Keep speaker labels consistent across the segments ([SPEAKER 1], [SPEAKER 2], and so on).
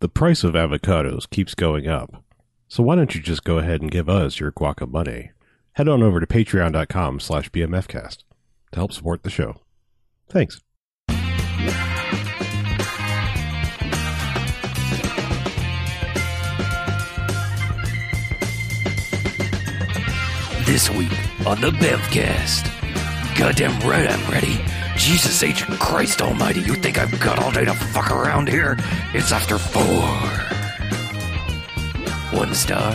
[SPEAKER 1] The price of avocados keeps going up. So why don't you just go ahead and give us your guaca money? Head on over to patreon.com slash bmfcast to help support the show. Thanks.
[SPEAKER 2] This week on the Bevcast. Goddamn right I'm ready. Jesus H. Christ almighty, you think I've got all day to fuck around here? It's after four. One star,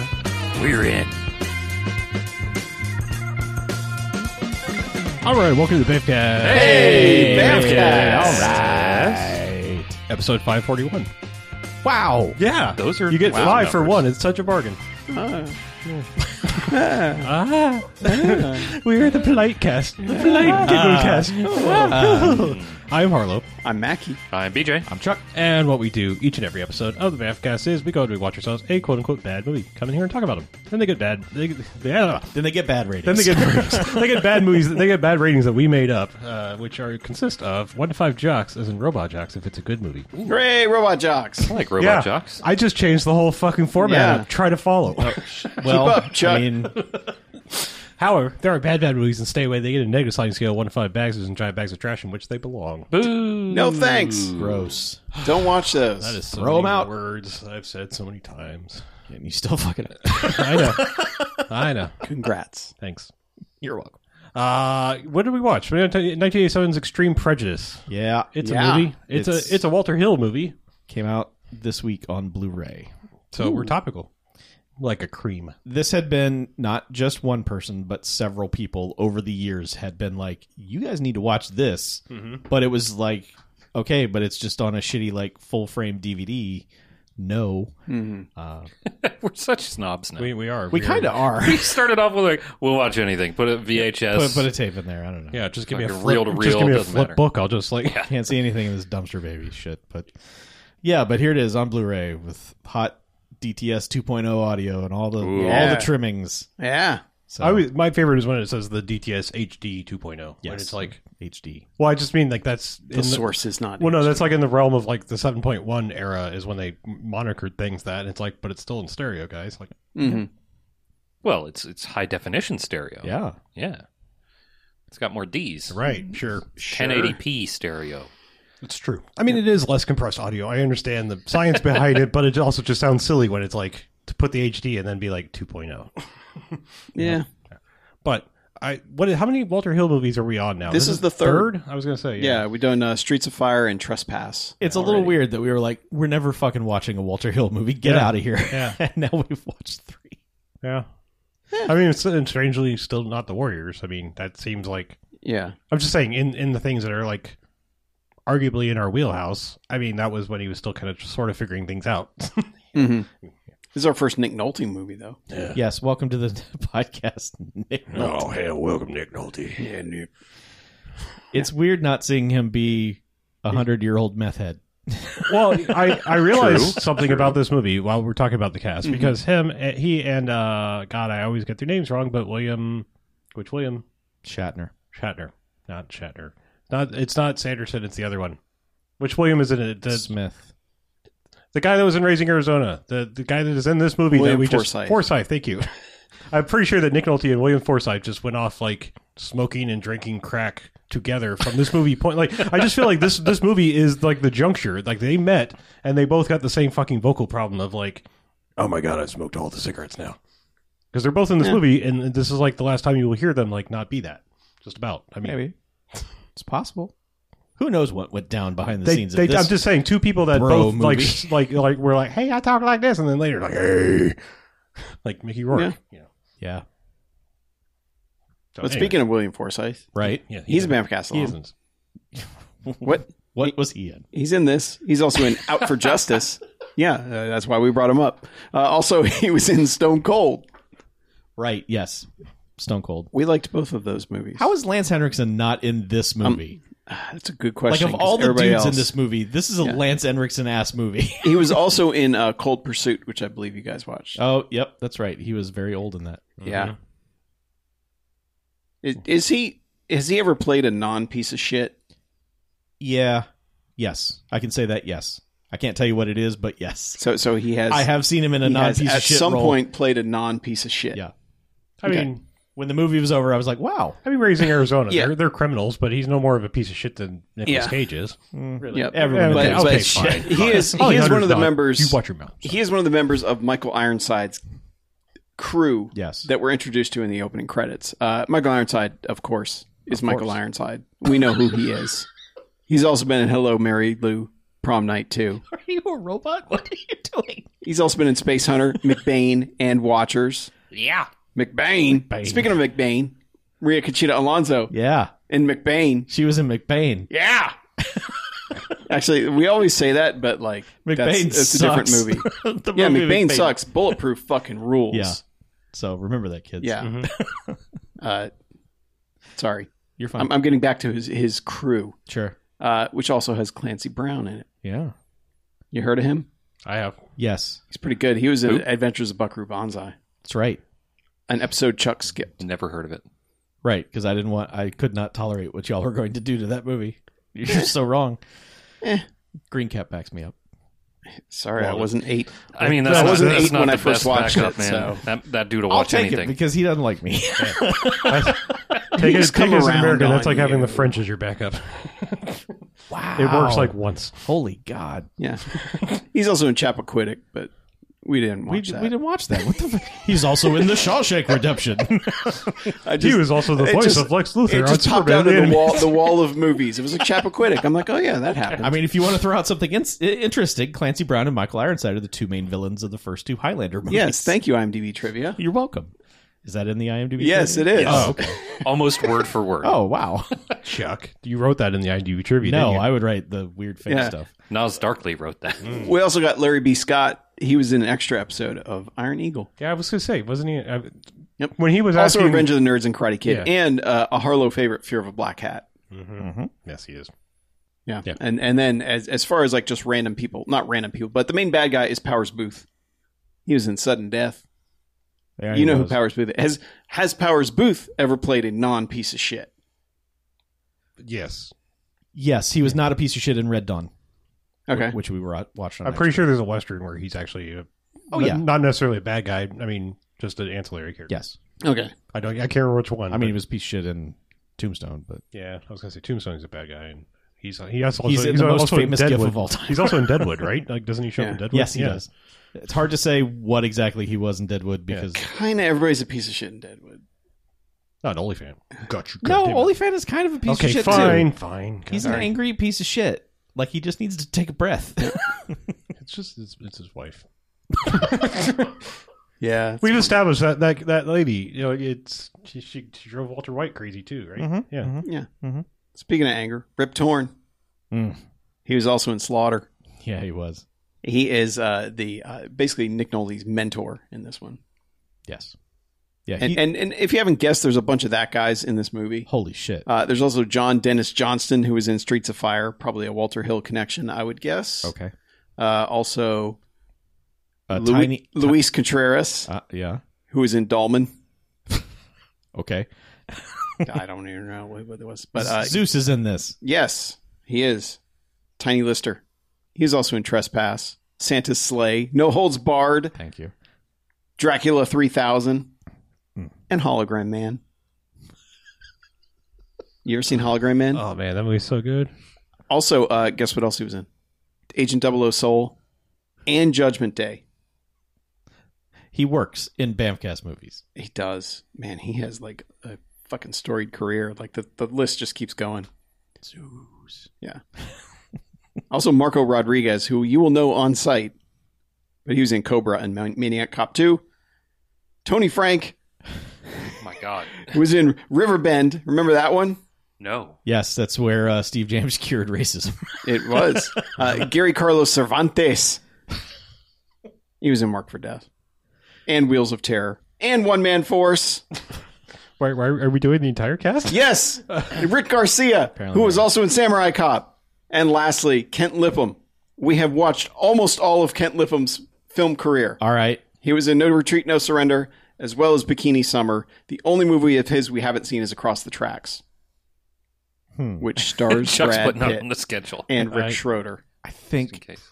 [SPEAKER 2] we're in.
[SPEAKER 3] All right, welcome to the Bamfcast.
[SPEAKER 4] Hey, Bamfcast.
[SPEAKER 3] All right. Episode 541.
[SPEAKER 4] Wow.
[SPEAKER 3] Yeah.
[SPEAKER 4] Those are
[SPEAKER 3] You get
[SPEAKER 4] wow
[SPEAKER 3] five for
[SPEAKER 4] numbers.
[SPEAKER 3] one. It's such a bargain. Ah. we are the polite cast. The polite giggle cast.
[SPEAKER 4] Ah.
[SPEAKER 3] I'm Harlow.
[SPEAKER 5] I'm Mackie.
[SPEAKER 4] I'm BJ.
[SPEAKER 3] I'm Chuck. And what we do each and every episode of the Bamfcast is we go and we watch ourselves a quote unquote bad movie, come in here and talk about them. Then they get bad. They, they, yeah.
[SPEAKER 6] Then they get bad ratings.
[SPEAKER 3] Then they get they get bad movies. They get bad ratings that we made up, uh, which are consist of one to five jocks, as in robot jocks, if it's a good movie.
[SPEAKER 5] Hooray, Robot Jocks.
[SPEAKER 4] I like robot jocks.
[SPEAKER 3] I just changed the whole fucking format.
[SPEAKER 5] Yeah.
[SPEAKER 3] Try to follow.
[SPEAKER 6] well,
[SPEAKER 5] Keep up, Chuck.
[SPEAKER 6] I mean,
[SPEAKER 3] However, there are bad, bad movies and stay away. They get a negative sliding scale of one to five bags and giant bags of trash in which they belong.
[SPEAKER 5] No thanks.
[SPEAKER 6] gross.
[SPEAKER 5] Don't watch those.
[SPEAKER 3] That is so
[SPEAKER 6] Throw 'em
[SPEAKER 3] many
[SPEAKER 6] out.
[SPEAKER 3] Words I've said so many times.
[SPEAKER 6] And you still fucking.
[SPEAKER 3] I know. I know.
[SPEAKER 5] Congrats.
[SPEAKER 3] Thanks.
[SPEAKER 6] You're welcome.
[SPEAKER 3] Uh, what did we watch? We 1987's Extreme Prejudice.
[SPEAKER 6] Yeah,
[SPEAKER 3] It's
[SPEAKER 5] Yeah.
[SPEAKER 3] a movie. It's,
[SPEAKER 6] It's-
[SPEAKER 3] a it's a Walter Hill movie.
[SPEAKER 6] came out this week on Blu-ray.
[SPEAKER 3] So we're topical, like a cream.
[SPEAKER 6] This had been not just one person, but several people over the years had been like, "You guys need to watch this," but it was like, "Okay," but it's just on a shitty like full frame DVD. No,
[SPEAKER 4] We're such snobs now.
[SPEAKER 3] We
[SPEAKER 4] We,
[SPEAKER 3] we are.
[SPEAKER 6] we
[SPEAKER 3] are-
[SPEAKER 6] kind of are.
[SPEAKER 4] started off with like, we'll watch anything. Put a VHS.
[SPEAKER 6] Put, put a tape in there. I don't know.
[SPEAKER 3] Yeah, just give me a
[SPEAKER 4] Fucking
[SPEAKER 3] flip,
[SPEAKER 4] reel to
[SPEAKER 3] Just
[SPEAKER 4] reel,
[SPEAKER 3] give me a
[SPEAKER 4] doesn't
[SPEAKER 3] flip
[SPEAKER 4] matter.
[SPEAKER 3] book. I'll just like
[SPEAKER 6] Can't see anything in this dumpster baby shit, but yeah, but here it is on Blu-ray with hot DTS 2.0 audio and all the all
[SPEAKER 5] Yeah.
[SPEAKER 6] the trimmings.
[SPEAKER 5] Yeah.
[SPEAKER 6] So
[SPEAKER 3] I always, my favorite is when it says the DTS HD 2.0. oh. When
[SPEAKER 6] Yes. Mm.
[SPEAKER 3] it's like,
[SPEAKER 6] HD.
[SPEAKER 3] well, I just mean like that's in
[SPEAKER 5] The source is not.
[SPEAKER 3] Well, no, that's like in the realm of like the 7.1 era is when they m- monikered things that and it's like, but it's still in stereo, guys. Like,
[SPEAKER 5] Mhm.
[SPEAKER 4] well, it's it's high definition stereo.
[SPEAKER 6] Yeah.
[SPEAKER 4] Yeah. It's got more D's.
[SPEAKER 3] right, sure,
[SPEAKER 4] 1080p stereo.
[SPEAKER 3] it's true. I mean, it is less compressed audio. I understand the science behind it, but it also just sounds silly when it's like to put the HD and then be like 2.0.
[SPEAKER 5] Yeah.
[SPEAKER 3] But I, what? How many Walter Hill movies are we on now?
[SPEAKER 5] This is the third.
[SPEAKER 3] I was gonna say, yeah.
[SPEAKER 5] Yeah, we've done uh, Streets of Fire and Trespass.
[SPEAKER 6] It's a little weird that we were like, we're never fucking watching a Walter Hill movie. Get
[SPEAKER 3] Yeah.
[SPEAKER 6] out of here.
[SPEAKER 3] Yeah.
[SPEAKER 6] and now we've watched three.
[SPEAKER 3] Yeah. I mean, it's and strangely still not the Warriors. I mean, that seems like
[SPEAKER 5] Yeah.
[SPEAKER 3] I'm just saying in in the things that are like arguably in our wheelhouse. I mean, that was when he was still kind of sort of figuring things out.
[SPEAKER 5] hmm This is our first Nick Nolte movie, though.
[SPEAKER 6] Yes, welcome to the podcast. Nick Nolte.
[SPEAKER 1] hell, welcome, Nick Nolte.
[SPEAKER 5] Yeah, Nick.
[SPEAKER 6] It's weird not seeing him be a hundred year old meth head.
[SPEAKER 3] well, I I realized something about this movie while we're talking about the cast because him eh, he and uh God, I always get their names wrong, but William, which William
[SPEAKER 6] Shatner.
[SPEAKER 3] Shatner, not Shatner, not it's not Sanderson, it's the other one. Which William is in it? The,
[SPEAKER 6] Smith.
[SPEAKER 3] The guy that was in Raising Arizona, the the guy that is in this movie that
[SPEAKER 5] William
[SPEAKER 3] we
[SPEAKER 5] Forsythe.
[SPEAKER 3] just Forsythe. Thank you. I'm pretty sure that Nick Nolte and William Forsythe just went off like smoking and drinking crack together from this movie point. Like I just feel like this this movie is like the juncture. Like they met and they both got the same fucking vocal problem of like, oh my god, I smoked all the cigarettes now. Because they're both in this
[SPEAKER 5] Yeah.
[SPEAKER 3] movie, and this is like the last time you will hear them like not be that. Just about. I mean,
[SPEAKER 6] Maybe. It's possible. Who knows what went down behind the
[SPEAKER 3] they,
[SPEAKER 6] scenes
[SPEAKER 3] they-
[SPEAKER 6] of this
[SPEAKER 3] I'm just saying, two people that
[SPEAKER 6] bro
[SPEAKER 3] both like,
[SPEAKER 6] movie.
[SPEAKER 3] s- like, like, were like, "Hey, I talk like this," and then later, like, "Hey," like Mickey Rourke.
[SPEAKER 5] Yeah.
[SPEAKER 3] You know.
[SPEAKER 6] Yeah.
[SPEAKER 3] So,
[SPEAKER 5] But
[SPEAKER 3] anyway.
[SPEAKER 5] speaking of William Forsythe,
[SPEAKER 6] Right.
[SPEAKER 3] yeah,
[SPEAKER 5] he's a
[SPEAKER 3] in-
[SPEAKER 5] Bamfcast
[SPEAKER 3] He
[SPEAKER 5] alum.
[SPEAKER 3] isn't.
[SPEAKER 5] What?
[SPEAKER 6] What was he in?
[SPEAKER 5] He's in this. He's also in Out for Justice. Yeah, uh, that's why we brought him up. Uh, also, he was in Stone Cold.
[SPEAKER 6] Right. Yes. Stone Cold.
[SPEAKER 5] We liked both of those movies.
[SPEAKER 6] How is Lance Henriksen not in this movie?
[SPEAKER 5] ah, That's a good
[SPEAKER 6] like
[SPEAKER 5] question.
[SPEAKER 6] of all
[SPEAKER 5] 'cause
[SPEAKER 6] the
[SPEAKER 5] everybody
[SPEAKER 6] dudes in
[SPEAKER 5] else-
[SPEAKER 6] this movie, this is a Lance Henriksen ass movie.
[SPEAKER 5] he was also in uh, Cold Pursuit, which I believe you guys watched.
[SPEAKER 6] oh, mm-hmm. yep, that's right. He was very old in that.
[SPEAKER 5] Yeah. Is, is he has he ever played a non piece of shit?
[SPEAKER 6] Yeah. Yes, I can say that. Yes, I I can't tell you what it is, but yes,
[SPEAKER 5] So so he has
[SPEAKER 6] I have seen him in a
[SPEAKER 5] he
[SPEAKER 6] non
[SPEAKER 5] has
[SPEAKER 6] piece
[SPEAKER 5] at
[SPEAKER 6] of shit
[SPEAKER 5] some
[SPEAKER 6] role.
[SPEAKER 5] point played a non piece of shit.
[SPEAKER 6] Yeah.
[SPEAKER 3] I
[SPEAKER 5] Okay.
[SPEAKER 3] mean,
[SPEAKER 6] When the movie was over, I was like, wow,
[SPEAKER 3] I mean, raising Arizona.
[SPEAKER 5] Yeah.
[SPEAKER 3] they're, they're criminals, but he's no more of a piece of shit than Nicolas
[SPEAKER 5] Yeah.
[SPEAKER 3] Cage is.
[SPEAKER 6] really,
[SPEAKER 5] Yep.
[SPEAKER 6] everyone
[SPEAKER 3] But-
[SPEAKER 6] knows
[SPEAKER 3] but-
[SPEAKER 6] that
[SPEAKER 3] okay,
[SPEAKER 6] shit.
[SPEAKER 5] He is
[SPEAKER 3] Oh,
[SPEAKER 5] he is one of the members
[SPEAKER 3] You watch your mouth.
[SPEAKER 5] he is one of the members of Michael Ironside's crew
[SPEAKER 6] Yes.
[SPEAKER 5] that we're introduced to in the opening credits. Uh, Michael Ironside, of course, is Michael Ironside. We know who he is. He's also been in Hello Mary Lou Prom Night too.
[SPEAKER 6] Are you a robot? What are you doing?
[SPEAKER 5] He's also been in Space Hunter, McBain, and Watchers.
[SPEAKER 4] Yeah.
[SPEAKER 5] McBain. Speaking of McBain, Maria Conchita Alonso
[SPEAKER 6] Yeah,
[SPEAKER 5] in McBain.
[SPEAKER 6] she was in McBain.
[SPEAKER 5] Yeah. Actually, we always say that, but like that's,
[SPEAKER 6] McBain
[SPEAKER 5] it's a different
[SPEAKER 6] sucks.
[SPEAKER 5] movie.
[SPEAKER 6] The
[SPEAKER 5] yeah,
[SPEAKER 6] movie
[SPEAKER 5] McBain, sucks. Bulletproof fucking rules.
[SPEAKER 6] Yeah. Mm-hmm. So remember that, kids.
[SPEAKER 5] Yeah. uh, sorry,
[SPEAKER 6] you're fine.
[SPEAKER 5] I'm, I'm getting back to his his crew,
[SPEAKER 6] sure.
[SPEAKER 5] uh, which also has Clancy Brown in it.
[SPEAKER 6] Yeah.
[SPEAKER 5] You heard of him?
[SPEAKER 3] I have.
[SPEAKER 6] Yes,
[SPEAKER 5] He's pretty good. He was in Adventures of Buckaroo Banzai,
[SPEAKER 6] that's right.
[SPEAKER 5] an episode Chuck skipped.
[SPEAKER 4] Never heard of it.
[SPEAKER 6] Right, because I didn't want, I could not tolerate what y'all were going to do to that movie. You're so wrong.
[SPEAKER 5] Eh.
[SPEAKER 6] Green Cap backs me up.
[SPEAKER 5] Sorry, I
[SPEAKER 4] Well,
[SPEAKER 5] wasn't eight.
[SPEAKER 4] I mean,
[SPEAKER 5] I
[SPEAKER 4] that's
[SPEAKER 5] wasn't
[SPEAKER 4] not, that's
[SPEAKER 5] eight
[SPEAKER 4] not
[SPEAKER 5] when
[SPEAKER 4] the
[SPEAKER 5] I first
[SPEAKER 4] best
[SPEAKER 5] watched
[SPEAKER 4] backup,
[SPEAKER 5] it,
[SPEAKER 4] man.
[SPEAKER 5] so-
[SPEAKER 4] That, that dude will
[SPEAKER 6] I'll
[SPEAKER 4] watch
[SPEAKER 6] take it
[SPEAKER 4] anything.
[SPEAKER 6] because he doesn't like me.
[SPEAKER 3] Take it, take
[SPEAKER 5] just come
[SPEAKER 3] it as an
[SPEAKER 5] around
[SPEAKER 3] American. That's
[SPEAKER 5] on
[SPEAKER 3] like having
[SPEAKER 5] you.
[SPEAKER 3] the French as your backup.
[SPEAKER 6] wow,
[SPEAKER 3] It works like once.
[SPEAKER 6] holy god.
[SPEAKER 5] Yeah, he's also in Chappaquiddick, but we didn't watch
[SPEAKER 6] We,
[SPEAKER 5] that.
[SPEAKER 6] we didn't watch that. What the? F- He's also in the Shawshank Redemption.
[SPEAKER 5] I
[SPEAKER 3] He
[SPEAKER 5] just-
[SPEAKER 3] was also the
[SPEAKER 5] it
[SPEAKER 3] voice
[SPEAKER 5] just-
[SPEAKER 3] of Lex
[SPEAKER 5] It
[SPEAKER 3] Luthor on
[SPEAKER 5] just popped out
[SPEAKER 3] Superman.
[SPEAKER 5] of the
[SPEAKER 3] and-
[SPEAKER 5] wall, the wall of movies. It was like Chappaquiddick. I'm like, oh yeah, that happened.
[SPEAKER 6] I mean, if you want to throw out something in- interesting, Clancy Brown and Michael Ironside are the two main villains of the first two Highlander movies.
[SPEAKER 5] yes, thank you, IMDb trivia.
[SPEAKER 6] You're welcome. Is that in the IMDb?
[SPEAKER 5] Yes,
[SPEAKER 6] trivia?
[SPEAKER 5] it is.
[SPEAKER 6] Oh, okay.
[SPEAKER 4] Almost word for word.
[SPEAKER 6] oh wow.
[SPEAKER 3] Chuck, you wrote that in the IDU trivia.
[SPEAKER 6] no,
[SPEAKER 3] didn't you?
[SPEAKER 6] I would write the weird fake
[SPEAKER 5] Yeah.
[SPEAKER 6] stuff.
[SPEAKER 4] Nas Darkly wrote that.
[SPEAKER 5] We also got Larry B. Scott. He was in an extra episode of Iron Eagle.
[SPEAKER 3] yeah, I was gonna say, wasn't he? I,
[SPEAKER 5] Yep.
[SPEAKER 3] When he was
[SPEAKER 5] Also,
[SPEAKER 3] asking,
[SPEAKER 5] Revenge of the Nerds and Karate Kid,
[SPEAKER 3] Yeah.
[SPEAKER 5] and uh, a Harlow favorite, Fear of a Black Hat.
[SPEAKER 3] yes, he is.
[SPEAKER 5] Yeah.
[SPEAKER 3] Yeah.
[SPEAKER 5] and and then as as far as like just random people, not random people, but the main bad guy is Powers Booth. He was in Sudden Death.
[SPEAKER 6] There
[SPEAKER 5] you
[SPEAKER 6] he
[SPEAKER 5] know who
[SPEAKER 6] was.
[SPEAKER 5] Powers Booth is. has has Powers Booth ever played a non piece of shit?
[SPEAKER 3] Yes,
[SPEAKER 6] Yes, he was not a piece of shit in Red Dawn,
[SPEAKER 5] Okay,
[SPEAKER 6] which we were watching. On
[SPEAKER 3] I'm pretty sure there's a western where he's actually, a,
[SPEAKER 6] Oh,
[SPEAKER 3] not-
[SPEAKER 6] yeah.
[SPEAKER 3] not necessarily a bad guy. I mean, just an ancillary character.
[SPEAKER 6] Yes,
[SPEAKER 5] okay.
[SPEAKER 3] I don't. I can't remember which one.
[SPEAKER 6] I mean
[SPEAKER 3] but-
[SPEAKER 6] he was a piece of shit in Tombstone, but
[SPEAKER 3] yeah, I was gonna say Tombstone's a bad guy, and he's he also
[SPEAKER 6] He's in the most
[SPEAKER 3] also in
[SPEAKER 6] famous gif
[SPEAKER 3] Deadwood.
[SPEAKER 6] of all time.
[SPEAKER 3] He's also in Deadwood, right? Like, doesn't he show
[SPEAKER 5] Yeah.
[SPEAKER 3] up in Deadwood?
[SPEAKER 6] yes, he
[SPEAKER 3] Yeah.
[SPEAKER 6] does. It's hard to say what exactly he was in Deadwood because
[SPEAKER 5] Kind of everybody's a piece of shit in Deadwood.
[SPEAKER 3] Not OnlyFan. Got you.
[SPEAKER 6] no,
[SPEAKER 3] goddamn it.
[SPEAKER 6] OnlyFan is kind of a piece
[SPEAKER 3] Okay,
[SPEAKER 6] of shit
[SPEAKER 3] fine,
[SPEAKER 6] too.
[SPEAKER 3] fine.
[SPEAKER 6] He's
[SPEAKER 3] God,
[SPEAKER 6] an angry piece of shit. Like he just needs to take a breath.
[SPEAKER 3] It's just it's, it's his wife.
[SPEAKER 5] Yeah,
[SPEAKER 3] We've established that that that lady, you know, it's she she, she drove Walter White crazy too, right?
[SPEAKER 6] Mm-hmm.
[SPEAKER 3] Yeah.
[SPEAKER 5] yeah.
[SPEAKER 6] Mhm.
[SPEAKER 5] Speaking of anger, Rip Torn.
[SPEAKER 6] Mm.
[SPEAKER 5] He was also in Slaughter.
[SPEAKER 6] yeah, he was.
[SPEAKER 5] He is uh, the uh, basically Nick Nolte's mentor in this one.
[SPEAKER 6] Yes. Yeah.
[SPEAKER 5] And,
[SPEAKER 6] he-
[SPEAKER 5] and and if you haven't guessed, there's a bunch of that guys in this movie.
[SPEAKER 6] holy shit.
[SPEAKER 5] Uh, there's also John Dennis Johnston, who was in Streets of Fire, probably a Walter Hill connection, I would guess.
[SPEAKER 6] okay.
[SPEAKER 5] Uh, also,
[SPEAKER 6] A
[SPEAKER 5] Lu-
[SPEAKER 6] tiny.
[SPEAKER 5] Luis Contreras,
[SPEAKER 6] uh, yeah.
[SPEAKER 5] who was in Dolman.
[SPEAKER 6] Okay.
[SPEAKER 5] I don't even know what what it was, but uh,
[SPEAKER 6] Zeus is in this.
[SPEAKER 5] yes, he is Tiny Lister. He's also in Trespass, Santa's Sleigh, No Holds Barred,
[SPEAKER 6] Thank you.
[SPEAKER 5] Dracula 3000,
[SPEAKER 6] Hmm.
[SPEAKER 5] and Hologram Man. You ever seen Hologram Man?
[SPEAKER 3] Oh man, that movie's so good.
[SPEAKER 5] Also, uh, guess what else he was in? Agent 00 Soul and Judgment Day.
[SPEAKER 6] He works in Bamcast movies.
[SPEAKER 5] He does. Man, he has like a fucking storied career. Like the, the list just keeps going. Yeah. also, Marco Rodriguez, who you will know on site, but he was in Cobra and Man- Maniac Cop 2. Tony Frank
[SPEAKER 4] My God.
[SPEAKER 5] who was in Riverbend. Remember that one?
[SPEAKER 4] No.
[SPEAKER 6] Yes, that's where uh, Steve James cured racism.
[SPEAKER 5] It was. uh, Gary Carlos Cervantes. He was in Mark for Death and Wheels of Terror and One Man Force.
[SPEAKER 3] Why, why are we doing the entire cast?
[SPEAKER 5] Yes, Rick Garcia,
[SPEAKER 6] Apparently.
[SPEAKER 5] who was also in Samurai Cop. And lastly, Kent Lipham. We have watched almost all of Kent Lipham's film career.
[SPEAKER 6] All right.
[SPEAKER 5] He was in No Retreat, No Surrender, as well as Bikini Summer. The only movie of his we haven't seen is Across the Tracks,
[SPEAKER 6] Hmm.
[SPEAKER 5] which stars
[SPEAKER 4] Chuck's
[SPEAKER 5] Brad
[SPEAKER 4] putting up
[SPEAKER 5] Pitt
[SPEAKER 4] on the schedule.
[SPEAKER 5] and Rick
[SPEAKER 3] I-
[SPEAKER 5] Schroeder.
[SPEAKER 6] I
[SPEAKER 4] Just in
[SPEAKER 6] think
[SPEAKER 4] case.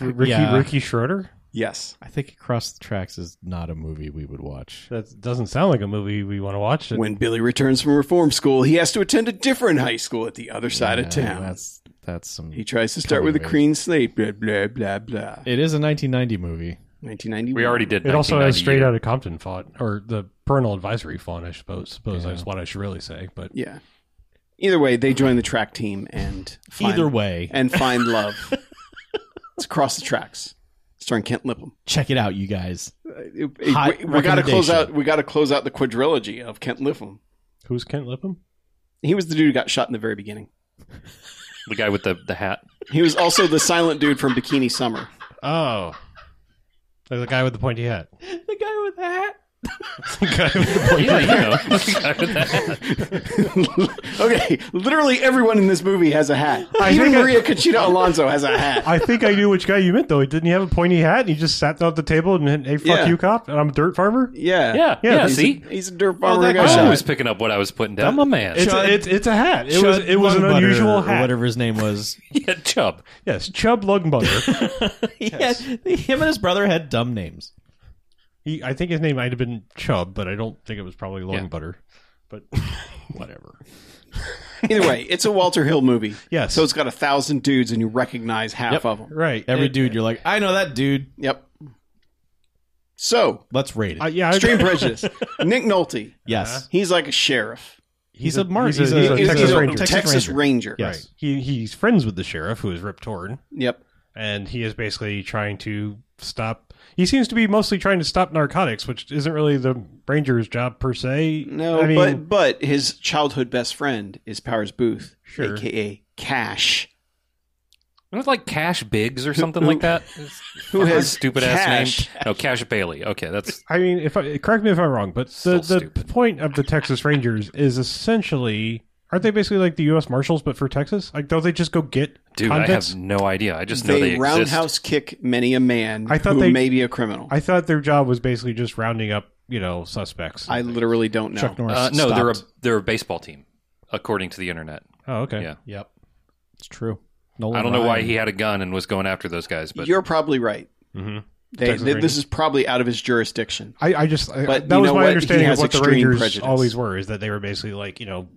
[SPEAKER 3] Ricky
[SPEAKER 6] Yeah.
[SPEAKER 3] Ricky Schroeder?
[SPEAKER 5] Yes.
[SPEAKER 6] I think Across the Tracks is not a movie we would watch.
[SPEAKER 3] That doesn't sound like a movie we want to watch.
[SPEAKER 5] When Billy returns from reform school, he has to attend a different high school at the other side
[SPEAKER 6] Yeah,
[SPEAKER 5] of town.
[SPEAKER 6] That's that's some.
[SPEAKER 5] He tries to start
[SPEAKER 6] Coming
[SPEAKER 5] with a
[SPEAKER 6] of age.
[SPEAKER 5] clean slate. Blah blah blah blah.
[SPEAKER 6] It is a 1990 movie.
[SPEAKER 5] 1991.
[SPEAKER 4] We already did.
[SPEAKER 3] it also has straight
[SPEAKER 4] 1998.
[SPEAKER 3] out of Compton font or the parental advisory font, I suppose. Suppose
[SPEAKER 6] Yeah.
[SPEAKER 3] that's what I should really say. But
[SPEAKER 5] Yeah. Either way, they join the track team and find,
[SPEAKER 6] Either way,
[SPEAKER 5] and find love. it's across the tracks, starring Kent Lipham.
[SPEAKER 6] check it out, you guys.
[SPEAKER 5] Uh, it- it-
[SPEAKER 6] Hot
[SPEAKER 5] we got to close
[SPEAKER 6] recommendation.
[SPEAKER 5] out. We got to close out the quadrilogy of Kent Lipham.
[SPEAKER 3] who's Kent Lipham?
[SPEAKER 5] He was the dude who got shot in the very beginning.
[SPEAKER 4] the guy with the, the hat.
[SPEAKER 5] He was also the silent dude from Bikini Summer.
[SPEAKER 3] Oh, like the guy with the pointy hat.
[SPEAKER 6] The guy with the hat.
[SPEAKER 3] The guy with the pointy
[SPEAKER 4] Yeah,
[SPEAKER 3] hat.
[SPEAKER 4] you know, the guy with the hat.
[SPEAKER 5] okay, literally everyone in this movie has a hat.
[SPEAKER 3] I
[SPEAKER 5] Even
[SPEAKER 3] think I-
[SPEAKER 5] Maria Conchita Alonso has a hat.
[SPEAKER 3] I think I knew which guy you meant though. Didn't he have a pointy hat? And he just sat down at the table and went, "Hey, fuck
[SPEAKER 5] Yeah.
[SPEAKER 3] you, cop!" And I'm a dirt farmer.
[SPEAKER 5] yeah,
[SPEAKER 4] Yeah,
[SPEAKER 3] Yeah,
[SPEAKER 4] yeah.
[SPEAKER 5] He's
[SPEAKER 4] see,
[SPEAKER 5] a, he's a dirt
[SPEAKER 6] Oh,
[SPEAKER 5] farmer.
[SPEAKER 6] that
[SPEAKER 5] who got
[SPEAKER 6] guy.
[SPEAKER 4] I
[SPEAKER 5] shot.
[SPEAKER 4] was picking up what I was putting down. I'm a man.
[SPEAKER 3] It's, a, it's, it's a hat. It was it was an
[SPEAKER 6] Lugbutter,
[SPEAKER 3] unusual
[SPEAKER 6] or
[SPEAKER 3] hat.
[SPEAKER 6] Whatever his name was.
[SPEAKER 4] yeah, Chubb.
[SPEAKER 3] Yes, Chub Lugmutter.
[SPEAKER 6] He had- him and his brother had dumb names.
[SPEAKER 3] he, I think his name might have been Chub, but I don't think it was probably Lugbutter. But whatever.
[SPEAKER 5] Either way, it's a Walter Hill movie.
[SPEAKER 3] Yes.
[SPEAKER 5] So it's got a thousand dudes, and you recognize half
[SPEAKER 6] Yep.
[SPEAKER 5] of them.
[SPEAKER 3] right.
[SPEAKER 6] Every
[SPEAKER 3] It-
[SPEAKER 6] dude, you're like, I know that dude.
[SPEAKER 5] Yep. So,
[SPEAKER 6] Let's rate it.
[SPEAKER 3] I- Uh, yeah, I-
[SPEAKER 5] Extreme Prejudice. Nick Nolte.
[SPEAKER 6] yes,
[SPEAKER 5] He's like a sheriff.
[SPEAKER 6] he's, a mar-
[SPEAKER 3] he's
[SPEAKER 6] he's,
[SPEAKER 3] a-
[SPEAKER 6] a,
[SPEAKER 3] he's a
[SPEAKER 6] he's
[SPEAKER 3] Texas
[SPEAKER 5] a
[SPEAKER 3] Ranger.
[SPEAKER 5] Texas, Ranger.
[SPEAKER 6] Yes.
[SPEAKER 3] Right. He he's friends with the sheriff, who is Rip Torn,
[SPEAKER 5] Yep.
[SPEAKER 3] and he is basically trying to stop. He seems to be mostly trying to stop narcotics, which isn't really the ranger's job per se.
[SPEAKER 5] No,
[SPEAKER 3] I mean,
[SPEAKER 5] but but his childhood best friend is Powers Booth,
[SPEAKER 3] Sure.
[SPEAKER 5] aka Cash,
[SPEAKER 4] Isn't it like Cash Biggs or something like that?
[SPEAKER 5] who
[SPEAKER 4] Fucking
[SPEAKER 5] has
[SPEAKER 4] stupid ass
[SPEAKER 5] Cash.
[SPEAKER 4] name? No, Cash Bailey. Okay, that's
[SPEAKER 3] I mean, if I, correct me if I'm wrong, but
[SPEAKER 4] So
[SPEAKER 3] the, the
[SPEAKER 4] stupid.
[SPEAKER 3] point of the Texas Rangers is essentially aren't they basically like the U.S. Marshals but for Texas? Like, don't they just go get
[SPEAKER 4] dude.
[SPEAKER 3] convicts?
[SPEAKER 4] I have no idea. I just know
[SPEAKER 5] They,
[SPEAKER 4] they exist.
[SPEAKER 5] roundhouse kick many a man
[SPEAKER 3] I thought
[SPEAKER 5] who
[SPEAKER 3] they-
[SPEAKER 5] may be a criminal. I,
[SPEAKER 3] I thought their job was basically just rounding up, you know, suspects.
[SPEAKER 5] literally don't know.
[SPEAKER 6] Chuck Norris.
[SPEAKER 4] Uh, no, they're a
[SPEAKER 6] stopped.
[SPEAKER 4] they're a baseball team, according to the internet.
[SPEAKER 3] oh, okay.
[SPEAKER 4] Yeah.
[SPEAKER 6] Yep, it's true. Nolan
[SPEAKER 4] I don't know why
[SPEAKER 6] Ryan.
[SPEAKER 4] he had a gun and was going after those guys, but
[SPEAKER 5] You're probably right.
[SPEAKER 3] hmm
[SPEAKER 5] They,
[SPEAKER 3] Texas
[SPEAKER 5] they,
[SPEAKER 3] Rangers.
[SPEAKER 5] this is probably out of his jurisdiction.
[SPEAKER 3] I, I just I,
[SPEAKER 5] But
[SPEAKER 3] that
[SPEAKER 5] you
[SPEAKER 3] was
[SPEAKER 5] know
[SPEAKER 3] my
[SPEAKER 5] what? He
[SPEAKER 3] understanding of
[SPEAKER 5] has
[SPEAKER 3] what the
[SPEAKER 5] extreme
[SPEAKER 3] Rangers
[SPEAKER 5] prejudice.
[SPEAKER 3] always were is that they were basically like you know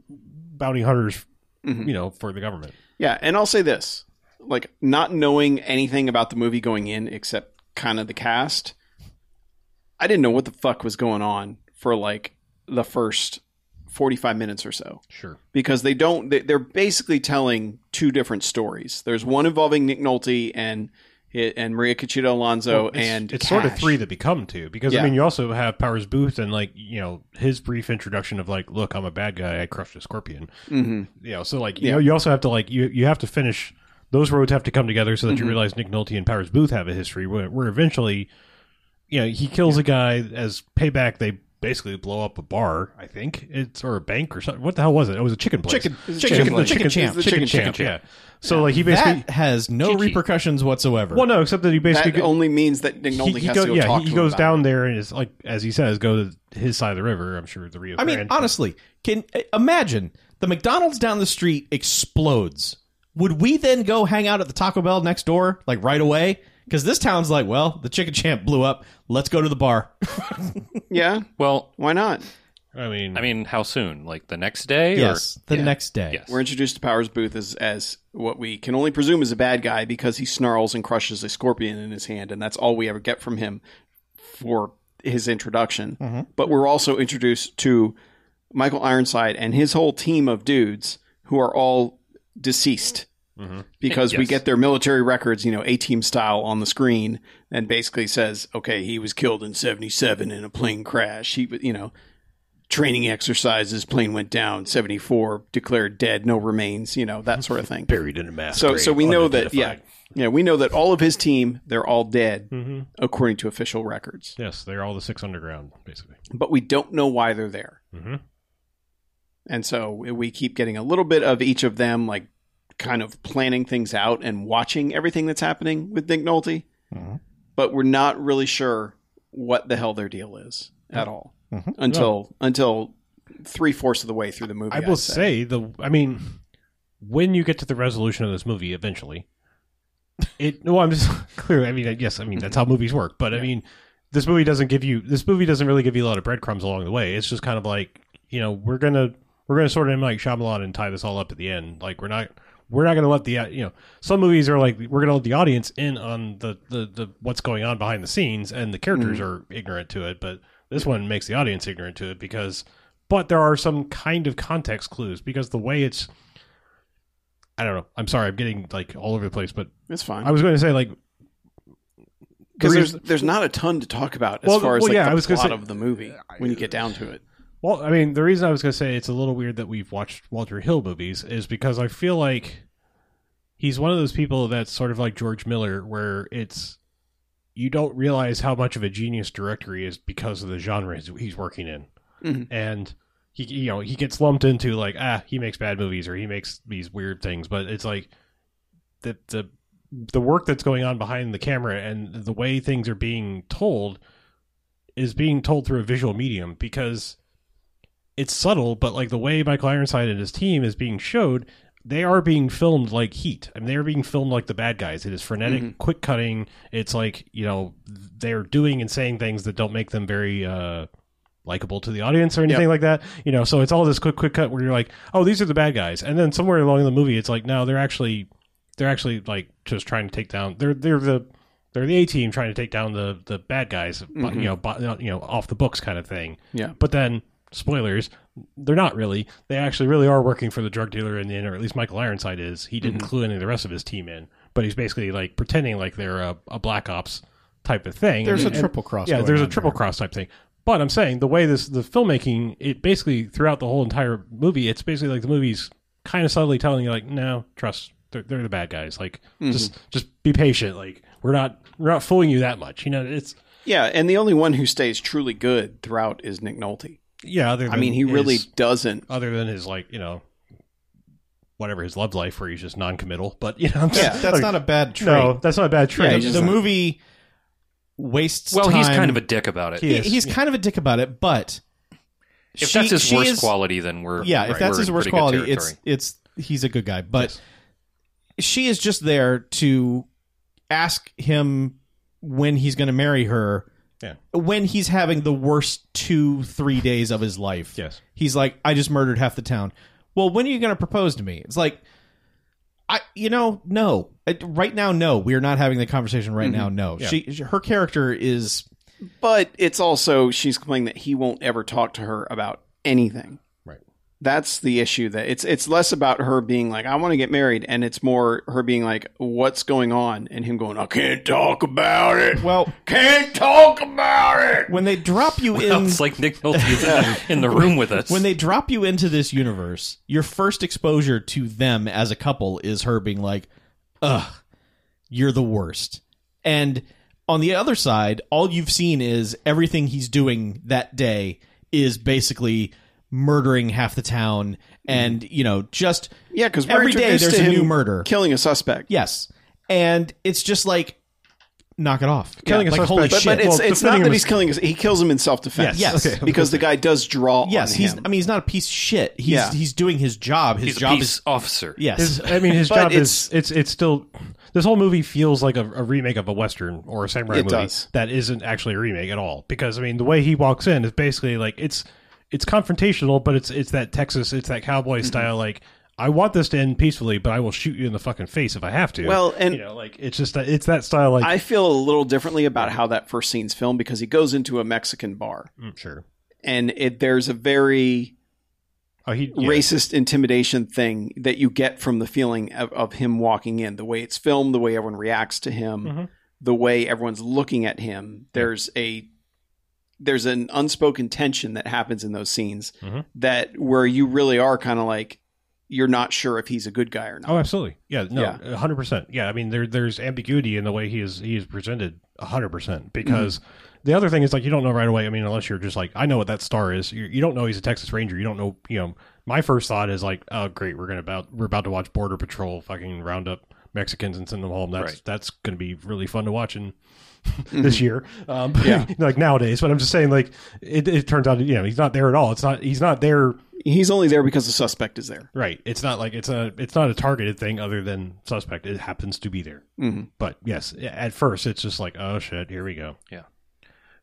[SPEAKER 3] bounty hunters,
[SPEAKER 5] Mhm.
[SPEAKER 3] you know, for the government.
[SPEAKER 5] Yeah, and I'll say this: like not knowing anything about the movie going in, except kind of the cast, I didn't know what the fuck was going on for like the first forty-five minutes or so
[SPEAKER 3] Sure.
[SPEAKER 5] because they don't. They, they're basically telling two different stories. There's one involving Nick Nolte and and Maria Cachito Alonso,
[SPEAKER 3] it's,
[SPEAKER 5] and
[SPEAKER 3] it's sort of
[SPEAKER 5] Cash.
[SPEAKER 3] three that become two because
[SPEAKER 5] Yeah.
[SPEAKER 3] I mean you also have Powers Booth and like you know his brief introduction of like look I'm a bad guy I crushed a scorpion
[SPEAKER 5] Mhm.
[SPEAKER 3] you know so like you
[SPEAKER 5] Yeah.
[SPEAKER 3] know you also have to like you you have to finish those roads have to come together so that
[SPEAKER 5] Mhm.
[SPEAKER 3] you realize Nick Nolte and Powers Booth have a history where, where eventually you know he kills a guy as payback they basically blow up a bar I think it's or a bank or something what the hell was it it was a chicken place
[SPEAKER 6] chicken,
[SPEAKER 5] It's
[SPEAKER 6] chicken,
[SPEAKER 5] a chicken
[SPEAKER 6] chicken,
[SPEAKER 5] place.
[SPEAKER 6] chicken champ.
[SPEAKER 5] It's the
[SPEAKER 3] chicken,
[SPEAKER 5] chicken
[SPEAKER 3] champ, yeah so like he basically
[SPEAKER 6] that has no
[SPEAKER 4] Chichi.
[SPEAKER 6] repercussions whatsoever.
[SPEAKER 3] well no except that he basically
[SPEAKER 5] That only means that Nick Nolte has
[SPEAKER 3] go-
[SPEAKER 5] to go
[SPEAKER 3] yeah,
[SPEAKER 5] talk
[SPEAKER 3] he, he
[SPEAKER 5] to him
[SPEAKER 3] goes
[SPEAKER 5] about
[SPEAKER 3] down
[SPEAKER 5] it.
[SPEAKER 3] there and is like, as he says, go to his side of the river. I'm sure the Rio.
[SPEAKER 6] I mean,
[SPEAKER 3] Grande.
[SPEAKER 6] honestly, can uh, imagine the McDonald's down the street explodes. Would we then go hang out at the Taco Bell next door, like right away? Because this town's like, well, the chicken champ blew up. Let's go to the bar.
[SPEAKER 5] Yeah,
[SPEAKER 4] well,
[SPEAKER 5] why not?
[SPEAKER 3] I mean,
[SPEAKER 4] I mean, how soon? Like the next day?
[SPEAKER 6] yes, the
[SPEAKER 5] yeah.
[SPEAKER 6] next day.
[SPEAKER 4] Yes.
[SPEAKER 5] We're introduced to Powers Booth as, as what we can only presume is a bad guy because he snarls and crushes a scorpion in his hand, and that's all we ever get from him for his introduction.
[SPEAKER 3] Mm-hmm.
[SPEAKER 5] But we're also introduced to Michael Ironside and his whole team of dudes who are all deceased
[SPEAKER 3] Mm-hmm.
[SPEAKER 5] because we
[SPEAKER 4] Yes.
[SPEAKER 5] get their military records, you know, A team style on the screen, and basically says, okay, he was killed in 77 in a plane crash. He, w- you know, training exercises, plane went down, 74 declared dead, no remains, you know, that sort of thing.
[SPEAKER 3] buried in a mass.
[SPEAKER 5] so,
[SPEAKER 3] grave,
[SPEAKER 5] so we know that, yeah.
[SPEAKER 3] unidentified.
[SPEAKER 5] Yeah, we know that all of his team, they're all dead
[SPEAKER 3] Mhm.
[SPEAKER 5] according to official records.
[SPEAKER 3] Yes, they're all the six underground, basically.
[SPEAKER 5] But we don't know why they're there.
[SPEAKER 3] Mhm.
[SPEAKER 5] And so we keep getting a little bit of each of them, like kind of planning things out and watching everything that's happening with Nick Nolte.
[SPEAKER 3] Mm-hmm.
[SPEAKER 6] Mhm.
[SPEAKER 5] But we're not really sure what the hell their deal is at all
[SPEAKER 3] Mm-hmm.
[SPEAKER 6] Mhm.
[SPEAKER 5] until until three fourths of the way through the movie.
[SPEAKER 3] I
[SPEAKER 5] I'd
[SPEAKER 3] will say the. I mean, when you get to the resolution of this movie, eventually, it no i'm just clearly i mean yes i mean that's how movies work but i mean this movie doesn't give you this movie doesn't really give you a lot of breadcrumbs along the way it's just kind of like you know we're gonna we're gonna sort of like Shyamalan and tie this all up at the end like we're not we're not gonna let the uh, you know some movies are like we're gonna let the audience in on the the, the what's going on behind the scenes and the
[SPEAKER 5] Hmm.
[SPEAKER 3] characters are ignorant to it but this one makes the audience ignorant to it because but there are some kind of context clues because the way it's I don't know. I'm sorry. I'm getting like all over the place, but
[SPEAKER 5] It's fine.
[SPEAKER 3] I was going to say like
[SPEAKER 5] because
[SPEAKER 3] the
[SPEAKER 5] there's
[SPEAKER 3] reason-
[SPEAKER 5] there's not a ton to talk about as
[SPEAKER 3] Well,
[SPEAKER 5] far as
[SPEAKER 3] well,
[SPEAKER 5] like
[SPEAKER 3] yeah,
[SPEAKER 5] the
[SPEAKER 3] I was gonna
[SPEAKER 5] plot
[SPEAKER 3] say- uh,
[SPEAKER 5] of the movie when you get down to it.
[SPEAKER 3] well, I mean, the reason I was going to say it's a little weird that we've watched Walter Hill movies is because I feel like he's one of those people that's sort of like George Miller, where it's you don't realize how much of a genius director he is because of the genre he's- he's working in,
[SPEAKER 5] Mhm.
[SPEAKER 3] and he you know he gets lumped into like ah he makes bad movies or he makes these weird things, but it's like the the the work that's going on behind the camera and the way things are being told is being told through a visual medium because it's subtle, but like the way Michael Ironside and his team is being showed, they are being filmed like heat. I mean, they are being filmed like the bad guys. It is frenetic, quick cutting. It's like you know they're doing and saying things that don't make them very uh, likable to the audience or anything like that. You know, so it's all this quick, quick cut where you're like, oh, these are the bad guys, and then somewhere along in the movie, it's like, no, they're actually they're actually like just trying to take down. They're they're the they're the A team trying to take down the the bad guys, but
[SPEAKER 6] Mm-hmm.
[SPEAKER 3] you know, but, you know, off the books kind of thing.
[SPEAKER 5] Yeah.
[SPEAKER 3] But then, spoilers, they're not really. They actually really are working for the drug dealer in the end, or at least Michael Ironside is. He
[SPEAKER 6] Mm-hmm.
[SPEAKER 3] didn't clue any of the rest of his team in, but he's basically like pretending like they're a, a black ops type of thing.
[SPEAKER 6] There's a
[SPEAKER 3] And-
[SPEAKER 6] triple cross.
[SPEAKER 3] Yeah,
[SPEAKER 6] going
[SPEAKER 3] there's a
[SPEAKER 6] on
[SPEAKER 3] triple
[SPEAKER 6] there.
[SPEAKER 3] cross type thing. But I'm saying the way this the filmmaking, it basically throughout the whole entire movie, it's basically like the movie's kind of subtly telling you like, no, trust, they're, they're the bad guys. Like, just just be patient. Like, we're not we're not fooling you that much. You know, it's
[SPEAKER 5] Yeah, and the only one who stays truly good throughout is Nick Nolte.
[SPEAKER 3] yeah. Other
[SPEAKER 5] I
[SPEAKER 3] than
[SPEAKER 5] mean, he
[SPEAKER 3] his-
[SPEAKER 5] really doesn't.
[SPEAKER 3] other than his like you know whatever his love life where he's just non-committal but you know I'm
[SPEAKER 5] Yeah,
[SPEAKER 3] just-
[SPEAKER 6] That's
[SPEAKER 4] Oh,
[SPEAKER 3] like,
[SPEAKER 6] not a bad trait.
[SPEAKER 3] no that's not a bad
[SPEAKER 5] Yeah,
[SPEAKER 3] trait
[SPEAKER 5] he's
[SPEAKER 6] the
[SPEAKER 5] just
[SPEAKER 6] the
[SPEAKER 5] not-
[SPEAKER 6] movie wastes.
[SPEAKER 4] Well, he's
[SPEAKER 6] time-
[SPEAKER 4] kind of a dick about it.
[SPEAKER 3] He
[SPEAKER 6] He-
[SPEAKER 3] is.
[SPEAKER 6] he's kind of a dick about it, but
[SPEAKER 4] if
[SPEAKER 6] she-
[SPEAKER 4] that's his
[SPEAKER 6] she
[SPEAKER 4] worst
[SPEAKER 6] is-
[SPEAKER 4] quality, then we're
[SPEAKER 6] yeah,
[SPEAKER 4] right,
[SPEAKER 6] if that's
[SPEAKER 4] we're
[SPEAKER 6] his
[SPEAKER 4] in
[SPEAKER 6] worst
[SPEAKER 4] pretty good
[SPEAKER 6] quality, it's
[SPEAKER 4] territory.
[SPEAKER 6] it's he's a good guy. But she is just there to ask him when he's going to marry her.
[SPEAKER 3] Yeah.
[SPEAKER 6] When he's having the worst two three days of his life.
[SPEAKER 3] yes
[SPEAKER 6] He's like, I just murdered half the town. Well, when are you going to propose to me? It's like, I, you know, no. I- Right now, no. We are not having the conversation right now.
[SPEAKER 4] Mm-hmm.
[SPEAKER 6] No.
[SPEAKER 3] Yeah.
[SPEAKER 6] She, her character is
[SPEAKER 5] But it's also she's complaining that he won't ever talk to her about anything.
[SPEAKER 3] Right.
[SPEAKER 5] That's the issue. That it's it's less about her being like I want to get married, and it's more her being like what's going on, and him going I can't talk about it.
[SPEAKER 6] well.
[SPEAKER 5] Can't talk about it.
[SPEAKER 6] When they drop you
[SPEAKER 4] Well,
[SPEAKER 6] in,
[SPEAKER 4] it's like Nick Nolte is in the, in the room with us.
[SPEAKER 6] when they drop you into this universe, your first exposure to them as a couple is her being like, "Ugh, you're the worst." And on the other side, all you've seen is everything he's doing that day is basically murdering half the town and, you know, just
[SPEAKER 5] Yeah, because
[SPEAKER 6] Every day there's a new murder.
[SPEAKER 5] killing a suspect.
[SPEAKER 6] yes. And it's just like knock it off.
[SPEAKER 3] Killing a
[SPEAKER 6] like
[SPEAKER 3] suspect.
[SPEAKER 6] holy
[SPEAKER 5] But,
[SPEAKER 6] shit.
[SPEAKER 5] but
[SPEAKER 3] Well,
[SPEAKER 5] it's, it's not
[SPEAKER 3] defending
[SPEAKER 5] that
[SPEAKER 3] him
[SPEAKER 5] he's
[SPEAKER 3] is-
[SPEAKER 5] killing us. He kills him in self defense.
[SPEAKER 6] Yes. Yes. Okay.
[SPEAKER 5] Because the guy does draw
[SPEAKER 6] yes,
[SPEAKER 5] on
[SPEAKER 6] he's
[SPEAKER 5] him.
[SPEAKER 6] I mean he's not a piece of shit. He's
[SPEAKER 5] Yeah.
[SPEAKER 6] he's doing his job. His
[SPEAKER 4] he's a
[SPEAKER 6] job
[SPEAKER 4] peace
[SPEAKER 6] is
[SPEAKER 4] officer.
[SPEAKER 6] yes.
[SPEAKER 3] his, I mean his
[SPEAKER 5] But
[SPEAKER 3] job is it's it's still this whole movie feels like a, a remake of a western or a samurai
[SPEAKER 5] It
[SPEAKER 3] movie
[SPEAKER 5] does.
[SPEAKER 3] that isn't actually a remake at all because I mean the way he walks in is basically like it's it's confrontational but it's it's that Texas it's that cowboy
[SPEAKER 5] Mm-hmm.
[SPEAKER 3] style like I want this to end peacefully but I will shoot you in the fucking face if I have to
[SPEAKER 5] Well, and-
[SPEAKER 3] you know like it's just that it's that style like
[SPEAKER 5] I feel a little differently about how that first scene's filmed because he goes into a Mexican bar
[SPEAKER 3] Mm, sure
[SPEAKER 5] and it there's a very
[SPEAKER 3] oh he yeah.
[SPEAKER 5] racist intimidation thing that you get from the feeling of, of him walking in, the way it's filmed, the way everyone reacts to him,
[SPEAKER 3] Mhm.
[SPEAKER 5] the way everyone's looking at him. There's a there's an unspoken tension that happens in those scenes
[SPEAKER 3] Mhm.
[SPEAKER 5] that where you really are kind of like you're not sure if he's a good guy or not.
[SPEAKER 3] Oh, absolutely. Yeah, no,
[SPEAKER 5] Yeah.
[SPEAKER 3] a hundred percent. Yeah, I mean, there there's ambiguity in the way he is he is presented, a hundred percent. Because the other thing is like you don't know right away. I mean, unless you're just like, I know what that star is. You, you don't know he's a Texas Ranger. You don't know. You know, my first thought is like, oh, great, we're gonna about we're about to watch Border Patrol fucking round up Mexicans and send them home. That's
[SPEAKER 4] Right.
[SPEAKER 3] that's going to be really fun to watch in this year. Um,
[SPEAKER 5] Mm-hmm. Yeah.
[SPEAKER 3] like nowadays. But I'm just saying, like it, it turns out, you know, he's not there at all. It's not he's not there.
[SPEAKER 5] He's only there because the suspect is there.
[SPEAKER 3] Right. It's not like it's a it's not a targeted thing other than suspect. It happens to be there.
[SPEAKER 5] Mhm.
[SPEAKER 3] But yes, at first it's just like oh shit, here we go.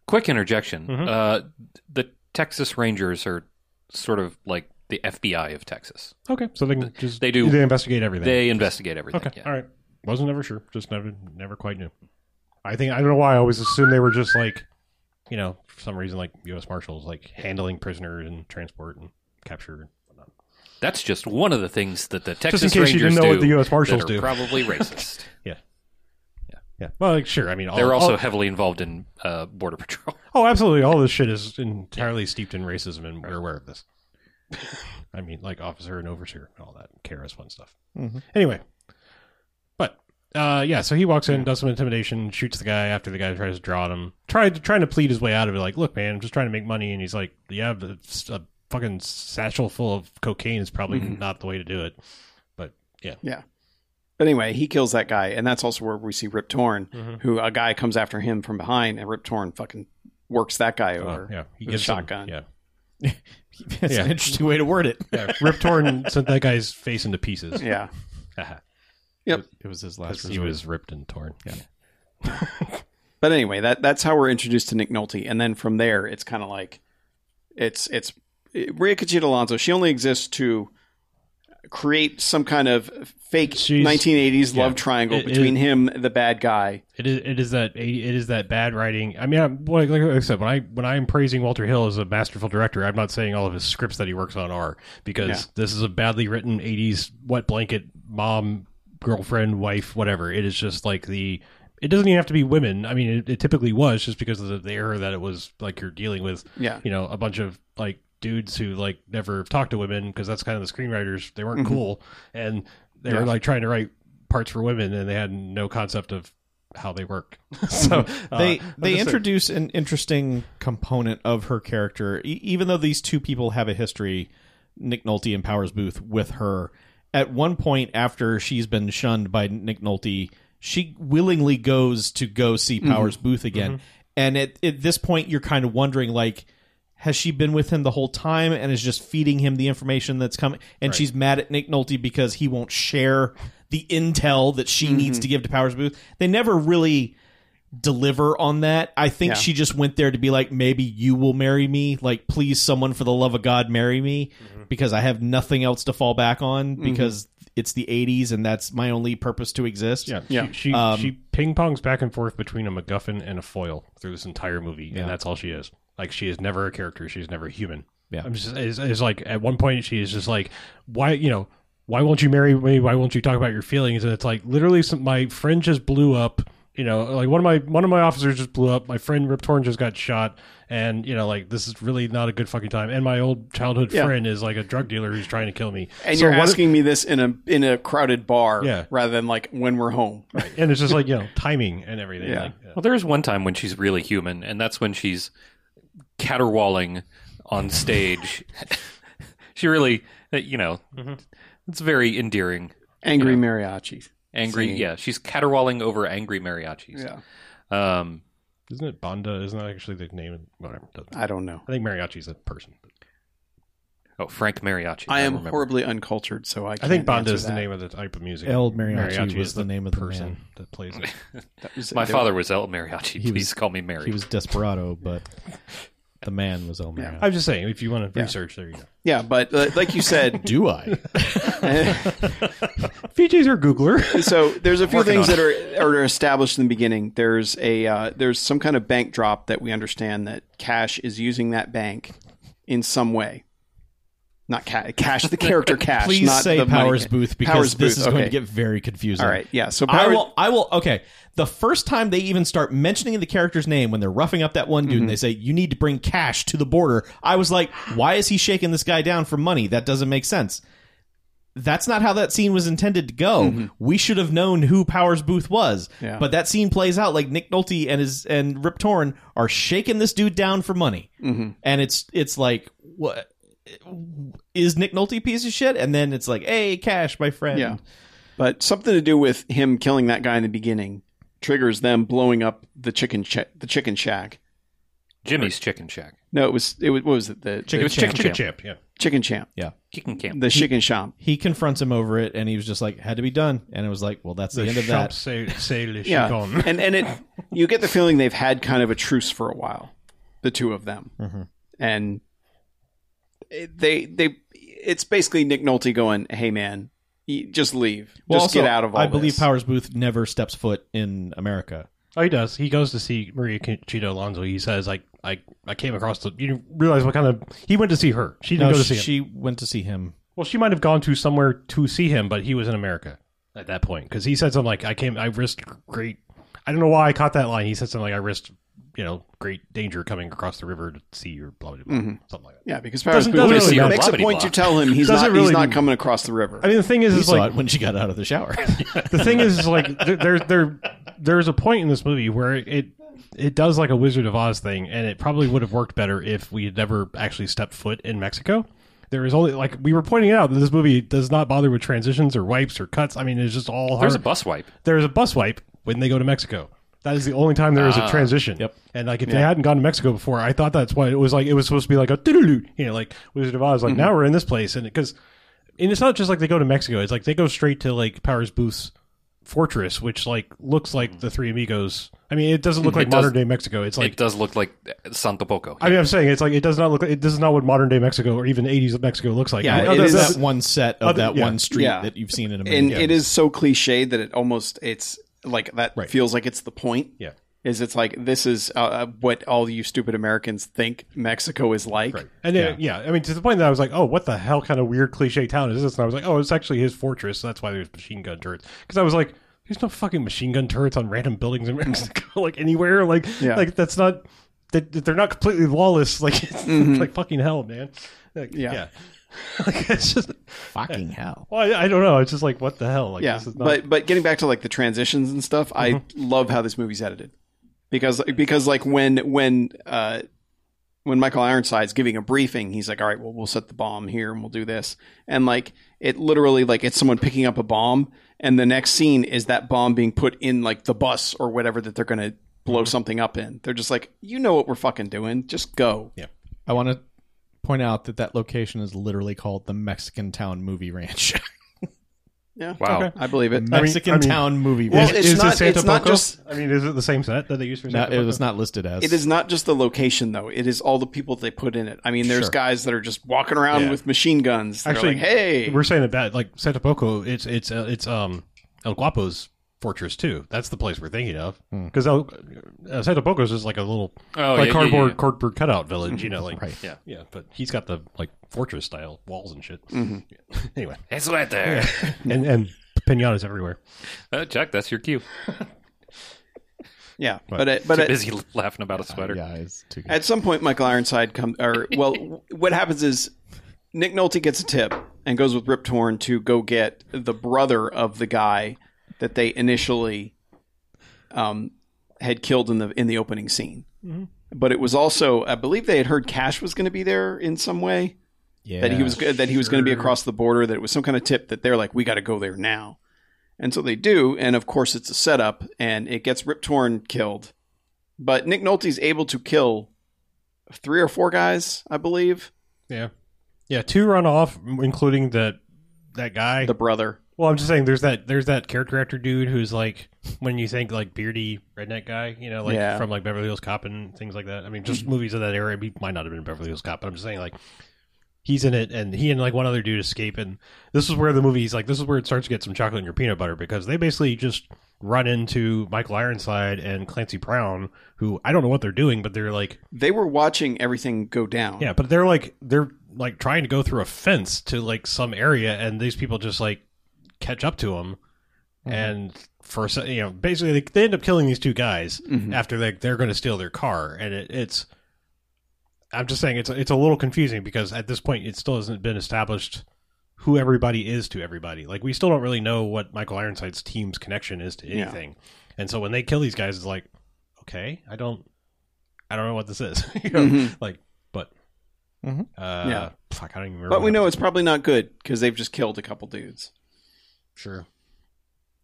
[SPEAKER 4] Quick interjection.
[SPEAKER 6] Mm-hmm.
[SPEAKER 3] Mhm.
[SPEAKER 4] Uh, the Texas Rangers are sort of like the FBI of Texas.
[SPEAKER 3] Okay, so they can just
[SPEAKER 4] They do-
[SPEAKER 3] they investigate everything.
[SPEAKER 4] They investigate everything.
[SPEAKER 3] Okay.
[SPEAKER 4] yeah.
[SPEAKER 3] All right. Wasn't ever sure. Just never, never quite knew. I think I don't know why I always assumed they were just like, you know, for some reason like U.S. Marshals, like handling prisoners and transport and capture and whatnot.
[SPEAKER 4] That's just one of the things that the Texas
[SPEAKER 3] in case you didn't
[SPEAKER 4] Rangers
[SPEAKER 3] know
[SPEAKER 4] do
[SPEAKER 3] what the U.S.
[SPEAKER 4] that
[SPEAKER 3] Marshals
[SPEAKER 4] are
[SPEAKER 3] do.
[SPEAKER 4] Probably racist.
[SPEAKER 3] Yeah. Well, like, sure. I mean, all,
[SPEAKER 4] They're also
[SPEAKER 3] all-
[SPEAKER 4] heavily involved in uh, border patrol.
[SPEAKER 3] oh, absolutely. All this shit is entirely steeped in racism, and we're aware of this. I mean, like officer and overseer and all that KRS One stuff.
[SPEAKER 5] Mm-hmm.
[SPEAKER 6] Mhm.
[SPEAKER 3] Anyway, but uh, yeah, so he walks in, does some intimidation, shoots the guy after the guy tries to draw at him. Tried trying to plead his way out of it, like, look, man, I'm just trying to make money, and he's like, yeah, but it's a fucking satchel full of cocaine is probably
[SPEAKER 5] Mm-hmm.
[SPEAKER 3] not the way to do it.
[SPEAKER 5] But anyway, he kills that guy, and that's also where we see Rip Torn,
[SPEAKER 3] Mm-hmm.
[SPEAKER 5] who a guy comes after him from behind, and Rip Torn fucking works that guy
[SPEAKER 3] Uh,
[SPEAKER 5] over.
[SPEAKER 3] yeah, he
[SPEAKER 5] with a
[SPEAKER 3] gives him-
[SPEAKER 5] shotgun.
[SPEAKER 3] yeah,
[SPEAKER 6] That's
[SPEAKER 3] Yeah.
[SPEAKER 6] an interesting way to word it.
[SPEAKER 3] yeah. Rip Torn sent that guy's face into pieces.
[SPEAKER 5] yeah.
[SPEAKER 6] It was his
[SPEAKER 3] 'Cause
[SPEAKER 6] last.
[SPEAKER 3] he was ripped and torn. Yeah.
[SPEAKER 5] But anyway, that that's how we're introduced to Nick Nolte, and then from there, it's kind of like it's it's it, Maria Conchita Alonso. She only exists to create some kind of fake
[SPEAKER 3] She's-
[SPEAKER 5] 1980s
[SPEAKER 3] yeah.
[SPEAKER 5] love triangle
[SPEAKER 3] It- it-
[SPEAKER 5] between him, the bad guy.
[SPEAKER 3] It is. It is that. It is that bad writing. I mean, I'm, like, like I said, when I when I'm praising Walter Hill as a masterful director, I'm not saying all of his scripts that he works on are because
[SPEAKER 5] Yeah.
[SPEAKER 3] this is a badly written '80s wet blanket mom, girlfriend, wife, whatever. It is just like the. It doesn't even have to be women. I mean, it, it typically was just because of the, the era that it was like you're dealing with
[SPEAKER 5] Yeah,
[SPEAKER 3] you know a bunch of like dudes who like never have talked to women because that's kind of the screenwriters they weren't
[SPEAKER 5] Mhm.
[SPEAKER 3] cool and they
[SPEAKER 5] Yeah.
[SPEAKER 3] were like trying to write parts for women and they had no concept of how they worked so uh,
[SPEAKER 6] they
[SPEAKER 3] I'm
[SPEAKER 6] they
[SPEAKER 3] just saying-
[SPEAKER 6] introduce an interesting component of her character, e- even though these two people have a history, Nick Nolte and Powers Booth with her. At one point, after she's been shunned by Nick Nolte, she willingly goes to go see
[SPEAKER 3] Mm-hmm.
[SPEAKER 6] Powers Booth again. And at, at this point, you're kind of wondering, like, has she been with him the whole time and is just feeding him the information that's coming? And she's mad at Nick Nolte because he won't share the intel that she needs to give to Powers Booth. They never really deliver on that. I think
[SPEAKER 5] Yeah.
[SPEAKER 6] she just went there to be like, maybe you will marry me. Like, please, someone for the love of God, marry me because I have nothing else to fall back on because it's the 80s and that's my only purpose to exist.
[SPEAKER 3] yeah,
[SPEAKER 5] Yeah.
[SPEAKER 3] she she,
[SPEAKER 6] Um,
[SPEAKER 3] she ping pongs back and forth between a MacGuffin and a foil through this entire movie,
[SPEAKER 6] Yeah.
[SPEAKER 3] and that's all she is. Like she is never a character. She's never human.
[SPEAKER 6] Yeah.
[SPEAKER 3] I'm just it's, it's like at one point she is just like, why you know why won't you marry me? Why won't you talk about your feelings? And it's like literally, some, my friend just blew up. You know, like one of my one of my officers just blew up. My friend Rip Torn just got shot, and you know, like this is really not a good fucking time. And my old childhood
[SPEAKER 5] Yeah.
[SPEAKER 3] friend is like a drug dealer who's trying to kill me.
[SPEAKER 5] and
[SPEAKER 3] So
[SPEAKER 5] you're
[SPEAKER 3] what if-
[SPEAKER 5] asking me this in a in a crowded bar,
[SPEAKER 3] Yeah.
[SPEAKER 5] rather than like when we're home.
[SPEAKER 3] and it's just like you know timing and everything.
[SPEAKER 5] Yeah.
[SPEAKER 3] Like,
[SPEAKER 4] Well, there's one time when she's really human, and that's when she's caterwauling on stage. she really, uh, you know,
[SPEAKER 5] Mm-hmm.
[SPEAKER 4] it's very endearing.
[SPEAKER 5] Angry mariachi.
[SPEAKER 4] Angry,
[SPEAKER 5] Singing.
[SPEAKER 4] yeah, she's caterwauling over angry mariachis.
[SPEAKER 5] Yeah,
[SPEAKER 4] Um,
[SPEAKER 3] Isn't it Banda? Isn't that actually the name? of Whatever. Doesn't matter.
[SPEAKER 5] I don't know.
[SPEAKER 3] I think mariachi's a person.
[SPEAKER 4] oh, Frank Mariachi.
[SPEAKER 5] I am
[SPEAKER 4] remember.
[SPEAKER 5] horribly uncultured, so I.
[SPEAKER 3] I
[SPEAKER 5] Can't
[SPEAKER 3] think Banda
[SPEAKER 5] answer
[SPEAKER 3] is the
[SPEAKER 5] that.
[SPEAKER 3] name of the type of music.
[SPEAKER 6] El Mariachi was
[SPEAKER 3] is
[SPEAKER 6] the name of the
[SPEAKER 3] person
[SPEAKER 6] man.
[SPEAKER 3] that plays it.
[SPEAKER 5] That was-
[SPEAKER 4] My
[SPEAKER 5] there-
[SPEAKER 4] father was El Mariachi.
[SPEAKER 6] He
[SPEAKER 4] Please
[SPEAKER 6] was-
[SPEAKER 4] call me Mary.
[SPEAKER 6] He was Desperado, but the man was El Mariachi.
[SPEAKER 3] I'm just saying, if you want to research, there you go.
[SPEAKER 5] Yeah, but uh, like you said,
[SPEAKER 6] Do I?
[SPEAKER 3] VJ's our Googler.
[SPEAKER 5] so there's a few
[SPEAKER 4] Working
[SPEAKER 5] things
[SPEAKER 4] on
[SPEAKER 5] that are are established in the beginning. There's a uh, there's some kind of bank drop that we understand that Cash is using that bank in some way. Not ca- Cash, the character Cash.
[SPEAKER 6] Please
[SPEAKER 5] not
[SPEAKER 6] say
[SPEAKER 5] the money
[SPEAKER 6] Powers
[SPEAKER 5] ca-
[SPEAKER 6] Booth because
[SPEAKER 5] Powers
[SPEAKER 6] this
[SPEAKER 5] Booth,
[SPEAKER 6] is
[SPEAKER 5] okay.
[SPEAKER 6] going to get very confusing.
[SPEAKER 5] All right, yeah. So
[SPEAKER 6] I
[SPEAKER 5] Powers,
[SPEAKER 6] will. I will. Okay. The first time they even start mentioning the character's name when they're roughing up that one
[SPEAKER 5] Mm-hmm.
[SPEAKER 6] dude, and they say you need to bring cash to the border. I was like, why is he shaking this guy down for money? That doesn't make sense. That's not how that scene was intended to go. We should have known who Powers Booth was.
[SPEAKER 5] Mm-hmm. Yeah.
[SPEAKER 6] But that scene plays out like Nick Nolte and his and Rip Torn are shaking this dude down for money,
[SPEAKER 5] mm-hmm,
[SPEAKER 6] and it's it's like what is Nick Nolte a piece of shit? And then it's like, hey, cash, my friend.
[SPEAKER 5] Yeah. But something to do with him killing that guy in the beginning triggers them blowing up the chicken sh- the chicken shack.
[SPEAKER 4] Jimmy's Chicken Shack.
[SPEAKER 5] No, it was it was what was it the
[SPEAKER 4] It
[SPEAKER 6] Chicken
[SPEAKER 4] was Chicken
[SPEAKER 6] Champ.
[SPEAKER 4] Champ.
[SPEAKER 3] Champ, yeah.
[SPEAKER 5] chicken champ
[SPEAKER 4] Chicken Camp.
[SPEAKER 5] the chicken champ.
[SPEAKER 6] He confronts him over it, and he was just like, "Had to be done." And it was like, "Well, that's the, end of
[SPEAKER 3] Champ
[SPEAKER 6] that."
[SPEAKER 3] say, say le
[SPEAKER 5] Yeah,
[SPEAKER 3] chicken.
[SPEAKER 5] and and it you get the feeling they've had kind of a truce for a while, the two of them,
[SPEAKER 3] Mm-hmm.
[SPEAKER 6] Mhm.
[SPEAKER 5] and it- they they it's basically Nick Nolte going, "Hey man, you- just leave, just
[SPEAKER 6] also,
[SPEAKER 5] get out of all
[SPEAKER 6] I believe
[SPEAKER 5] this."
[SPEAKER 6] Powers Booth never steps foot in America.
[SPEAKER 3] Oh, he does. He goes to see Maria Conchita Alonso. He says, like, I, I came across the. You realize what kind of. He went to see her. She didn't
[SPEAKER 6] No,
[SPEAKER 3] go to
[SPEAKER 6] she,
[SPEAKER 3] see him.
[SPEAKER 6] went to see him.
[SPEAKER 3] Well, she might have gone to somewhere to see him, but he was in America at that point because he said something like, "I came, I risked great." I don't know why I caught that line. He said something like, "I risked, you know, great danger coming across the river to see you." Blah blah blah,
[SPEAKER 4] Mm-hmm.
[SPEAKER 5] Mhm.
[SPEAKER 3] something like that.
[SPEAKER 5] Yeah, because Powers
[SPEAKER 3] Doesn't-
[SPEAKER 5] Booth
[SPEAKER 3] doesn't
[SPEAKER 5] makes,
[SPEAKER 3] really
[SPEAKER 5] makes a
[SPEAKER 4] matter.
[SPEAKER 5] point to tell him he's
[SPEAKER 3] Doesn't
[SPEAKER 5] not he's
[SPEAKER 3] really-
[SPEAKER 5] not coming across the river.
[SPEAKER 3] I mean, the thing is,
[SPEAKER 6] We
[SPEAKER 3] is
[SPEAKER 6] saw
[SPEAKER 3] like
[SPEAKER 6] it when she got out of the shower.
[SPEAKER 3] the thing is, is like there, there, there, there's a point in this movie where it it does like a Wizard of Oz thing, and it probably would have worked better if we had never actually stepped foot in Mexico. There is only like we were pointing out that this movie does not bother with transitions or wipes or cuts. I mean, it's just all
[SPEAKER 4] There's
[SPEAKER 3] hard-
[SPEAKER 4] a bus wipe.
[SPEAKER 3] there's a bus wipe when they go to Mexico. That is the only time there is a transition.
[SPEAKER 6] Yep.
[SPEAKER 3] And like if they hadn't gone to Mexico before, I thought that's why it was like it was supposed to be like a doodle you know, like Wizard of Oz. Like now we're in this place, and because and it's not just like they go to Mexico. It's like they go straight to like Powers Booth's fortress, which like looks like the Three Amigos. I mean, it doesn't look like
[SPEAKER 4] does-
[SPEAKER 3] modern day Mexico. It's like
[SPEAKER 4] it does look like Santa Poco.
[SPEAKER 3] I mean, I'm saying it's like it does not look. Like, it does not what modern day Mexico or even 80s Mexico looks like.
[SPEAKER 6] yeah,
[SPEAKER 5] it
[SPEAKER 6] it is
[SPEAKER 5] is-
[SPEAKER 6] that one set of
[SPEAKER 3] Other-
[SPEAKER 6] that
[SPEAKER 3] yeah.
[SPEAKER 6] one street
[SPEAKER 5] Yeah.
[SPEAKER 6] that you've seen in America.
[SPEAKER 5] and it is so cliched that it almost it's like that
[SPEAKER 3] Right.
[SPEAKER 5] feels like it's the point.
[SPEAKER 3] Yeah.
[SPEAKER 5] Is it's like this is uh, uh, what all you stupid Americans think Mexico is like?
[SPEAKER 3] Right. And then, yeah. I mean, to the point that I was like, oh, what the hell kind of weird cliche town is this? And I was like, oh, it's actually his fortress. So that's why there's machine gun turrets. Because I was like, there's no fucking machine gun turrets on random buildings in Mexico, like anywhere. Like,
[SPEAKER 5] Yeah.
[SPEAKER 3] like that's not, they, they're not completely lawless. Like, it's like fucking hell, man. Like,
[SPEAKER 5] Mm-hmm. Yeah.
[SPEAKER 3] yeah. like, it's just,
[SPEAKER 6] fucking hell.
[SPEAKER 3] well, I, I don't know. It's just like, what the hell? Like,
[SPEAKER 5] yeah,
[SPEAKER 3] this is not,
[SPEAKER 5] but but getting back to like the transitions and stuff, I love how this movie's edited because because like when when uh, when Michael Ironside's giving a briefing, he's like, "All right, well, we'll set the bomb here and we'll do this," and like it literally like it's someone picking up a bomb, and the next scene is that bomb being put in like the bus or whatever that they're gonna blow something up in. They're just like, "You know what we're fucking doing? Just go."
[SPEAKER 6] I want to point out that that location is literally called the Mexican Town Movie Ranch.
[SPEAKER 5] Yeah,
[SPEAKER 4] Wow.
[SPEAKER 5] I believe it.
[SPEAKER 6] Mexican
[SPEAKER 3] I mean-
[SPEAKER 6] Town Movie
[SPEAKER 5] Well,
[SPEAKER 6] Ranch.
[SPEAKER 5] it's
[SPEAKER 3] is
[SPEAKER 5] not-
[SPEAKER 3] it Santa
[SPEAKER 5] it's not
[SPEAKER 3] Poco?
[SPEAKER 5] just-
[SPEAKER 3] I mean, is it the same set that they use for
[SPEAKER 6] No,
[SPEAKER 3] Santa
[SPEAKER 6] it
[SPEAKER 3] Poco?
[SPEAKER 6] was not listed as.
[SPEAKER 5] It is not just the location though; it is all the people that they put in it. I mean, there's
[SPEAKER 6] Sure.
[SPEAKER 5] guys that are just walking around
[SPEAKER 3] Yeah.
[SPEAKER 5] with machine guns. They're
[SPEAKER 3] Actually,
[SPEAKER 5] like, hey,
[SPEAKER 3] we're saying it bad. Like Santa Poco, it's it's uh, it's um El Guapo's fortress too. That's the place we're thinking of because uh, Santa Poco's is like a little
[SPEAKER 4] Oh, yeah,
[SPEAKER 3] like
[SPEAKER 4] yeah,
[SPEAKER 3] cardboard
[SPEAKER 4] yeah.
[SPEAKER 3] cardboard cutout village, you know, like
[SPEAKER 6] Right.
[SPEAKER 4] Yeah.
[SPEAKER 3] yeah. But he's got the like fortress style walls and shit.
[SPEAKER 4] Mm-hmm.
[SPEAKER 3] anyway,
[SPEAKER 4] It's right there.
[SPEAKER 3] and and pinatas everywhere.
[SPEAKER 4] Uh, Jack, that's your cue.
[SPEAKER 5] Yeah, but it, but
[SPEAKER 4] Too
[SPEAKER 5] it-
[SPEAKER 4] busy laughing about a sweater.
[SPEAKER 6] Yeah, it's too good.
[SPEAKER 5] at some point, Michael Ironside comes. Or well, what happens is Nick Nolte gets a tip and goes with Rip Torn to go get the brother of the guy that they initially um, had killed in the in the opening scene. But it was also, I believe, they had heard Cash was going to be there in some way.
[SPEAKER 6] Yeah.
[SPEAKER 5] that he was that he was going to be across the border. That it was some kind of tip that they're like, we got to go there now, and so they do. And of course, it's a setup, and it gets Rip Torn killed. But Nick Nolte's able to kill three or four guys, I believe.
[SPEAKER 3] Yeah, yeah. Two run off, including that that guy.
[SPEAKER 5] The brother,
[SPEAKER 3] Well, I'm just saying, there's that there's that character actor dude who's like when you think like beardy redneck guy, you know, like
[SPEAKER 5] Yeah.
[SPEAKER 3] from like Beverly Hills Cop and things like that. I mean, just movies of that era. He might not have been Beverly Hills Cop, but I'm just saying like he's in it, and he and like one other dude escape, and this is where the movie's like this is where it starts to get some chocolate in your peanut butter because they basically just run into Michael Ironside and Clancy Brown, who I don't know what they're doing, but they're like
[SPEAKER 5] they were watching everything go down.
[SPEAKER 3] yeah, but they're like they're like trying to go through a fence to like some area, and these people just like catch up to them, and for a se- you know basically they, they end up killing these two guys
[SPEAKER 5] Mhm.
[SPEAKER 3] after like they're going to steal their car, and it, it's I'm just saying it's it's a little confusing because at this point it still hasn't been established who everybody is to everybody. Like we still don't really know what Michael Ironside's team's connection is to
[SPEAKER 5] Yeah.
[SPEAKER 3] anything, and so when they kill these guys, it's like okay, I don't I don't know what this is, you know,
[SPEAKER 5] Mhm.
[SPEAKER 3] like but.
[SPEAKER 6] Mhm.
[SPEAKER 3] Uh,
[SPEAKER 5] Mm-hmm. Yeah.
[SPEAKER 3] Fuck, I don't even remember.
[SPEAKER 5] but we
[SPEAKER 3] what
[SPEAKER 5] know
[SPEAKER 3] happened.
[SPEAKER 5] it's probably not good because they've just killed a couple dudes.
[SPEAKER 3] sure.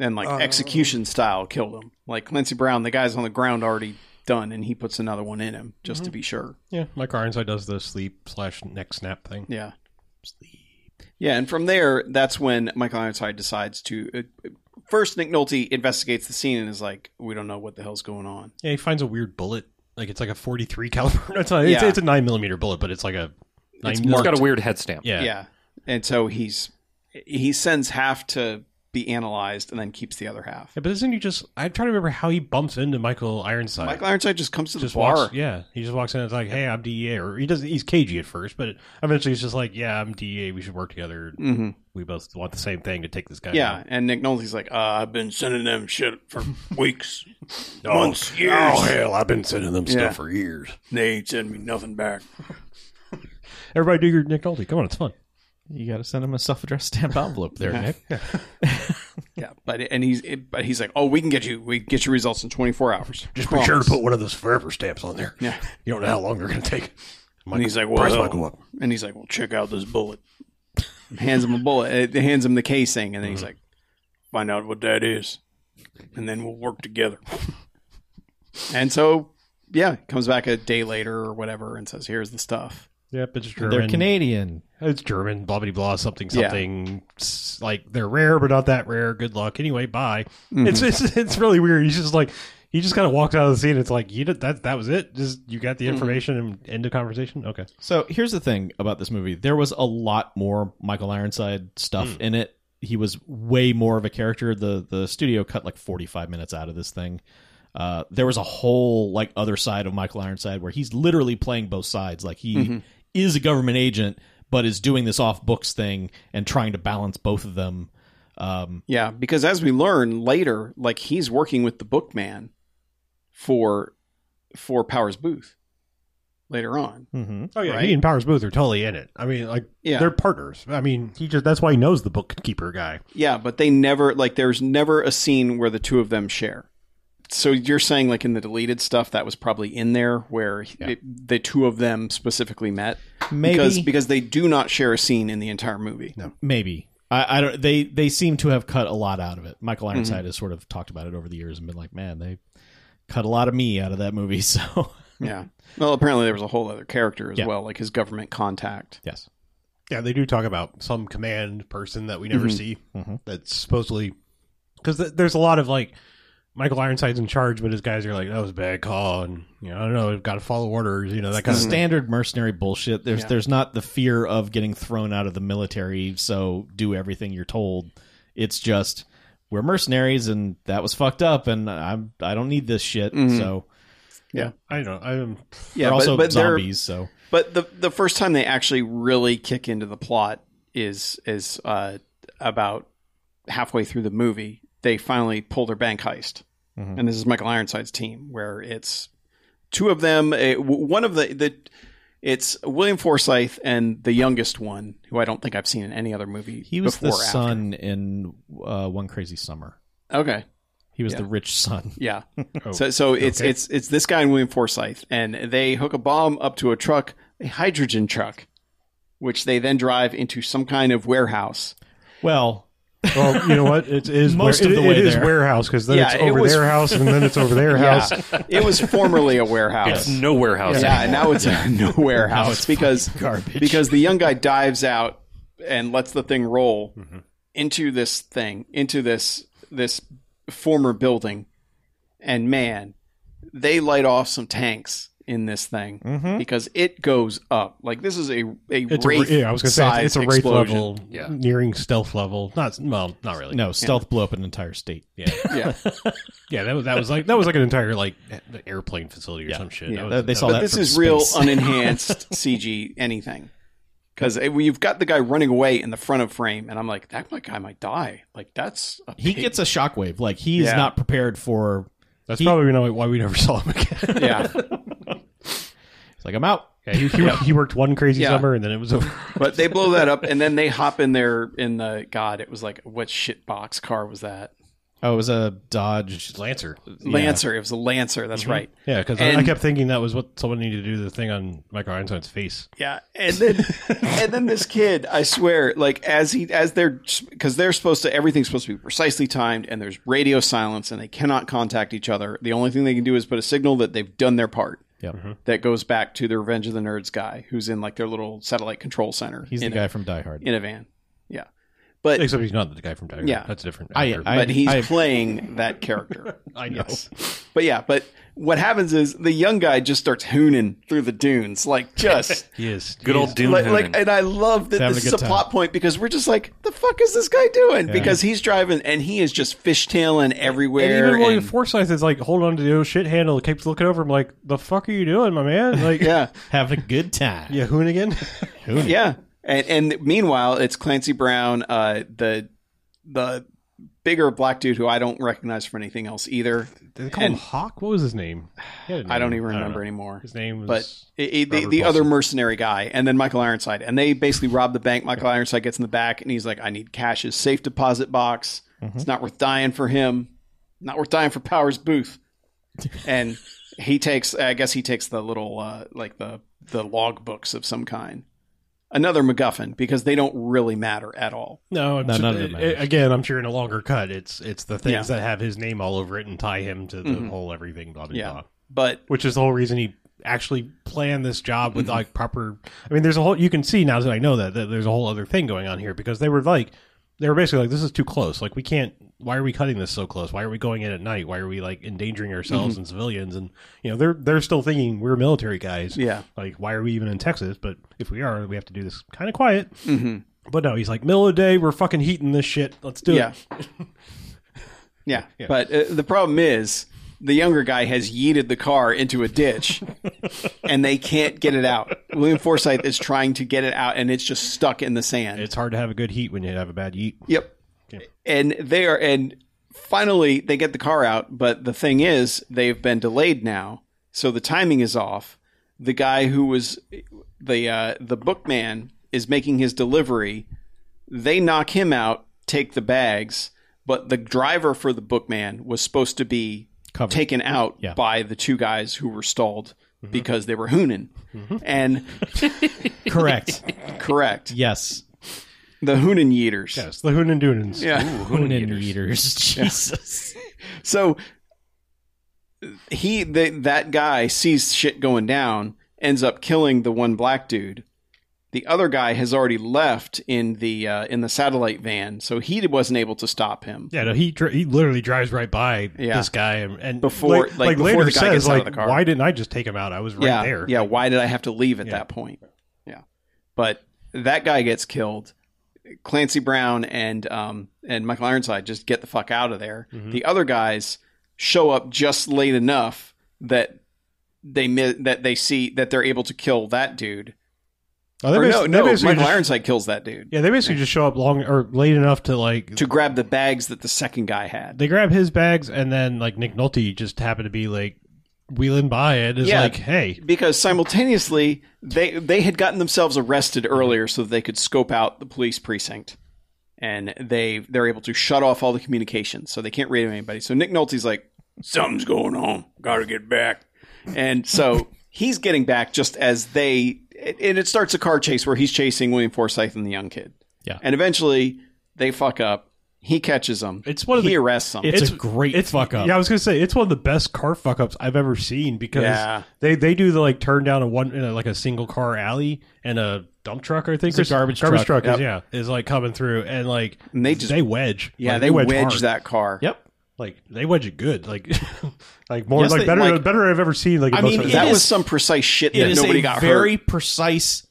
[SPEAKER 5] and like execution style killed him. Like Clancy Brown, the guy's on the ground already done, and he puts another one in him just to be sure.
[SPEAKER 3] Yeah, like Ironside does the sleep slash neck snap thing.
[SPEAKER 5] Yeah. Yeah, and from there, that's when Michael Ironside decides to. Uh, first, Nick Nolte investigates the scene and is like, "We don't know what the hell's going on."
[SPEAKER 3] Yeah, he finds a weird bullet. Like it's like a forty three caliber. No, it's, not, it's,
[SPEAKER 5] Yeah.
[SPEAKER 3] it's a nine millimeter bullet, but it's like a. Nine,
[SPEAKER 5] It's
[SPEAKER 4] It's
[SPEAKER 5] marked.
[SPEAKER 4] got a weird head stamp.
[SPEAKER 3] Yeah.
[SPEAKER 5] Yeah. and so he's he sends half to be analyzed, and then keeps the other half.
[SPEAKER 3] Yeah, but isn't he just? I'm trying to remember how he bumps into Michael Ironside.
[SPEAKER 5] Michael Ironside just comes to the
[SPEAKER 3] just
[SPEAKER 5] bar.
[SPEAKER 3] walks. Yeah, he just walks in. and It's like, hey, I'm DEA, or he does. He's cagey at first, but eventually he's just like, yeah, I'm DEA. We should work together.
[SPEAKER 5] hmm
[SPEAKER 3] We both want the same thing to take this guy.
[SPEAKER 5] Yeah,
[SPEAKER 3] down.
[SPEAKER 5] and Nick Nolte's like, uh, "I've been sending them shit for weeks, months, years.
[SPEAKER 3] Oh,
[SPEAKER 1] hell, I've been sending them
[SPEAKER 5] Yeah.
[SPEAKER 1] for years.
[SPEAKER 5] They ain't sending me nothing back."
[SPEAKER 3] everybody do your Nick Nolte. Come on, it's fun.
[SPEAKER 6] You got to send him a self-addressed stamped envelope there, Nick.
[SPEAKER 5] Yeah, but and he's it, but he's like, "Oh, we can get you. We can get your results in 24 hours."
[SPEAKER 1] Just
[SPEAKER 5] Promise.
[SPEAKER 1] be sure to put one of those forever stamps on there.
[SPEAKER 5] Yeah.
[SPEAKER 1] You don't know how long they're going to take.
[SPEAKER 5] And he's like,
[SPEAKER 1] Price might
[SPEAKER 5] "Well,"
[SPEAKER 1] go up.
[SPEAKER 5] and he's like, "Well, check out this bullet." hands him a bullet. It hands him the casing, and then he's like, "Find out what that is, and then we'll work together." and so, yeah, comes back a day later or whatever, and says, "Here's the stuff."
[SPEAKER 3] Yep, it's German.
[SPEAKER 6] They're Canadian.
[SPEAKER 3] It's German. Blah blah blah. Something
[SPEAKER 5] Yeah.
[SPEAKER 3] something. S- Like they're rare, but not that rare. Good luck. Anyway, bye.
[SPEAKER 5] Mhm.
[SPEAKER 3] It's it's it's really weird. He's just like he just kind of walks out of the scene. It's like you did that. That was it. Just you got the
[SPEAKER 5] Mm-hmm.
[SPEAKER 3] information and end of conversation. Okay.
[SPEAKER 6] So here's the thing about this movie: there was a lot more Michael Ironside stuff
[SPEAKER 5] Hmm.
[SPEAKER 6] in it. He was way more of a character. the The studio cut like 45 minutes out of this thing. Uh, there was a whole like other side of Michael Ironside where he's literally playing both sides. Like he
[SPEAKER 5] Mm-hmm.
[SPEAKER 6] is a government agent, but is doing this off books thing and trying to balance both of them. Um,
[SPEAKER 5] Yeah, because as we learn later, like he's working with the bookman for for Powers Booth later on.
[SPEAKER 3] Oh yeah,
[SPEAKER 5] Right?
[SPEAKER 3] he and Powers Booth are totally in it. I mean, like
[SPEAKER 5] Yeah.
[SPEAKER 3] they're partners. I mean, he just that's why he knows the bookkeeper guy.
[SPEAKER 5] Yeah, but they never like there's never a scene where the two of them share. So you're saying like in the deleted stuff that was probably in there where he- it- the two of them specifically met
[SPEAKER 6] Maybe
[SPEAKER 5] because because they do not share a scene in the entire movie. No.
[SPEAKER 6] maybe I, I don't they they seem to have cut a lot out of it michael
[SPEAKER 5] Mm-hmm.
[SPEAKER 6] ironside has sort of talked about it over the years and been like man they cut a lot of me out of that movie so
[SPEAKER 5] Yeah. Well, apparently there was a whole other character as
[SPEAKER 6] Yeah.
[SPEAKER 5] well, like his government contact.
[SPEAKER 6] yes
[SPEAKER 3] Yeah, they do talk about some command person that we never
[SPEAKER 5] Mhm.
[SPEAKER 3] see
[SPEAKER 6] Mhm.
[SPEAKER 3] that's supposedly because th- there's a lot of like Michael Ironside's in charge, but his guys are like that was a bad call, and you know I don't know, we've got to follow orders, you know that kind of thing.
[SPEAKER 6] standard mercenary bullshit there's
[SPEAKER 5] Mm-hmm. Yeah.
[SPEAKER 6] there's not the fear of getting thrown out of the military so do everything you're told it's just we're mercenaries and that was fucked up and i'm i don't need this shit
[SPEAKER 5] Mhm.
[SPEAKER 6] so
[SPEAKER 3] I don't know. I'm
[SPEAKER 5] Yeah,
[SPEAKER 6] they're also
[SPEAKER 5] they're-
[SPEAKER 6] zombies so
[SPEAKER 5] But the the first time they actually really kick into the plot is is uh, about halfway through the movie. They finally pull their bank heist,
[SPEAKER 6] Mhm.
[SPEAKER 5] and this is Michael Ironside's team, where it's two of them. eh, w one of the the it's William Forsythe and the youngest one, who I don't think I've seen in any other movie.
[SPEAKER 6] he was
[SPEAKER 5] before
[SPEAKER 6] the
[SPEAKER 5] or after.
[SPEAKER 6] son in uh, one crazy summer
[SPEAKER 5] Okay,
[SPEAKER 6] he was
[SPEAKER 5] Yeah.
[SPEAKER 6] the rich son
[SPEAKER 5] yeah. so so it's
[SPEAKER 3] okay.
[SPEAKER 5] it's it's this guy and William Forsythe, and they hook a bomb up to a truck, a hydrogen truck, which they then drive into some kind of warehouse.
[SPEAKER 6] well
[SPEAKER 3] well, you know what? It is
[SPEAKER 6] Most
[SPEAKER 3] where-
[SPEAKER 6] of the
[SPEAKER 3] it-
[SPEAKER 6] way
[SPEAKER 3] it is
[SPEAKER 6] there.
[SPEAKER 3] warehouse because then
[SPEAKER 5] Yeah,
[SPEAKER 3] it's
[SPEAKER 5] it
[SPEAKER 3] over
[SPEAKER 5] was-
[SPEAKER 3] their house and then it's over their house.
[SPEAKER 5] Yeah, it was formerly a warehouse.
[SPEAKER 4] It's no
[SPEAKER 3] Oh,
[SPEAKER 4] warehouse.
[SPEAKER 5] yeah, and now it's a no warehouse
[SPEAKER 6] Now it's
[SPEAKER 5] because
[SPEAKER 6] garbage.
[SPEAKER 5] because the young guy dives out and lets the thing roll
[SPEAKER 3] Mm-hmm.
[SPEAKER 5] into this thing into this this former building, and man, they light off some tanks in this thing because it goes up like this is a a
[SPEAKER 3] Mm-hmm. It's a,
[SPEAKER 5] wraith
[SPEAKER 3] ra- yeah, I was gonna say it's, it's a wraith
[SPEAKER 5] explosion.
[SPEAKER 3] level,
[SPEAKER 4] Yeah.
[SPEAKER 3] nearing stealth level. Not well, not really.
[SPEAKER 6] No, stealth blew up an entire state. Yeah,
[SPEAKER 5] Yeah,
[SPEAKER 3] Yeah, that was, that was like that was like an entire like a- airplane facility or
[SPEAKER 6] Yeah.
[SPEAKER 3] some shit.
[SPEAKER 5] Yeah.
[SPEAKER 3] That was-
[SPEAKER 6] they, they
[SPEAKER 3] that
[SPEAKER 6] saw
[SPEAKER 3] was-
[SPEAKER 6] that.
[SPEAKER 5] but this
[SPEAKER 6] from
[SPEAKER 5] is real
[SPEAKER 6] space.
[SPEAKER 5] unenhanced CG anything. Because you've got the guy running away in the front of frame, and I'm like, that guy might die. Like that's a
[SPEAKER 6] he
[SPEAKER 5] big-
[SPEAKER 6] gets a shockwave. Like he's
[SPEAKER 5] Yeah.
[SPEAKER 6] not prepared for.
[SPEAKER 3] That's
[SPEAKER 6] He-
[SPEAKER 3] probably not why we never saw him again.
[SPEAKER 5] yeah.
[SPEAKER 6] It's like I'm out.
[SPEAKER 3] yeah, he, he, he worked one crazy
[SPEAKER 5] Yeah.
[SPEAKER 3] summer and then it was over.
[SPEAKER 5] But they blow that up, and then they hop in there in the God. It was like what shit box car was that?
[SPEAKER 6] Oh, it was a Dodge.
[SPEAKER 3] Lancer.
[SPEAKER 5] Lancer. It was a Lancer. That's right.
[SPEAKER 3] Yeah, because I,
[SPEAKER 5] And-
[SPEAKER 3] I kept thinking that was what someone needed to do the thing on Michael Einstein's face.
[SPEAKER 5] Yeah, and then and then this kid, I swear, like as he as they're because they're supposed to everything's supposed to be precisely timed, and there's radio silence, and they cannot contact each other. The only thing they can do is put a signal that they've done their part.
[SPEAKER 6] Yep.
[SPEAKER 5] That goes back to the Revenge of the Nerds guy, who's in like their little satellite control center.
[SPEAKER 6] He's
[SPEAKER 5] in
[SPEAKER 6] the guy
[SPEAKER 5] a,
[SPEAKER 6] from Die Hard.
[SPEAKER 5] in a van. Yeah, but
[SPEAKER 3] Except he's not the guy from Tiger.
[SPEAKER 5] Yeah.
[SPEAKER 3] that's different.
[SPEAKER 6] I-
[SPEAKER 3] actor.
[SPEAKER 6] I-
[SPEAKER 5] but he's
[SPEAKER 6] I've-
[SPEAKER 5] playing that character.
[SPEAKER 3] I know.
[SPEAKER 5] But yeah, but what happens is the young guy just starts hooning through the dunes, like just
[SPEAKER 3] He is
[SPEAKER 4] Good
[SPEAKER 3] he
[SPEAKER 4] old
[SPEAKER 3] is-
[SPEAKER 4] Dune.
[SPEAKER 5] like, like,
[SPEAKER 4] Hoonan.
[SPEAKER 5] and I love that
[SPEAKER 6] He's having
[SPEAKER 5] this
[SPEAKER 6] a
[SPEAKER 5] is a
[SPEAKER 6] good time.
[SPEAKER 5] plot point because we're just like, the fuck is this guy doing? Because he's driving and he is just fishtailing
[SPEAKER 3] And
[SPEAKER 5] everywhere.
[SPEAKER 3] even William
[SPEAKER 5] and-
[SPEAKER 3] Forsythe is like holding on to the old shit handle, keeps looking over him like, "The fuck are you doing, my man?" Like,
[SPEAKER 5] yeah,
[SPEAKER 6] Having a good time.
[SPEAKER 3] yeah, Hoonigan.
[SPEAKER 5] yeah. And, and meanwhile, it's Clancy Brown, uh, the the bigger black dude who I don't recognize from anything else either.
[SPEAKER 3] Did they call
[SPEAKER 5] And-
[SPEAKER 3] him Hawk? What was his name? He had a
[SPEAKER 5] I don't
[SPEAKER 3] name.
[SPEAKER 5] even remember
[SPEAKER 3] Mm, know.
[SPEAKER 5] anymore.
[SPEAKER 3] His name was.
[SPEAKER 5] But it, it- the,
[SPEAKER 3] Robert
[SPEAKER 5] the other
[SPEAKER 3] Wilson.
[SPEAKER 5] mercenary guy, and then Michael Ironside, and they basically rob the bank. Michael Ironside gets in the back, and he's like, "I need Cash's safe deposit box.
[SPEAKER 3] Mm-hmm.
[SPEAKER 5] It's not worth dying for him. Not worth dying for Powers Booth." and he takes, I guess he takes the little uh, like the the log books of some kind. Another MacGuffin because they don't really matter at all.
[SPEAKER 3] no, I'm
[SPEAKER 6] No,
[SPEAKER 3] sure-
[SPEAKER 6] none of it
[SPEAKER 3] uh,
[SPEAKER 6] matters.
[SPEAKER 3] again, I'm sure in a longer cut, it's it's the things
[SPEAKER 5] Yeah.
[SPEAKER 3] that have his name all over it and tie him to the
[SPEAKER 5] Mhm.
[SPEAKER 3] whole everything. Blah blah
[SPEAKER 5] Yeah.
[SPEAKER 3] blah.
[SPEAKER 5] But
[SPEAKER 3] which is the whole reason he actually planned this job
[SPEAKER 5] Mm-hmm.
[SPEAKER 3] with like proper i mean there's a whole you can see now that i know that, that there's a whole other thing going on here because they were like they were basically like this is too close like we can't why are we cutting this so close why are we going in at night why are we like endangering ourselves
[SPEAKER 5] Mm-hmm.
[SPEAKER 3] and civilians and you know they're they're still thinking we're military guys
[SPEAKER 5] yeah,
[SPEAKER 3] like why are we even in texas but if we are we have to do this kind of quiet
[SPEAKER 5] Mhm.
[SPEAKER 3] but no he's like middle of the day we're fucking heating this shit let's do
[SPEAKER 5] yeah.
[SPEAKER 3] it
[SPEAKER 5] yeah, But uh, the problem is the younger guy has yeeted the car into a ditch, and they can't get it out. William Forsythe is trying to get it out, and it's just stuck in the sand.
[SPEAKER 3] it's hard to have a good heat when you have a bad heat
[SPEAKER 5] yep. And they are, and finally they get the car out. But the thing is, they've been delayed now, so the timing is off. The guy who was the uh, the bookman is making his delivery. They knock him out, take the bags, but the driver for the bookman was supposed to be
[SPEAKER 6] Covered.
[SPEAKER 5] taken out
[SPEAKER 6] Yeah.
[SPEAKER 5] by the two guys who were stalled because they were hooning. And
[SPEAKER 6] Correct.
[SPEAKER 5] correct,
[SPEAKER 6] yes.
[SPEAKER 5] the hoonin yeaters.
[SPEAKER 3] yes the hoon and doonins
[SPEAKER 5] Yeah.
[SPEAKER 6] Hoonin eaters. Jesus.
[SPEAKER 5] So he the, that guy sees shit going down, ends up killing the one black dude. The other guy has already left in the uh, in the satellite van, so he wasn't able to stop him.
[SPEAKER 3] Yeah, no, he dri- he literally drives right by
[SPEAKER 5] Yeah.
[SPEAKER 3] this guy and, and
[SPEAKER 5] Before- like, before
[SPEAKER 3] later
[SPEAKER 5] the guy
[SPEAKER 3] says
[SPEAKER 5] gets out
[SPEAKER 3] like
[SPEAKER 5] of the car.
[SPEAKER 3] why didn't I just take him out? I was right
[SPEAKER 5] yeah,
[SPEAKER 3] there.
[SPEAKER 5] yeah. Why did I have to leave at that point? Yeah, but that guy gets killed. Clancy Brown and um, and Michael Ironside just get the fuck out of there.
[SPEAKER 3] Mm-hmm.
[SPEAKER 5] The other guys show up just late enough that they mi- that they see that they're able to kill that dude.
[SPEAKER 3] Oh, they
[SPEAKER 5] Or no,
[SPEAKER 3] basically- they
[SPEAKER 5] no, Michael
[SPEAKER 3] basically just-
[SPEAKER 5] Ironside kills that dude
[SPEAKER 3] Yeah, they basically just show up long or late enough to like
[SPEAKER 5] to grab the bags that the second guy had.
[SPEAKER 3] they grab his bags and then like Nick Nolte just happened to be like wheeling by and is
[SPEAKER 5] Yeah.
[SPEAKER 3] like, hey,
[SPEAKER 5] Because simultaneously, they they had gotten themselves arrested earlier so that they could scope out the police precinct, and they they're able to shut off all the communications, so they can't radio anybody. So Nick Nolte's like, "Something's going on. Got to get back," and so he's getting back just as they, and it starts a car chase where he's chasing William Forsythe and the young kid.
[SPEAKER 6] Yeah.
[SPEAKER 5] and eventually they fuck up. He catches them.
[SPEAKER 3] It's one of
[SPEAKER 5] he
[SPEAKER 3] the-
[SPEAKER 5] arrests them.
[SPEAKER 6] It's, a
[SPEAKER 3] It's-
[SPEAKER 6] great fuck up.
[SPEAKER 3] Yeah, I was gonna say it's one of the best car fuck ups I've ever seen because
[SPEAKER 5] Yeah.
[SPEAKER 3] they they do the like turn down a one in a, like a single car alley and a dump truck I think
[SPEAKER 6] a
[SPEAKER 3] or s-
[SPEAKER 6] garbage
[SPEAKER 3] garbage
[SPEAKER 6] truck.
[SPEAKER 3] truck, is, yeah is like coming through and like
[SPEAKER 5] And they just-
[SPEAKER 3] they wedge
[SPEAKER 5] Yeah,
[SPEAKER 3] Like,
[SPEAKER 5] they, wedge,
[SPEAKER 3] hard.
[SPEAKER 5] that car.
[SPEAKER 6] Yep.
[SPEAKER 3] like they wedge it good like like more
[SPEAKER 6] Yes,
[SPEAKER 3] like
[SPEAKER 6] they-
[SPEAKER 3] better
[SPEAKER 6] like-
[SPEAKER 3] better I've ever seen like
[SPEAKER 6] I
[SPEAKER 3] in most
[SPEAKER 6] mean,
[SPEAKER 3] of his-
[SPEAKER 6] it
[SPEAKER 5] That
[SPEAKER 6] is-
[SPEAKER 5] was some precise shit
[SPEAKER 6] It
[SPEAKER 5] that
[SPEAKER 6] is
[SPEAKER 5] nobody
[SPEAKER 6] a
[SPEAKER 5] got
[SPEAKER 6] very
[SPEAKER 5] hurt.
[SPEAKER 6] precise.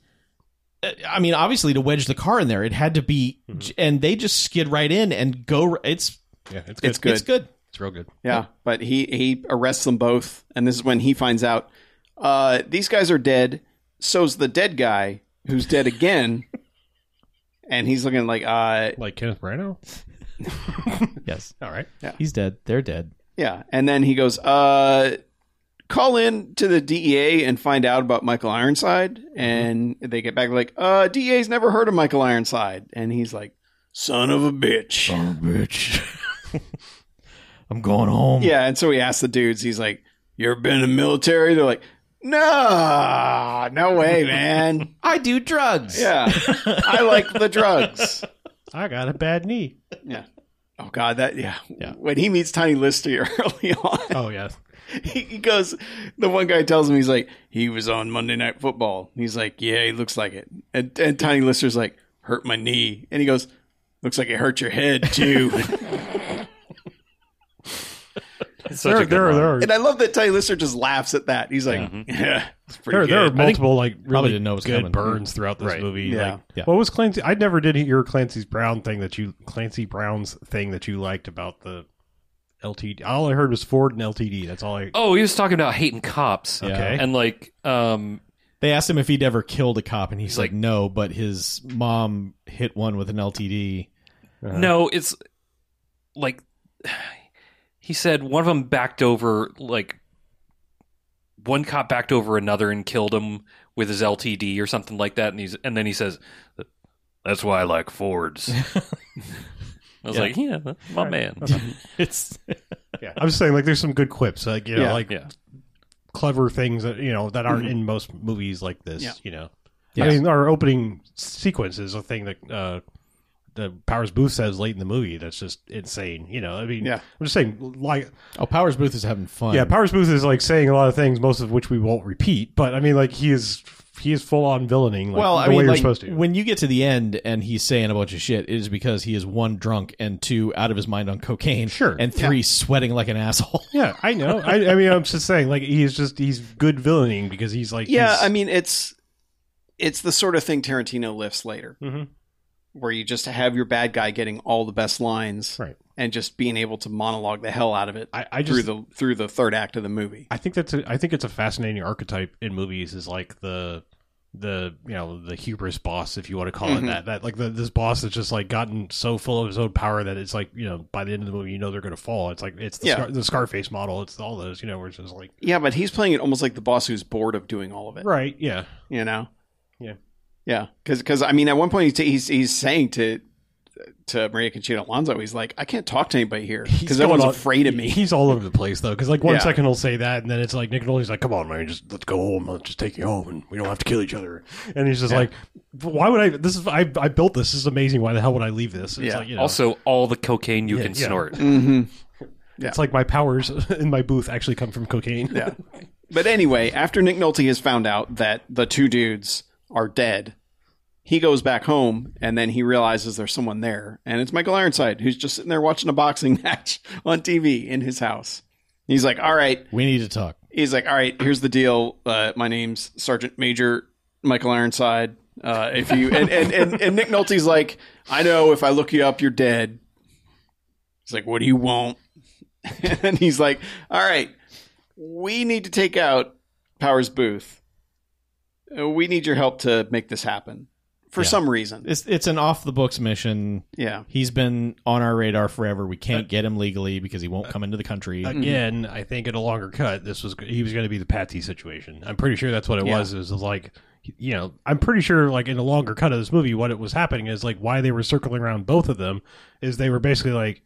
[SPEAKER 6] uh, I mean, obviously, to wedge the car in there, it had to be, and they just skid right in and go. r- It's
[SPEAKER 3] yeah it's good
[SPEAKER 5] It's
[SPEAKER 3] it's,
[SPEAKER 5] good.
[SPEAKER 6] it's good.
[SPEAKER 3] real good
[SPEAKER 5] Yeah, but he he arrests them both, and this is when he finds out uh, these guys are dead. So's the dead guy who's dead again, and he's looking like uh
[SPEAKER 3] like Kenneth Branagh
[SPEAKER 6] Yes,
[SPEAKER 3] all right
[SPEAKER 6] he's dead. They're dead.
[SPEAKER 5] yeah, and then he goes uh. Call in to the DEA and find out about Michael Ironside, and they get back like, "Uh, DEA's never heard of Michael Ironside," and he's like, "Son of a bitch!"
[SPEAKER 6] bitch. I'm going
[SPEAKER 1] Hmm.
[SPEAKER 6] home.
[SPEAKER 5] Yeah, and so he asked the dudes. He's like, "You ever been in the military?" They're like, "No, no way, man.
[SPEAKER 6] I do drugs.
[SPEAKER 5] Yeah, I like the drugs."
[SPEAKER 3] I got a bad knee.
[SPEAKER 5] Yeah. Oh God, that yeah.
[SPEAKER 6] Yeah.
[SPEAKER 5] When he meets Tiny Lister early on,
[SPEAKER 3] Oh yeah.
[SPEAKER 5] he he goes. The one guy tells him he's like he was on Monday Night Football. He's like, yeah, he looks like it. And, and Tiny Lister's like, hurt my knee, and he goes, looks like it hurt your head too.
[SPEAKER 4] It's such
[SPEAKER 3] There,
[SPEAKER 4] a good
[SPEAKER 3] there, are-
[SPEAKER 4] line.
[SPEAKER 3] there, are,
[SPEAKER 5] and I love that Tiny Lister just laughs at that. He's like, yeah, it's pretty
[SPEAKER 3] there, there are
[SPEAKER 5] good.
[SPEAKER 3] multiple like really
[SPEAKER 6] didn't know it was
[SPEAKER 3] good
[SPEAKER 6] coming.
[SPEAKER 3] burns throughout this
[SPEAKER 4] Right.
[SPEAKER 3] movie.
[SPEAKER 5] Yeah.
[SPEAKER 3] Like,
[SPEAKER 6] Yeah.
[SPEAKER 3] What was Clancy? I never did hear Clancy's Brown thing that you Clancy Brown's thing that you liked about the LTD. All I heard was Ford and LTD. That's all I.
[SPEAKER 4] Oh, he was talking about hating cops.
[SPEAKER 6] Okay.
[SPEAKER 4] And like, um,
[SPEAKER 6] They asked him if he'd ever killed a cop, and he's like, no, but his mom hit one with an LTD.
[SPEAKER 4] no, it's like he said one of them backed over like one cop backed over another and killed him with his LTD or something like that. And he's and then he says, "That's why I like Fords." I was
[SPEAKER 6] Yeah.
[SPEAKER 4] like, "Yeah, my man."
[SPEAKER 6] It's
[SPEAKER 3] Yeah. I'm just saying, like, there's some good quips, like you know,
[SPEAKER 5] Yeah.
[SPEAKER 3] like
[SPEAKER 4] Yeah.
[SPEAKER 3] clever things that you know that aren't in most movies like this.
[SPEAKER 5] Yeah.
[SPEAKER 3] You know, I
[SPEAKER 6] Yes.
[SPEAKER 3] mean, our opening sequence is a thing that uh, the Powers Booth says late in the movie. That's just insane. You know, I mean,
[SPEAKER 5] Yeah.
[SPEAKER 3] I'm just saying, like,
[SPEAKER 6] oh, Powers Booth is having fun.
[SPEAKER 3] yeah, Powers Booth is like saying a lot of things, most of which we won't repeat. But I mean, like, he is he is full on villaining. Like,
[SPEAKER 6] well,
[SPEAKER 3] the
[SPEAKER 6] I
[SPEAKER 3] way
[SPEAKER 6] mean,
[SPEAKER 3] you're
[SPEAKER 6] like,
[SPEAKER 3] supposed to.
[SPEAKER 6] when you get to the end and he's saying a bunch of shit, it is because he is one drunk and two out of his mind on cocaine,
[SPEAKER 3] Sure.
[SPEAKER 6] and three sweating like an asshole.
[SPEAKER 3] yeah, I know. I, I mean, I'm just saying, like, he is just he's good villaining because he's like,
[SPEAKER 5] Yeah,
[SPEAKER 3] he's-
[SPEAKER 5] I mean it's it's the sort of thing Tarantino lifts later,
[SPEAKER 3] Mhm.
[SPEAKER 5] where you just have your bad guy getting all the best lines,
[SPEAKER 3] Right.
[SPEAKER 5] and just being able to monologue the hell out of it
[SPEAKER 3] I, I
[SPEAKER 5] through
[SPEAKER 3] just
[SPEAKER 5] the through the third act of the movie.
[SPEAKER 3] I think that's a, I think it's a fascinating archetype in movies is like the the you know the hubris boss if you want to call
[SPEAKER 5] Mhm.
[SPEAKER 3] it that that like the, this boss has just like gotten so full of his own power that it's like you know by the end of the movie you know they're going to fall it's like it's the,
[SPEAKER 5] Yeah.
[SPEAKER 3] Scar- the Scarface model it's all those you know where it's just like
[SPEAKER 5] Yeah, but he's playing it almost like the boss who's bored of doing all of it.
[SPEAKER 3] right yeah
[SPEAKER 5] You know.
[SPEAKER 3] Yeah.
[SPEAKER 5] Yeah, because I mean, at one point he's he's, he's saying to to Maria Conchita Alonso, he's like, I can't talk to anybody here
[SPEAKER 3] He's
[SPEAKER 5] because
[SPEAKER 3] going
[SPEAKER 5] everyone's
[SPEAKER 3] all-
[SPEAKER 5] afraid of
[SPEAKER 3] he-
[SPEAKER 5] me.
[SPEAKER 3] he's all over the place though because like one
[SPEAKER 5] Yeah.
[SPEAKER 3] second he'll say that and then it's like Nick Nolte's like come on man just let's go home let's just take you home and we don't have to kill each other and he's just like why would I this is I I built this this is amazing why the hell would I leave this it's
[SPEAKER 5] Yeah.
[SPEAKER 3] like, you know.
[SPEAKER 4] Also, all the cocaine you
[SPEAKER 3] Yeah,
[SPEAKER 4] can
[SPEAKER 3] yeah.
[SPEAKER 4] snort.
[SPEAKER 5] hmm
[SPEAKER 3] It's like my powers in my booth actually come from cocaine.
[SPEAKER 5] Yeah. But anyway, after Nick Nolte has found out that the two dudes are dead, he goes back home and then he realizes there's someone there. And it's Michael Ironside who's just sitting there watching a boxing match on TV in his house. He's like, all right.
[SPEAKER 6] We need to talk.
[SPEAKER 5] He's like, all right, here's the deal. Uh, my name's Sergeant Major Michael Ironside. Uh, if you and, and, and, and Nick Nolte's like, I know if I look you up, you're dead. He's like, what do you want? and he's like, all right, we need to take out Powers Booth. Uh, We need your help to make this happen for
[SPEAKER 6] Yeah.
[SPEAKER 5] some reason.
[SPEAKER 6] It's it's an off the books mission.
[SPEAKER 5] Yeah.
[SPEAKER 6] He's been on our radar forever. We can't get him legally because he won't come into the country.
[SPEAKER 5] Mm-hmm.
[SPEAKER 3] Again, I think in a longer cut, this was he was going to be the Patsy situation. I'm pretty sure that's what it
[SPEAKER 5] Yeah.
[SPEAKER 3] was. It was like, you know, I'm pretty sure like in a longer cut of this movie, what it was happening is like why they were circling around both of them is they were basically like,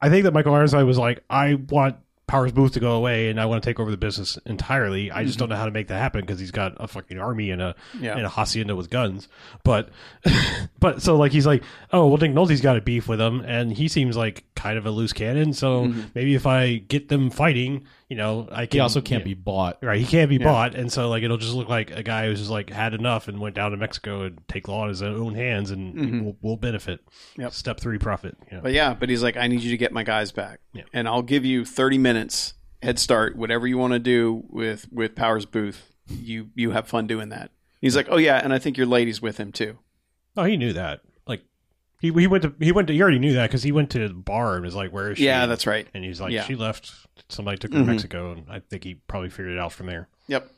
[SPEAKER 3] I think that Michael Ironside was like, I want Powers Booth to go away and I want to take over the business entirely. I
[SPEAKER 5] Mm-hmm.
[SPEAKER 3] just don't know how to make that happen because he's got a fucking army and a
[SPEAKER 5] Yeah.
[SPEAKER 3] in a hacienda with guns. But but so like he's like, oh well, Nick Nolte's got a beef with him, and he seems like kind of a loose cannon. So
[SPEAKER 5] Mm-hmm.
[SPEAKER 3] maybe if I get them fighting, you know, I can.
[SPEAKER 6] He also can't be bought.
[SPEAKER 3] Right, he can't be bought, and so like it'll just look like a guy who's just like had enough and went down to Mexico and take law in his own hands, and we'll, we'll benefit.
[SPEAKER 5] Mm-hmm. Yep.
[SPEAKER 3] Step three, profit. Yeah.
[SPEAKER 5] But yeah, but he's like, I need you to get my guys back,
[SPEAKER 3] Yeah.
[SPEAKER 5] and I'll give you thirty minutes head start. Whatever you want to do with with Powers Booth, you you have fun doing that. He's like, oh yeah, and I think your lady's with him too.
[SPEAKER 3] oh, he knew that. Like he he went to he went to he already knew that because he went to the bar and was like, where is she?
[SPEAKER 5] Yeah, that's right.
[SPEAKER 3] and he's like,
[SPEAKER 5] yeah.
[SPEAKER 3] she left. Somebody took her
[SPEAKER 5] Mhm.
[SPEAKER 3] to Mexico, and I think he probably figured it out from there.
[SPEAKER 5] Yep.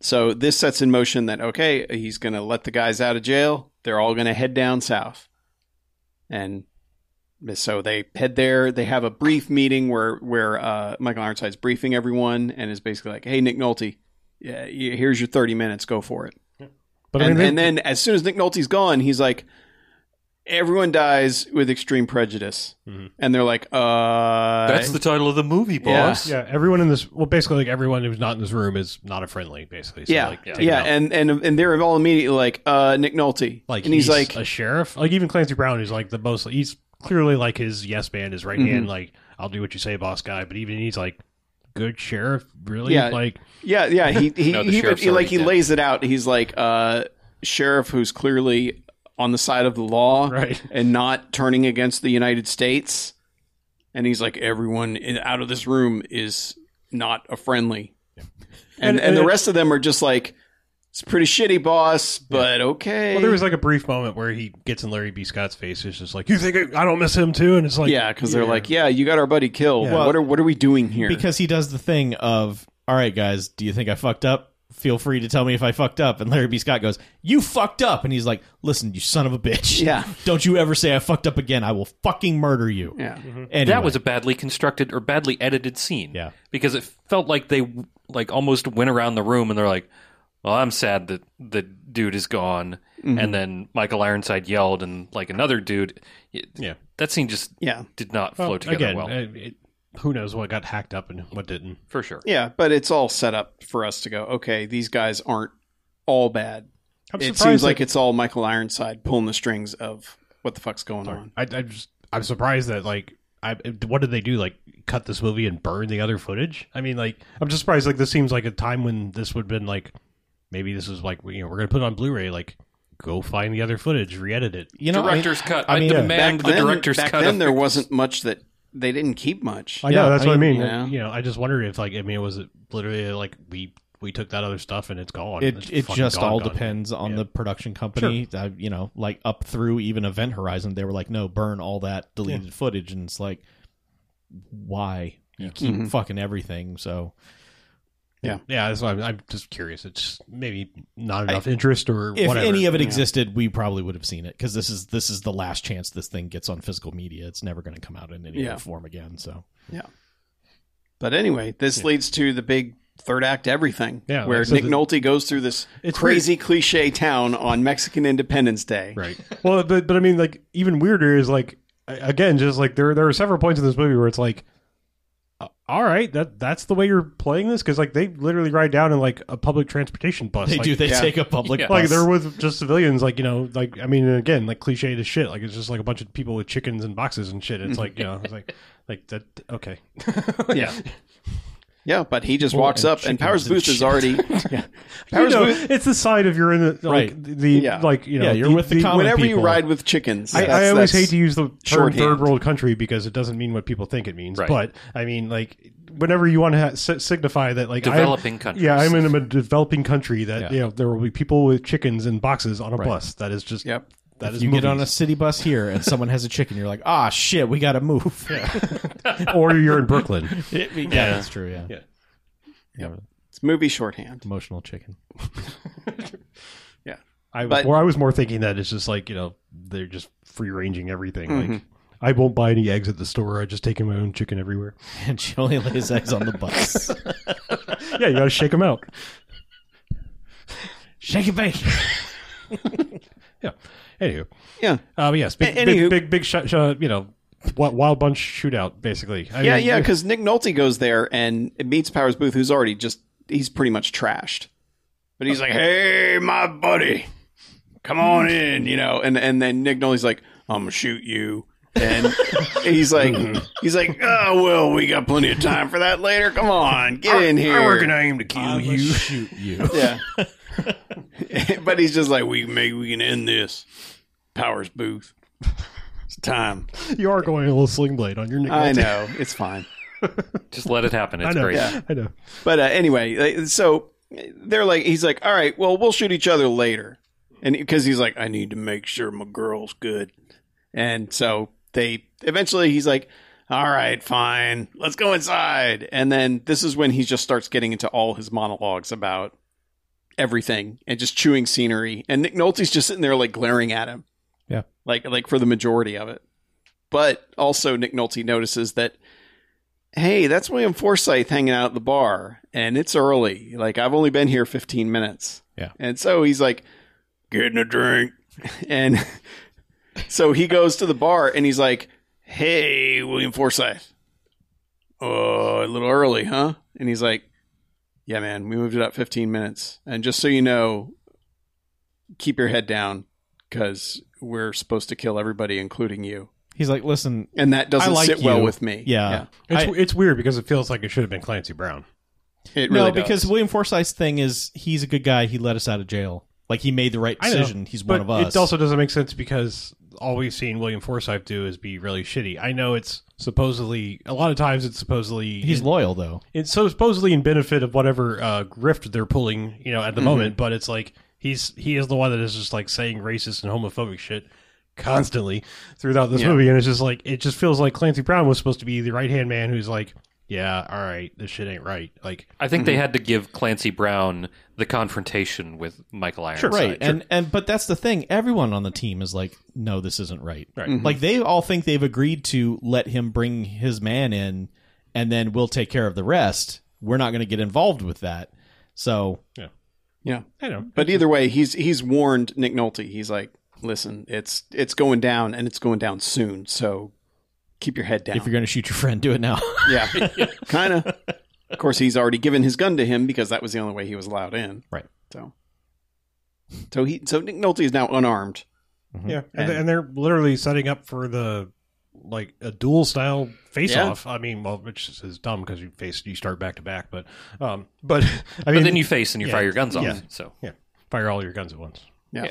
[SPEAKER 5] So this sets in motion that okay, he's going to let the guys out of jail. They're all going to head down south, and so they head there. They have a brief meeting where where uh, Michael Ironside's briefing everyone and is basically like, "Hey, Nick Nolte, yeah, y- here's your thirty minutes. Go for it."
[SPEAKER 3] But I
[SPEAKER 5] and,
[SPEAKER 3] mean, they-
[SPEAKER 5] and then as soon as Nick Nolte's gone, he's like, everyone dies with extreme prejudice,
[SPEAKER 3] Mhm.
[SPEAKER 5] and they're like, "Uh,
[SPEAKER 4] That's the title of the movie,
[SPEAKER 5] Yeah.
[SPEAKER 4] boss.
[SPEAKER 3] Yeah, everyone in this, well, basically, like everyone who's not in this room is not a friendly, basically. So,
[SPEAKER 5] yeah,
[SPEAKER 3] like,
[SPEAKER 5] yeah,
[SPEAKER 3] take it out.
[SPEAKER 5] and and and they're all immediately like, "Uh, Nick Nolte,"
[SPEAKER 3] like
[SPEAKER 5] and he's, like,
[SPEAKER 3] a sheriff. Like even Clancy Brown, who's like the most. He's clearly like his yes man, his right
[SPEAKER 5] Mm-hmm.
[SPEAKER 3] hand. Like I'll do what you say, boss guy. But even he's like good sheriff, really.
[SPEAKER 5] Yeah.
[SPEAKER 3] Like
[SPEAKER 5] Yeah, yeah. He he,
[SPEAKER 4] No, the
[SPEAKER 5] he-
[SPEAKER 4] sheriff's
[SPEAKER 5] he- like
[SPEAKER 4] already
[SPEAKER 5] he
[SPEAKER 4] dead.
[SPEAKER 5] lays it out. He's like uh sheriff who's clearly on the side of the law
[SPEAKER 3] Right.
[SPEAKER 5] and not turning against the United States. And he's like everyone in, out of this room is not a friendly. And,
[SPEAKER 3] And-
[SPEAKER 5] and
[SPEAKER 3] and
[SPEAKER 5] the
[SPEAKER 3] it-
[SPEAKER 5] rest of them are just like it's pretty shitty boss, but okay.
[SPEAKER 3] well, there was like a brief moment where he gets in Larry B. Scott's face. It's just like you think I, I don't miss him too, and it's like
[SPEAKER 5] yeah, because they're like, yeah, you got our buddy killed.
[SPEAKER 3] Yeah.
[SPEAKER 5] What are what are we doing here?
[SPEAKER 6] because he does the thing of, all right, guys, do you think I fucked up? Feel free to tell me if I fucked up. And Larry B. Scott goes, "You fucked up," and he's like, "Listen, you son of a bitch!
[SPEAKER 5] Yeah.
[SPEAKER 6] don't you ever say I fucked up again. I will fucking murder you."
[SPEAKER 5] yeah,
[SPEAKER 3] Mm-hmm.
[SPEAKER 6] Anyway,
[SPEAKER 4] That was a badly constructed or badly edited scene.
[SPEAKER 6] Yeah.
[SPEAKER 4] because it felt like they like almost went around the room and they're like, "Well, I'm sad that the dude is gone,"
[SPEAKER 5] Mm-hmm.
[SPEAKER 4] and then Michael Ironside yelled and like another dude.
[SPEAKER 3] Yeah.
[SPEAKER 4] that scene just
[SPEAKER 5] yeah,
[SPEAKER 4] did not
[SPEAKER 3] well,
[SPEAKER 4] flow together
[SPEAKER 3] again,
[SPEAKER 4] well
[SPEAKER 3] uh, it- who knows what got hacked up and what didn't?
[SPEAKER 4] for sure.
[SPEAKER 5] yeah. But it's all set up for us to go. Okay, these guys aren't all bad.
[SPEAKER 3] I'm
[SPEAKER 5] it
[SPEAKER 3] surprised
[SPEAKER 5] seems like
[SPEAKER 3] that-
[SPEAKER 5] it's all Michael Ironside pulling the strings of what the fuck's going on.
[SPEAKER 3] I, I just I'm surprised that like I what did they do like cut this movie and burn the other footage? I mean like I'm just surprised like this seems like a time when this would have been like maybe this is like you know we're gonna put it on Blu-ray like go find the other footage re-edit it.
[SPEAKER 6] you know, I-
[SPEAKER 4] director's cut. I,
[SPEAKER 6] I mean,
[SPEAKER 4] demand the
[SPEAKER 5] then,
[SPEAKER 4] director's
[SPEAKER 5] back
[SPEAKER 4] cut.
[SPEAKER 5] then
[SPEAKER 4] of-
[SPEAKER 5] there wasn't much that they didn't keep much.
[SPEAKER 3] I know
[SPEAKER 6] Yeah,
[SPEAKER 3] that's
[SPEAKER 6] I
[SPEAKER 3] what
[SPEAKER 6] mean,
[SPEAKER 3] I mean.
[SPEAKER 5] yeah.
[SPEAKER 3] You know I just wondered if like I mean was it literally like we we took that other stuff and it's gone. It's
[SPEAKER 6] it it
[SPEAKER 3] fucking
[SPEAKER 6] just
[SPEAKER 3] gone,
[SPEAKER 6] all
[SPEAKER 3] gone.
[SPEAKER 6] depends on
[SPEAKER 3] Yeah.
[SPEAKER 6] the production company. Uh, you know, like up through even Event Horizon, they were like, "No, burn all that deleted footage," and it's like, why you keep
[SPEAKER 5] Mhm.
[SPEAKER 6] fucking everything? So
[SPEAKER 3] Yeah, that's why I'm, I'm just curious. It's maybe not enough interest or
[SPEAKER 6] if
[SPEAKER 3] whatever.
[SPEAKER 6] any of it
[SPEAKER 5] Yeah.
[SPEAKER 6] existed, we probably would have seen it because this is this is the last chance this thing gets on physical media. It's never going to come out in any
[SPEAKER 5] Yeah.
[SPEAKER 6] other form again. So
[SPEAKER 5] But anyway, this leads to the big third act everything,
[SPEAKER 3] Yeah,
[SPEAKER 5] where
[SPEAKER 3] like, so
[SPEAKER 5] Nick
[SPEAKER 3] the-
[SPEAKER 5] Nolte goes through this
[SPEAKER 3] It's
[SPEAKER 5] crazy cliche town on Mexican Independence Day.
[SPEAKER 3] Right. Well, but but I mean, like even weirder is like a- again, just like there there are several points in this movie where it's like, uh, all right, that that's the way you're playing this because like they literally ride down in like a public transportation bus.
[SPEAKER 6] they
[SPEAKER 3] like,
[SPEAKER 6] do. They
[SPEAKER 5] yeah.
[SPEAKER 6] take a public
[SPEAKER 4] Yeah.
[SPEAKER 3] Like
[SPEAKER 6] bus.
[SPEAKER 3] they're with just civilians, like you know, like I mean, again, like cliche as shit. Like it's just like a bunch of people with chickens and boxes and shit. It's like you know, it's like like that. Okay,
[SPEAKER 5] Yeah. Yeah, but he just
[SPEAKER 6] Well,
[SPEAKER 5] walks
[SPEAKER 6] and
[SPEAKER 5] up, and
[SPEAKER 6] chickens
[SPEAKER 5] Powers
[SPEAKER 6] and
[SPEAKER 5] Booth is
[SPEAKER 6] shit.
[SPEAKER 5] already.
[SPEAKER 3] you
[SPEAKER 5] Powers
[SPEAKER 3] know,
[SPEAKER 5] Booth,
[SPEAKER 3] it's the side of you're in the like
[SPEAKER 6] Right.
[SPEAKER 3] the
[SPEAKER 5] Yeah.
[SPEAKER 3] like you know,
[SPEAKER 6] Yeah, you're with the common
[SPEAKER 5] whenever you
[SPEAKER 6] people.
[SPEAKER 5] ride with chickens,
[SPEAKER 3] I, I
[SPEAKER 5] that's-
[SPEAKER 3] always
[SPEAKER 5] that's-
[SPEAKER 3] hate to use the term
[SPEAKER 5] shorthand.
[SPEAKER 3] third world country because it doesn't mean what people think it means.
[SPEAKER 4] Right.
[SPEAKER 3] But I mean, like, whenever you want to ha- si- signify that, like, I'm-
[SPEAKER 4] Developing countries.
[SPEAKER 3] Yeah, I'm in a developing country that
[SPEAKER 6] Yeah.
[SPEAKER 3] you know there will be people with chickens in boxes on a bus. That is just
[SPEAKER 5] Yep.
[SPEAKER 3] That
[SPEAKER 6] if
[SPEAKER 3] is
[SPEAKER 6] you get on a
[SPEAKER 3] movies.
[SPEAKER 6] city bus here and someone has a chicken, you're like, ah, shit, we got to move. Yeah.
[SPEAKER 3] or you're in Brooklyn.
[SPEAKER 6] that's true. Yeah.
[SPEAKER 3] Yeah.
[SPEAKER 5] It's movie shorthand.
[SPEAKER 6] Emotional chicken.
[SPEAKER 3] I was
[SPEAKER 5] But-
[SPEAKER 3] more. I was more thinking that it's just like you know they're just free ranging everything. Like I won't buy any eggs at the store. I just take my own chicken everywhere.
[SPEAKER 6] And she only lays eggs on the bus.
[SPEAKER 3] yeah, you got to shake them out.
[SPEAKER 6] Shake it bake.
[SPEAKER 3] Yeah. Anywho.
[SPEAKER 5] Yeah.
[SPEAKER 3] Um, yes, big,
[SPEAKER 5] A-
[SPEAKER 3] big,
[SPEAKER 5] anywho.
[SPEAKER 3] big, big shot, shot, you know, wi- wild bunch shootout, basically. I
[SPEAKER 5] Yeah,
[SPEAKER 3] mean,
[SPEAKER 5] yeah, because Nick Nolte goes there and it meets Powers Booth, who's already just he's pretty much trashed. But he's like, "Hey, my buddy, come on in," you know. And and then Nick Nolte's like, "I'm gonna shoot you," and he's like, he's like, "Oh well, we got plenty of time for that later. Come on, get in here."
[SPEAKER 3] aim to kill
[SPEAKER 6] You shoot you.
[SPEAKER 5] Yeah. but he's just like, "We maybe we can end this." Powers Booth, it's time.
[SPEAKER 3] You are going a little sling blade on your neck.
[SPEAKER 5] I know it's fine.
[SPEAKER 4] Just let it happen.
[SPEAKER 3] I
[SPEAKER 4] It's
[SPEAKER 3] know.
[SPEAKER 4] great.
[SPEAKER 3] I know.
[SPEAKER 5] But uh, anyway, like, so they're like, he's like, all right, well, we'll shoot each other later, and because he's like, I need to make sure my girl's good, and so they eventually he's like, all right, fine, let's go inside, and then this is when he just starts getting into all his monologues about everything and just chewing scenery, and Nick Nolte's just sitting there like glaring at him,
[SPEAKER 6] Yeah.
[SPEAKER 5] like like for the majority of it, but also Nick Nolte notices that hey, that's William Forsythe hanging out at the bar, and it's early. Like I've only been here 15 minutes.
[SPEAKER 6] Yeah.
[SPEAKER 5] And so he's like, getting a drink, and So he goes to the bar and he's like, "Hey, William Forsythe. Oh, a little early, huh?" And he's like, "Yeah, man, we moved it up 15 minutes. And just so you know, keep your head down because we're supposed to kill everybody, including you."
[SPEAKER 6] He's like, listen,
[SPEAKER 5] And that doesn't
[SPEAKER 6] I like
[SPEAKER 5] sit well
[SPEAKER 6] you.
[SPEAKER 5] with me.
[SPEAKER 6] Yeah.
[SPEAKER 3] It's,
[SPEAKER 6] I-
[SPEAKER 3] it's weird because it feels like it should have been Clancy Brown.
[SPEAKER 5] yeah. it really
[SPEAKER 6] no, because
[SPEAKER 5] does.
[SPEAKER 6] William Forsythe's thing is he's a good guy. He let us out of jail. Like he made the right
[SPEAKER 3] I know,
[SPEAKER 6] decision. He's
[SPEAKER 3] but
[SPEAKER 6] one of us.
[SPEAKER 3] It also doesn't make sense because all we've seen William Forsythe do is be really shitty. I know it's supposedly a lot of times it's supposedly
[SPEAKER 6] he's
[SPEAKER 3] in-
[SPEAKER 6] loyal though.
[SPEAKER 3] it's so supposedly in benefit of whatever uh, grift they're pulling, you know, at
[SPEAKER 4] Mm-hmm.
[SPEAKER 3] the moment. But it's like he's he is the one that is just like saying racist and homophobic shit constantly throughout this
[SPEAKER 5] Yeah.
[SPEAKER 3] movie, and it's just like it just feels like Clancy Brown was supposed to be the right hand man who's like, yeah, all right, this shit ain't right. Like,
[SPEAKER 4] I think they had to give Clancy Brown the confrontation with Michael Ironside.
[SPEAKER 6] right. And and but that's the thing. Everyone on the team is like, no, this isn't right.
[SPEAKER 3] Right.
[SPEAKER 6] Like they all think they've agreed to let him bring his man in, and then we'll take care of the rest. We're not going to get involved with that. So
[SPEAKER 5] yeah.
[SPEAKER 3] I don't know.
[SPEAKER 5] But either way, he's he's warned Nick Nolte. He's like, "Listen, it's it's going down, and it's going down soon. So keep your head down."
[SPEAKER 6] if you're going to shoot your friend, do it now.
[SPEAKER 5] yeah, kind of. Of course, he's already given his gun to him because that was the only way he was allowed in.
[SPEAKER 6] Right.
[SPEAKER 5] So, so he so Nick Nolte is now unarmed.
[SPEAKER 4] Mm-hmm.
[SPEAKER 3] Yeah, and, th- and they're literally setting up for the like a duel style face off. I mean, well, which is- is dumb because you face you start back to back, but um, but I mean,
[SPEAKER 4] But then you face and you
[SPEAKER 3] yeah,
[SPEAKER 4] fire your guns off.
[SPEAKER 3] yeah.
[SPEAKER 4] So
[SPEAKER 3] yeah, fire all your guns at once.
[SPEAKER 5] Yeah.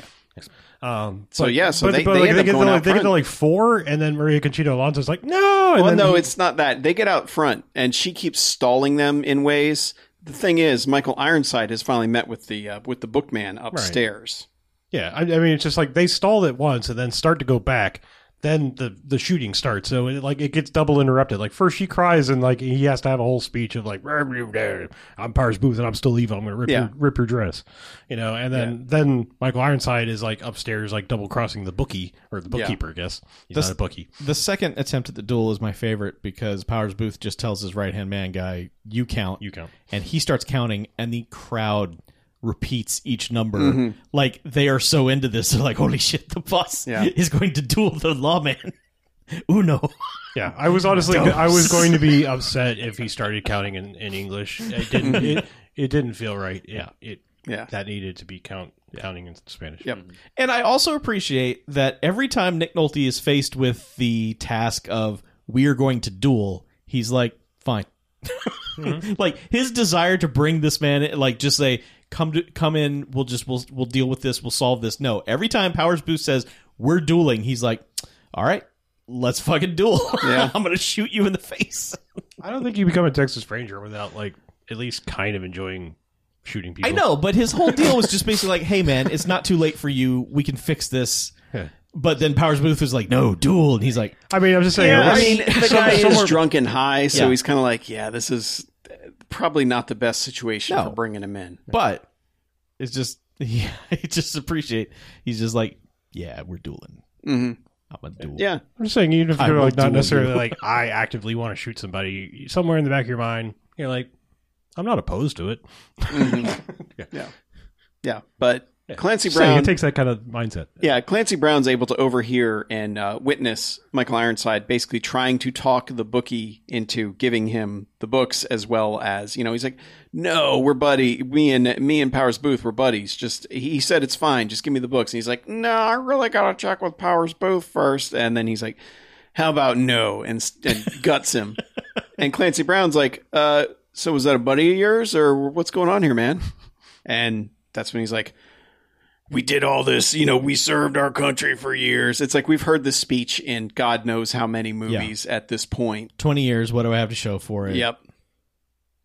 [SPEAKER 3] Um,
[SPEAKER 5] So,
[SPEAKER 3] but-
[SPEAKER 5] yeah, so
[SPEAKER 3] but,
[SPEAKER 5] they-
[SPEAKER 3] but,
[SPEAKER 5] they
[SPEAKER 3] like,
[SPEAKER 5] end up
[SPEAKER 3] get
[SPEAKER 5] going
[SPEAKER 3] to,
[SPEAKER 5] out
[SPEAKER 3] like, they get to
[SPEAKER 5] front.
[SPEAKER 3] like four, and then Maria Conchita Alonso's like no, and
[SPEAKER 5] well,
[SPEAKER 3] then
[SPEAKER 5] no,
[SPEAKER 3] he-
[SPEAKER 5] it's not that. They get out front, and she keeps stalling them in ways. The thing is, Michael Ironside has finally met with the uh, with the bookman upstairs.
[SPEAKER 3] yeah. I, I mean, it's just like they stalled it once and then start to go back. Then the the shooting starts, so it, like it gets double interrupted. Like first she cries, and like he has to have a whole speech of like I'm Paris Booth and I'm still evil. I'm gonna rip
[SPEAKER 5] Yeah.
[SPEAKER 3] your, rip your dress, you know. And then then Michael Ironside is like upstairs, like double crossing the bookie or the
[SPEAKER 5] Yeah.
[SPEAKER 3] bookkeeper, I guess. He's
[SPEAKER 6] This-
[SPEAKER 3] not a bookie.
[SPEAKER 6] The second attempt at the duel is my favorite because Powers Booth just tells his right hand man guy, "You count,
[SPEAKER 3] You count.
[SPEAKER 6] and he starts counting, and the crowd repeats each number like they are so into this. They're like, "Holy shit, the boss
[SPEAKER 5] Yeah.
[SPEAKER 6] is going to duel the lawman." Uno.
[SPEAKER 3] Yeah, I was honestly I was going to be upset if he started counting in, in English. It didn't it, it didn't feel right. Yeah, it
[SPEAKER 5] Yeah.
[SPEAKER 3] that needed to be count counting in Spanish.
[SPEAKER 5] Yep.
[SPEAKER 6] And I also appreciate that every time Nick Nolte is faced with the task of we are going to duel, he's like, fine. like his desire to bring this man in, like just say come to come in we'll just we'll we'll deal with this we'll solve this no every time powers booth says we're dueling he's like all right let's fucking duel
[SPEAKER 5] Yeah.
[SPEAKER 6] i'm gonna shoot you in the face
[SPEAKER 3] I don't think you become a Texas Ranger without like at least kind of enjoying shooting people.
[SPEAKER 6] i know but his whole deal was just basically like hey man it's not too late for you we can fix this
[SPEAKER 3] Yeah.
[SPEAKER 6] but then powers booth was like no duel and he's like
[SPEAKER 3] I mean, I'm just saying.
[SPEAKER 5] I
[SPEAKER 3] let's-
[SPEAKER 5] mean, the
[SPEAKER 3] some-
[SPEAKER 5] guy is
[SPEAKER 3] somewhere-
[SPEAKER 5] drunk and high, so
[SPEAKER 6] Yeah.
[SPEAKER 5] he's kind of like, "Yeah, this is probably not the best situation
[SPEAKER 6] No.
[SPEAKER 5] for bringing him in."
[SPEAKER 6] but it's just yeah, I just appreciate. He's just like, yeah, we're dueling.
[SPEAKER 5] hmm
[SPEAKER 6] I'm a duel.
[SPEAKER 5] Yeah,
[SPEAKER 3] I'm just saying, even if
[SPEAKER 6] I
[SPEAKER 3] you're
[SPEAKER 6] will
[SPEAKER 3] like not
[SPEAKER 6] duel
[SPEAKER 3] necessarily
[SPEAKER 6] you.
[SPEAKER 3] like I actively want to shoot somebody, somewhere in the back of your mind, you're like, I'm not opposed to it.
[SPEAKER 5] Mm-hmm. yeah. But Clancy
[SPEAKER 3] Just saying,
[SPEAKER 5] Brown,
[SPEAKER 3] it takes that kind of mindset.
[SPEAKER 5] yeah, Clancy Brown's able to overhear and uh, witness Michael Ironside basically trying to talk the bookie into giving him the books, as well as you know, he's like, "No, we're buddy. Me and me and Powers Booth, we're buddies. Just he said it's fine. Just give me the books." And he's like, "No, I really gotta check with Powers Booth first. And then he's like, "How about no?" and, s- and guts him. and Clancy Brown's like, uh, "So was that a buddy of yours, or what's going on here, man?" And that's when he's like, we did all this, you know, we served our country for years. It's like we've heard this speech in God knows how many movies at this point.
[SPEAKER 6] Twenty years. What do I have to show for it?
[SPEAKER 5] Yep.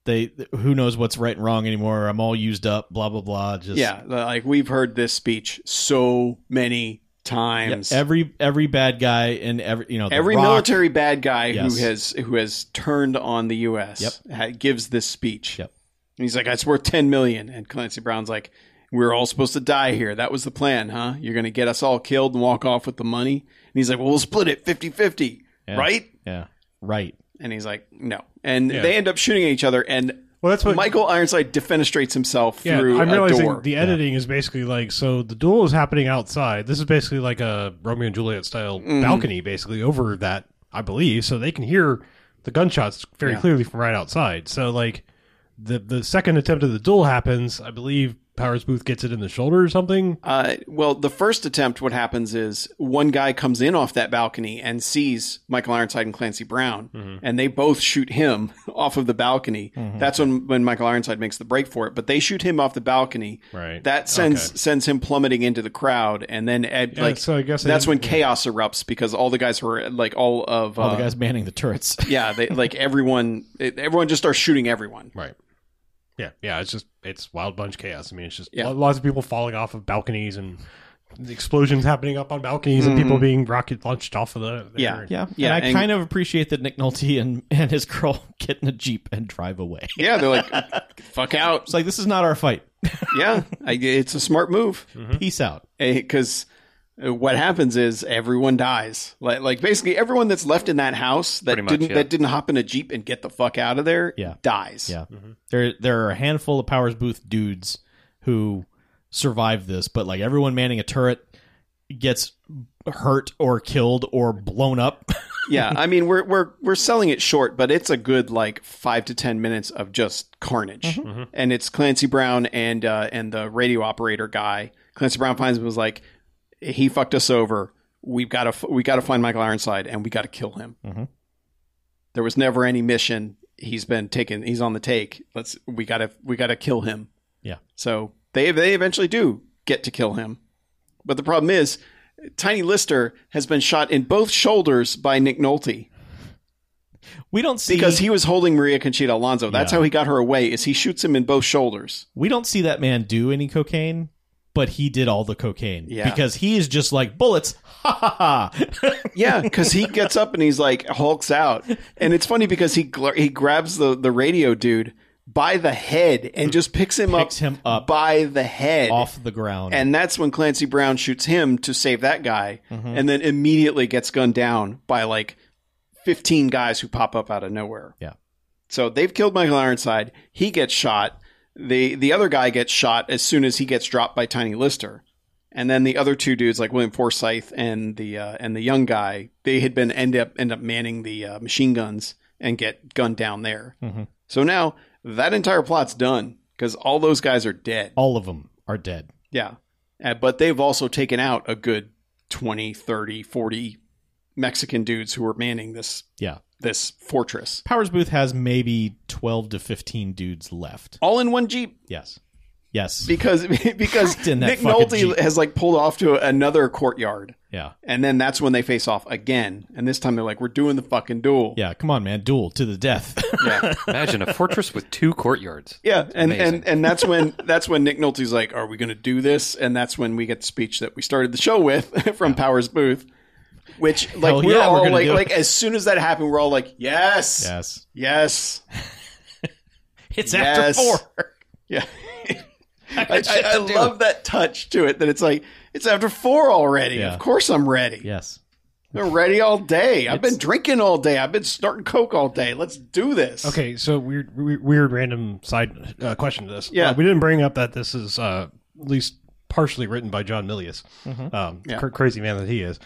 [SPEAKER 6] They. Who knows what's right and wrong anymore? I'm all used up. Blah blah blah. Just
[SPEAKER 5] Yeah. Like we've heard this speech so many
[SPEAKER 6] Yeah,
[SPEAKER 5] times. every
[SPEAKER 6] every every bad guy and every you know the Rock,
[SPEAKER 5] military bad guy
[SPEAKER 6] Yes.
[SPEAKER 5] who has who has turned on the US
[SPEAKER 6] Yep.
[SPEAKER 5] ha- gives this speech.
[SPEAKER 6] Yep.
[SPEAKER 5] And he's like, It's worth ten million and Clancy Brown's like, We were all supposed to die here. That was the plan, huh? You're gonna get us all killed and walk off with the money? And he's like, Well we'll split it 50-50,
[SPEAKER 6] Yeah.
[SPEAKER 5] right?
[SPEAKER 6] Yeah. Right.
[SPEAKER 5] And he's like, no. And
[SPEAKER 3] Yeah.
[SPEAKER 5] they end up shooting at each other. And
[SPEAKER 3] Well, that's what
[SPEAKER 5] Michael Ironside defenestrates himself
[SPEAKER 3] yeah,
[SPEAKER 5] through
[SPEAKER 3] I'm
[SPEAKER 5] a
[SPEAKER 3] realizing
[SPEAKER 5] door.
[SPEAKER 3] the editing is basically like so the duel is happening outside. This is basically like a Romeo and Juliet style
[SPEAKER 5] Mm.
[SPEAKER 3] balcony, basically over that I believe, so they can hear the gunshots very clearly from right outside. So like the the second attempt at the duel happens, I believe Powers Booth gets it in the shoulder or something.
[SPEAKER 5] Uh, well, the first attempt, what happens is one guy comes in off that balcony and sees Michael Ironside and Clancy Brown,
[SPEAKER 3] Mm-hmm.
[SPEAKER 5] and they both shoot him off of the balcony. That's when, when Michael Ironside makes the break for it, but they shoot him off the balcony.
[SPEAKER 3] Right.
[SPEAKER 5] That sends sends him plummeting into the crowd, and then Ed,
[SPEAKER 3] Yeah,
[SPEAKER 5] like
[SPEAKER 3] so I guess they
[SPEAKER 5] that's when
[SPEAKER 3] didn't-
[SPEAKER 5] chaos erupts because all the guys who are like all of uh,
[SPEAKER 6] All the guys manning the turrets.
[SPEAKER 5] yeah, they, like everyone, it, everyone just starts shooting everyone.
[SPEAKER 3] Right. Yeah, yeah. It's just it's wild bunch chaos. I mean, it's just
[SPEAKER 5] Yeah.
[SPEAKER 3] lo- lots of people falling off of balconies and the explosions happening up on balconies and people being rocket launched off of the. there.
[SPEAKER 5] Mm-hmm. Yeah.
[SPEAKER 6] Yeah,
[SPEAKER 5] Yeah,
[SPEAKER 6] And I
[SPEAKER 5] and-
[SPEAKER 6] kind of appreciate that Nick Nolte and, and his girl get in a jeep and drive away.
[SPEAKER 5] Yeah, they're like, fuck out.
[SPEAKER 6] It's like this is not our fight.
[SPEAKER 5] Yeah, I, it's a smart move.
[SPEAKER 6] Peace out.
[SPEAKER 5] because Eh, what happens is everyone dies. Like, like basically everyone that's left in that house that
[SPEAKER 4] Pretty much,
[SPEAKER 5] didn't
[SPEAKER 4] yeah.
[SPEAKER 5] that didn't hop in a jeep and get the fuck out of there
[SPEAKER 6] Yeah.
[SPEAKER 5] dies.
[SPEAKER 6] Yeah, there there are a handful of Powers Booth dudes who survive this, but like everyone manning a turret gets hurt or killed or blown up.
[SPEAKER 5] yeah. I mean, we're we're we're selling it short, but it's a good like five to ten minutes of just carnage, and it's Clancy Brown and uh, and the radio operator guy. Clancy Brown finds him was like, he fucked us over. We've got to we got to find Michael Ironside and we got to kill him.
[SPEAKER 6] Mhm.
[SPEAKER 5] There was never any mission. He's been taken. He's on the take. Let's we got to we got to kill him.
[SPEAKER 6] Yeah.
[SPEAKER 5] So they they eventually do get to kill him, but the problem is. Tiny Lister has been shot in both shoulders by Nick Nolte
[SPEAKER 6] We don't see
[SPEAKER 5] because he was holding Maria Conchita Alonso. That's
[SPEAKER 6] Yeah.
[SPEAKER 5] how he got her away. Is he shoots him in both shoulders?
[SPEAKER 6] we don't see that man do any cocaine, but he did all the cocaine
[SPEAKER 5] Yeah.
[SPEAKER 6] because he is just like bullets. Ha ha ha.
[SPEAKER 5] Yeah, because he gets up and he's like hulks out, and it's funny because he gl- he grabs the the radio dude by the head and just Mm. picks him
[SPEAKER 6] Picks
[SPEAKER 5] up
[SPEAKER 6] him up.
[SPEAKER 5] by the head
[SPEAKER 6] off the ground.
[SPEAKER 5] And that's when Clancy Brown shoots him to save that guy, and then immediately gets gunned down by like 15 guys who pop up out of nowhere.
[SPEAKER 6] Yeah.
[SPEAKER 5] So they've killed Michael Ironside. He gets shot. The the other guy gets shot as soon as he gets dropped by Tiny Lister. And then the other two dudes, like William Forsythe and the uh, and the young guy, they had been end up end up manning the uh, machine guns and get gunned down there.
[SPEAKER 6] Mhm.
[SPEAKER 5] So now that entire plot's done because all those guys are dead.
[SPEAKER 6] all of them are dead.
[SPEAKER 5] Yeah. Uh, but they've also taken out a good 20, 30, 40 Mexican dudes who were manning this
[SPEAKER 6] Yeah.
[SPEAKER 5] this fortress.
[SPEAKER 6] Powers Booth has maybe 12 to 15 dudes left.
[SPEAKER 5] All in one jeep
[SPEAKER 6] Yes. Yes.
[SPEAKER 5] because because
[SPEAKER 6] in that
[SPEAKER 5] Nick
[SPEAKER 6] fucking
[SPEAKER 5] Nolte
[SPEAKER 6] Jeep.
[SPEAKER 5] has like pulled off to another courtyard
[SPEAKER 6] yeah.
[SPEAKER 5] and then that's when they face off again and this time they're like we're doing the fucking duel.
[SPEAKER 6] Yeah. Come on, man. Duel to the death.
[SPEAKER 5] Yeah.
[SPEAKER 4] Imagine a fortress with two courtyards.
[SPEAKER 5] Yeah, and,
[SPEAKER 4] amazing.
[SPEAKER 5] and and that's when that's when Nick Nolte's like, "Are we going to do this?" And that's when we get the speech that we started the show with from Powers Booth, which like
[SPEAKER 6] Hell
[SPEAKER 5] we're
[SPEAKER 6] yeah, we're
[SPEAKER 5] all
[SPEAKER 6] gonna
[SPEAKER 5] like
[SPEAKER 6] do it.
[SPEAKER 5] like as soon as that happened, we're all like, "Yes,
[SPEAKER 6] yes.
[SPEAKER 5] yes,
[SPEAKER 6] It's
[SPEAKER 5] Yes.
[SPEAKER 6] after four.
[SPEAKER 5] yeah." I, I, I love that touch to it that it's like it's after four already.
[SPEAKER 6] Yeah.
[SPEAKER 5] Of course, I'm ready.
[SPEAKER 6] Yes.
[SPEAKER 5] I'm ready all day. I've been
[SPEAKER 6] It's-
[SPEAKER 5] drinking all day. I've been snorting coke all day. Let's do this.
[SPEAKER 3] Okay, so weird, weird, weird random side uh, question to this.
[SPEAKER 5] Yeah.
[SPEAKER 3] Uh, we didn't bring up that this is uh, at least partially written by John Milius, um,
[SPEAKER 5] Mm-hmm. Yeah.
[SPEAKER 3] cr- crazy man that he is.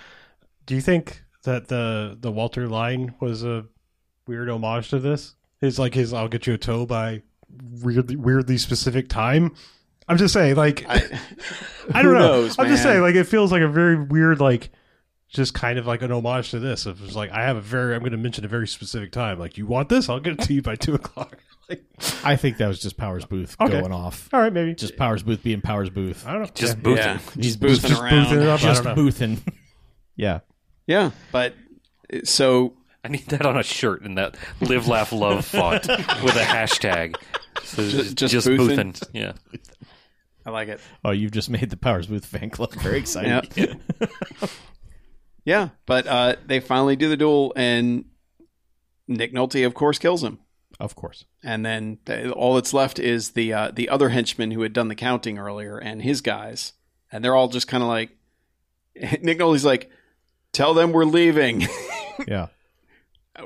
[SPEAKER 3] Do you think that the the Walter line was a weird homage to this? Is like his "I'll get you a toe" by weirdly, weirdly specific time. I'm just saying, like, I, don't
[SPEAKER 5] who
[SPEAKER 3] know.
[SPEAKER 5] knows,
[SPEAKER 3] I'm just
[SPEAKER 5] man?
[SPEAKER 3] saying, like, it feels like a very weird, like, just kind of like an homage to this. It was like I have a very, I'm going to mention a very specific time. Like, you want this? I'll get it to you by two o'clock. Like,
[SPEAKER 6] I think that was just Powers Booth
[SPEAKER 3] Okay.
[SPEAKER 6] going off.
[SPEAKER 3] all right, maybe.
[SPEAKER 6] Just Powers Booth being Powers Booth.
[SPEAKER 3] I don't know.
[SPEAKER 4] Just
[SPEAKER 3] Yeah.
[SPEAKER 4] booth
[SPEAKER 5] Yeah,
[SPEAKER 6] He's
[SPEAKER 5] just boozing
[SPEAKER 6] just
[SPEAKER 5] around.
[SPEAKER 3] boozing it up. I
[SPEAKER 6] Just
[SPEAKER 3] don't know.
[SPEAKER 6] Boothin. yeah.
[SPEAKER 5] Yeah, but so
[SPEAKER 4] I need that on a shirt in that live, laugh, love font with a hashtag. So
[SPEAKER 5] Just-
[SPEAKER 4] just,
[SPEAKER 5] just
[SPEAKER 4] just
[SPEAKER 5] boothin'?
[SPEAKER 4] boothin'. Yeah.
[SPEAKER 5] I like it.
[SPEAKER 6] Oh, you've just made the Powers Booth fan club very exciting.
[SPEAKER 5] Yeah. Yeah, but uh, they finally do the duel, and Nick Nolte, of course, kills him.
[SPEAKER 6] Of course.
[SPEAKER 5] And then th- all that's left is the uh, the other henchman who had done the counting earlier, and his guys, and they're all just kind of like Nick Nolte's like, "Tell them we're leaving."
[SPEAKER 6] Yeah.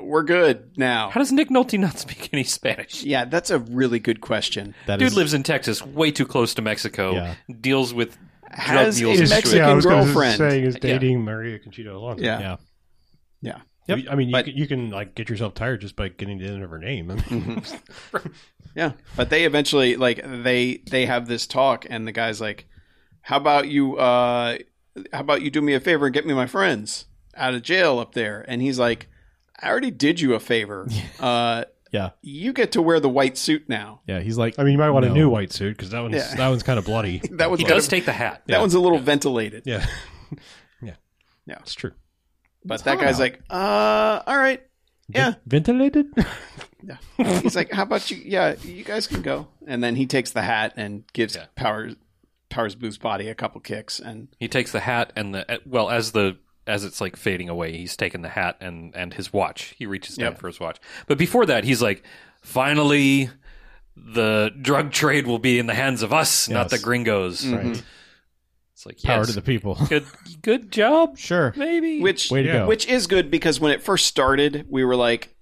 [SPEAKER 5] We're good now.
[SPEAKER 4] How does Nick Nolte not speak any Spanish?
[SPEAKER 5] yeah, that's a really good question.
[SPEAKER 6] That
[SPEAKER 4] Dude
[SPEAKER 6] is-
[SPEAKER 4] lives in Texas, way too close to Mexico.
[SPEAKER 6] Yeah.
[SPEAKER 4] Deals with drug
[SPEAKER 5] Has
[SPEAKER 4] deals.
[SPEAKER 5] his
[SPEAKER 4] and shit.
[SPEAKER 5] Mexican
[SPEAKER 3] I was gonna
[SPEAKER 5] girlfriend.
[SPEAKER 3] say is
[SPEAKER 4] Yeah.
[SPEAKER 3] dating Maria Conchita Alonso.
[SPEAKER 5] Yeah.
[SPEAKER 6] Yeah.
[SPEAKER 3] You- I mean, you,
[SPEAKER 5] But-
[SPEAKER 3] can, you can like get yourself tired just by getting the end of her name. I mean,
[SPEAKER 5] Yeah, but they eventually like they they have this talk, and the guy's like, "How about you? uh How about you do me a favor and get me my friends out of jail up there?" And he's like, "I already did you a favor. Uh,
[SPEAKER 6] Yeah.
[SPEAKER 5] you get to wear the white suit now.
[SPEAKER 6] Yeah. He's like,
[SPEAKER 3] I mean, you might want
[SPEAKER 6] No.
[SPEAKER 3] a new white suit because that one's
[SPEAKER 5] Yeah.
[SPEAKER 3] that one's kind of bloody.
[SPEAKER 5] That one's
[SPEAKER 4] He does take the hat.
[SPEAKER 5] that one's a little ventilated."
[SPEAKER 3] yeah, yeah,
[SPEAKER 5] Yeah.
[SPEAKER 3] It's true.
[SPEAKER 5] But that guy's like, "Uh, all right." Yeah.
[SPEAKER 3] ventilated.
[SPEAKER 5] He's like, "How about you? Yeah, you guys can go." And then he takes the hat and gives
[SPEAKER 4] Yeah.
[SPEAKER 5] Powers Powers Blue's body a couple kicks, and
[SPEAKER 4] He takes the hat and the eh, well as the as it's like fading away, he's taken the hat and and his watch. He reaches down
[SPEAKER 5] Yeah.
[SPEAKER 4] for his watch. But before that, he's like, finally, the drug trade will be in the hands of us, not
[SPEAKER 6] Yes. Mm-hmm.
[SPEAKER 4] the gringos.
[SPEAKER 5] Mhm.
[SPEAKER 4] It's like
[SPEAKER 6] power
[SPEAKER 4] yes,
[SPEAKER 6] to the people.
[SPEAKER 4] good good job,
[SPEAKER 6] sure.
[SPEAKER 4] maybe.
[SPEAKER 5] which
[SPEAKER 6] Way to
[SPEAKER 3] Yeah.
[SPEAKER 6] go.
[SPEAKER 5] Which is good because when it first started, we were like,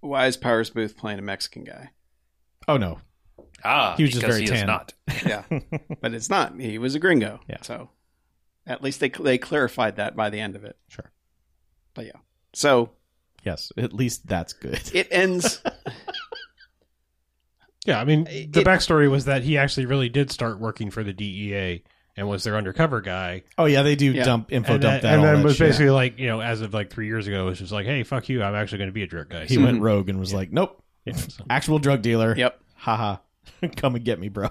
[SPEAKER 5] why is Powers Booth playing a Mexican guy?
[SPEAKER 6] oh, no.
[SPEAKER 4] ah,
[SPEAKER 6] He was just
[SPEAKER 4] because
[SPEAKER 6] very
[SPEAKER 4] he is
[SPEAKER 6] tan.
[SPEAKER 4] not.
[SPEAKER 5] Yeah. but it's not. He was a gringo.
[SPEAKER 6] Yeah.
[SPEAKER 5] So at least they, they clarified that by the end of it.
[SPEAKER 6] Sure.
[SPEAKER 5] But yeah. So
[SPEAKER 6] Yes. At least that's good.
[SPEAKER 5] it ends.
[SPEAKER 3] Yeah, I mean,
[SPEAKER 5] It-
[SPEAKER 3] the backstory was that he actually really did start working for the DEA and was their undercover guy.
[SPEAKER 6] Oh, yeah. They do
[SPEAKER 5] Yeah.
[SPEAKER 6] dump info
[SPEAKER 3] and then,
[SPEAKER 6] dump that.
[SPEAKER 3] and
[SPEAKER 6] all
[SPEAKER 3] then
[SPEAKER 6] that
[SPEAKER 3] was
[SPEAKER 6] shit.
[SPEAKER 3] basically like, you know, as of like three years ago, it was just like, hey, fuck you, I'm actually going to be a drug guy. So-
[SPEAKER 6] He
[SPEAKER 5] Mm-hmm.
[SPEAKER 6] went rogue and was like, nope.
[SPEAKER 3] yeah, so-
[SPEAKER 6] Actual drug dealer.
[SPEAKER 5] yep.
[SPEAKER 6] Haha. Come and get me, bro.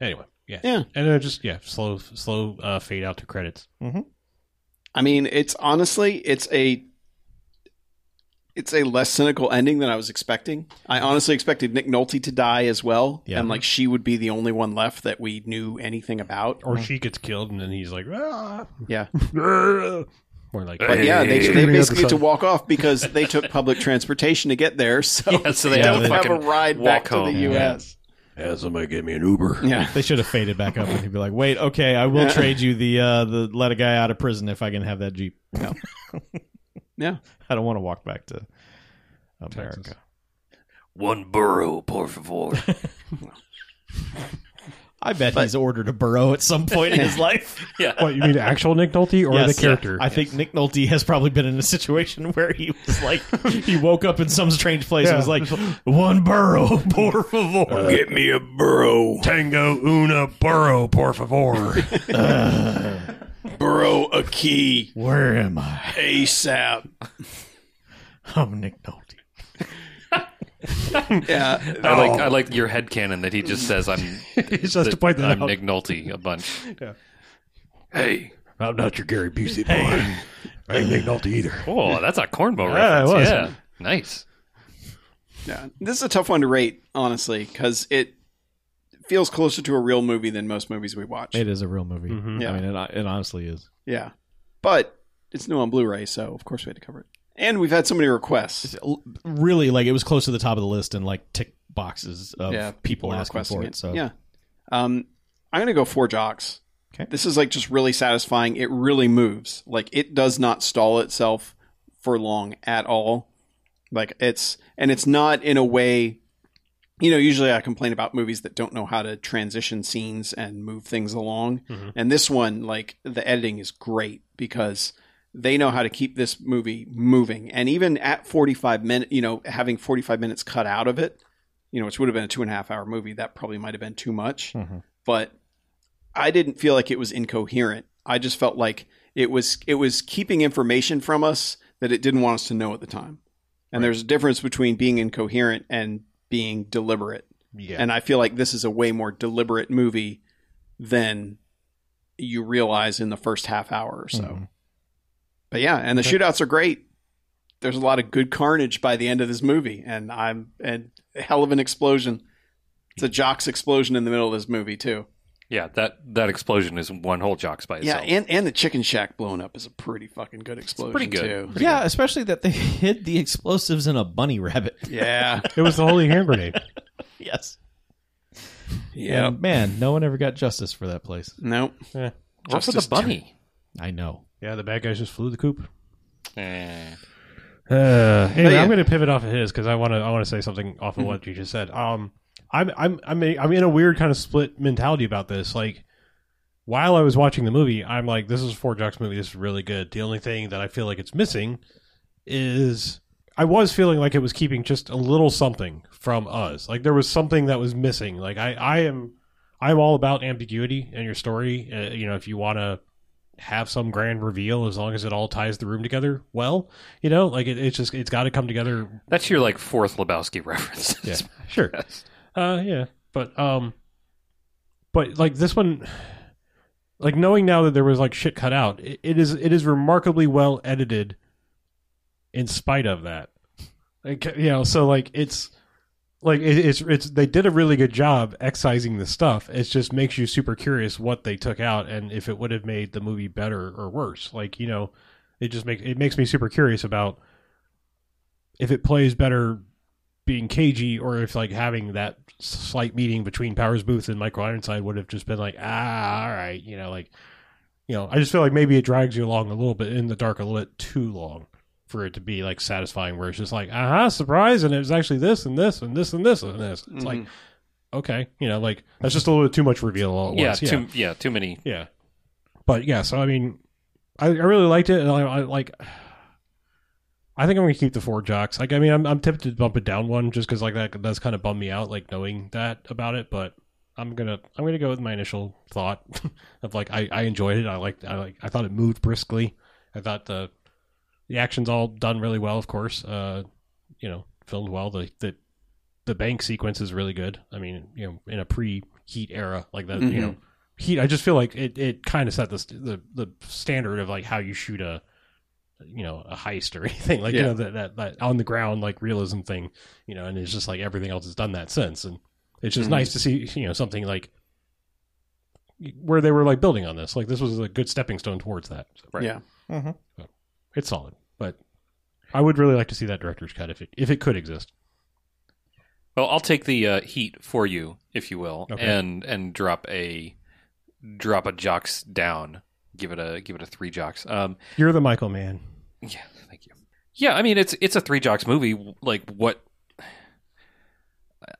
[SPEAKER 3] Anyway, yeah,
[SPEAKER 5] Yeah.
[SPEAKER 3] and then just yeah, slow, slow uh, fade out to credits.
[SPEAKER 5] I mean, it's honestly, it's a. It's a less cynical ending than I was expecting. I honestly expected Nick Nolte to die as well,
[SPEAKER 6] Yeah.
[SPEAKER 5] and like she would be the only one left that we knew anything about.
[SPEAKER 3] Or she gets killed, and then he's like, ah,
[SPEAKER 5] Yeah,
[SPEAKER 3] more like,
[SPEAKER 5] But yeah, they, they
[SPEAKER 3] Screaming at the
[SPEAKER 5] basically had to
[SPEAKER 3] sun.
[SPEAKER 5] walk off because they took public transportation to get there, so
[SPEAKER 4] Yeah, so they
[SPEAKER 5] they
[SPEAKER 4] had to
[SPEAKER 5] don't have a
[SPEAKER 4] fucking
[SPEAKER 5] ride back
[SPEAKER 4] walk
[SPEAKER 5] to the
[SPEAKER 4] home.
[SPEAKER 5] U.S.
[SPEAKER 1] Yeah, somebody give me an Uber.
[SPEAKER 5] Yeah,
[SPEAKER 6] They should have faded back up and he'd be like, wait, okay, I will
[SPEAKER 5] Yeah.
[SPEAKER 6] trade you the, uh, the let a guy out of prison if I can have that Jeep.
[SPEAKER 5] yeah.
[SPEAKER 6] I don't want to walk back to America.
[SPEAKER 2] One burro, por favor.
[SPEAKER 6] I bet he's ordered a burrow at some point in his life.
[SPEAKER 3] What you mean, actual Nick Nolte or
[SPEAKER 6] Yes.
[SPEAKER 3] the character?
[SPEAKER 6] I think Nick Nolte has probably been in a situation where he was like, he woke up in some strange place and was like, one burrow, por favor.
[SPEAKER 1] Get me a burro.
[SPEAKER 3] Tango una burro, por favor.
[SPEAKER 5] Burrow a key
[SPEAKER 6] Where am I?
[SPEAKER 5] ASAP.
[SPEAKER 6] I'm Nick Nolte.
[SPEAKER 5] Yeah,
[SPEAKER 4] I like I like your head canon that he just says I'm
[SPEAKER 3] he just has to point that
[SPEAKER 4] I'm
[SPEAKER 3] out.
[SPEAKER 4] Nick Nolte a bunch.
[SPEAKER 2] hey,
[SPEAKER 1] I'm not your Gary Busey boy. I ain't Nick Nolte either.
[SPEAKER 4] Oh, that's a cornbow
[SPEAKER 3] Yeah, it
[SPEAKER 4] reference.
[SPEAKER 3] was.
[SPEAKER 4] Yeah, nice.
[SPEAKER 5] yeah. This is a tough one to rate, honestly, because it feels closer to a real movie than most movies we watch.
[SPEAKER 6] It is a real movie.
[SPEAKER 3] Mhm.
[SPEAKER 5] Yeah.
[SPEAKER 6] I mean, it, it honestly is.
[SPEAKER 5] Yeah, but it's new on Blu-ray, so of course we had to cover it. And we've had so many requests.
[SPEAKER 6] L- Really, like, it was close to the top of the list and like tick boxes of
[SPEAKER 5] yeah,
[SPEAKER 6] people, asking
[SPEAKER 5] requesting
[SPEAKER 6] for it. So
[SPEAKER 5] yeah, um, I'm gonna go four jocks.
[SPEAKER 6] Okay.
[SPEAKER 5] this is like just really satisfying. It really moves. Like it does not stall itself for long at all. Like it's and it's not in a way. You know, usually I complain about movies that don't know how to transition scenes and move things along.
[SPEAKER 6] Mm-hmm.
[SPEAKER 3] Mhm.
[SPEAKER 5] And this one, like the editing is great because they know how to keep this movie moving. And even at 45 minutes, you know, having 45 minutes cut out of it, you know, which would have been a two and a half hour movie, that probably might have been too much.
[SPEAKER 6] Mhm.
[SPEAKER 5] But I didn't feel like it was incoherent. I just felt like it was it was keeping information from us that it didn't want us to know at the time. And there's a difference between being incoherent and being deliberate.
[SPEAKER 3] Yeah.
[SPEAKER 5] And I feel like this is a way more deliberate movie than you realize in the first half hour or so.
[SPEAKER 6] Mhm.
[SPEAKER 5] But yeah, and the shootouts are great. There's a lot of good carnage by the end of this movie, and I'm and a hell of an explosion. It's a jocks explosion in the middle of this movie too.
[SPEAKER 4] Yeah, that that explosion is one whole jocks by
[SPEAKER 5] Yeah,
[SPEAKER 4] itself.
[SPEAKER 5] and and the chicken shack blowing up is a pretty fucking good explosion
[SPEAKER 4] pretty good.
[SPEAKER 5] too.
[SPEAKER 6] yeah, especially that they hid the explosives in a bunny rabbit.
[SPEAKER 5] Yeah,
[SPEAKER 3] it was the holy hand grenade.
[SPEAKER 6] yes.
[SPEAKER 5] yeah.
[SPEAKER 6] And man, no one ever got justice for that place.
[SPEAKER 5] Nope.
[SPEAKER 4] or for the
[SPEAKER 5] Justice
[SPEAKER 4] bunny.
[SPEAKER 6] I know.
[SPEAKER 3] Yeah, the bad guys just flew the coop.
[SPEAKER 4] Eh.
[SPEAKER 3] Uh, anyway,
[SPEAKER 5] yeah.
[SPEAKER 3] I'm going to pivot off of his because I want to. I want to say something off of what you just said. Um, I'm I'm I'm a, I'm in a weird kind of split mentality about this. Like, while I was watching the movie, I'm like, this is a Four Jocks movie. This is really good. The only thing that I feel like it's missing is I was feeling like it was keeping just a little something from us. Like there was something that was missing. Like I I am I'm all about ambiguity in your story. Uh, you know, if you want to have some grand reveal as long as it all ties the room together well you know like it, it's just it's got to come together
[SPEAKER 4] That's your like fourth Lebowski reference.
[SPEAKER 3] Yeah. sure uh yeah but um but like this one like knowing now that there was like shit cut out it, it is it is remarkably well edited in spite of that like you know so like it's like it, it's it's they did a really good job excising the stuff it just makes you super curious what they took out and if it would have made the movie better or worse like you know it just makes it makes me super curious about if it plays better being cagey or if like having that slight meeting between Powers Booth and Michael Ironside would have just been like ah all right you know like you know I just feel like maybe it drags you along a little bit in the dark a little bit too long for it to be like satisfying where it's just like aha surprise and it was actually this and this and this and this and this it's like okay you know like that's just a little bit too much reveal all at
[SPEAKER 4] Mm-hmm. yeah,
[SPEAKER 3] once
[SPEAKER 4] too, yeah, too many.
[SPEAKER 3] yeah. But yeah, so I mean, I, I really liked it, and I, I like. I think I'm gonna keep the four jocks. Like, I mean, I'm I'm tempted to bump it down one just because like that does kind of bum me out, like knowing that about it. But I'm gonna I'm gonna go with my initial thought of like I, I enjoyed it. I liked I like I thought it moved briskly. I thought the the action's all done really well. Of course, uh, you know, filmed well. The the the bank sequence is really good. I mean, you know, in a pre Heat era like that, you know, Heat. I just feel like it, it kind of set the, st- the the standard of like how you shoot a you know a heist or anything like you
[SPEAKER 5] Yeah.
[SPEAKER 3] know that, that that on the ground like realism thing. You know, and it's just like everything else has done that since, and it's just nice to see you know something like where they were like building on this. Like this was a good stepping stone towards that. Right.
[SPEAKER 5] Yeah.
[SPEAKER 3] It's solid, but I would really like to see that director's cut if it if it could exist.
[SPEAKER 4] Well, I'll take the uh, heat for you, if you will,
[SPEAKER 3] Okay.
[SPEAKER 4] and and drop a drop a jocks down. Give it a give it a three jocks. Um,
[SPEAKER 3] You're the Michael man.
[SPEAKER 4] Yeah, thank you. Yeah, I mean it's it's a three jocks movie. Like what?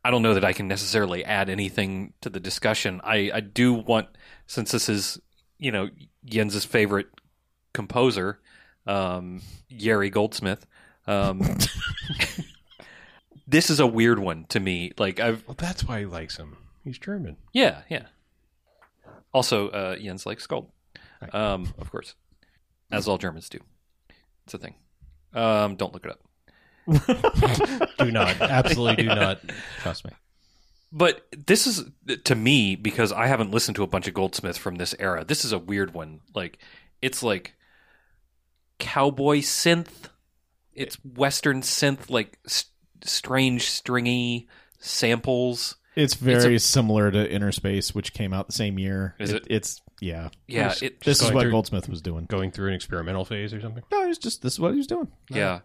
[SPEAKER 4] I don't know that I can necessarily add anything to the discussion. I I do want since this is you know Jens's favorite composer, um, Yeri Goldsmith. Um, this is a weird one to me. Like I've
[SPEAKER 3] Well, that's why he likes him. He's German.
[SPEAKER 4] yeah yeah. Also, uh, Jens likes gold, um, of course, as all Germans do. It's a thing. Um, don't look it up.
[SPEAKER 3] Do not, absolutely do not.
[SPEAKER 6] Trust me.
[SPEAKER 4] But this is to me because I haven't listened to a bunch of Goldsmith from this era. This is a weird one. Like it's like cowboy synth. It's western synth like s strange stringy samples.
[SPEAKER 6] It's very similar to Inner Space, which came out the same year.
[SPEAKER 4] Is it?
[SPEAKER 6] It's yeah.
[SPEAKER 4] Yeah, it
[SPEAKER 6] This is
[SPEAKER 3] going
[SPEAKER 6] what
[SPEAKER 3] through-
[SPEAKER 6] Goldsmith was doing.
[SPEAKER 3] Going through an experimental phase or something.
[SPEAKER 6] No, he was just this is what he was doing.
[SPEAKER 4] yeah.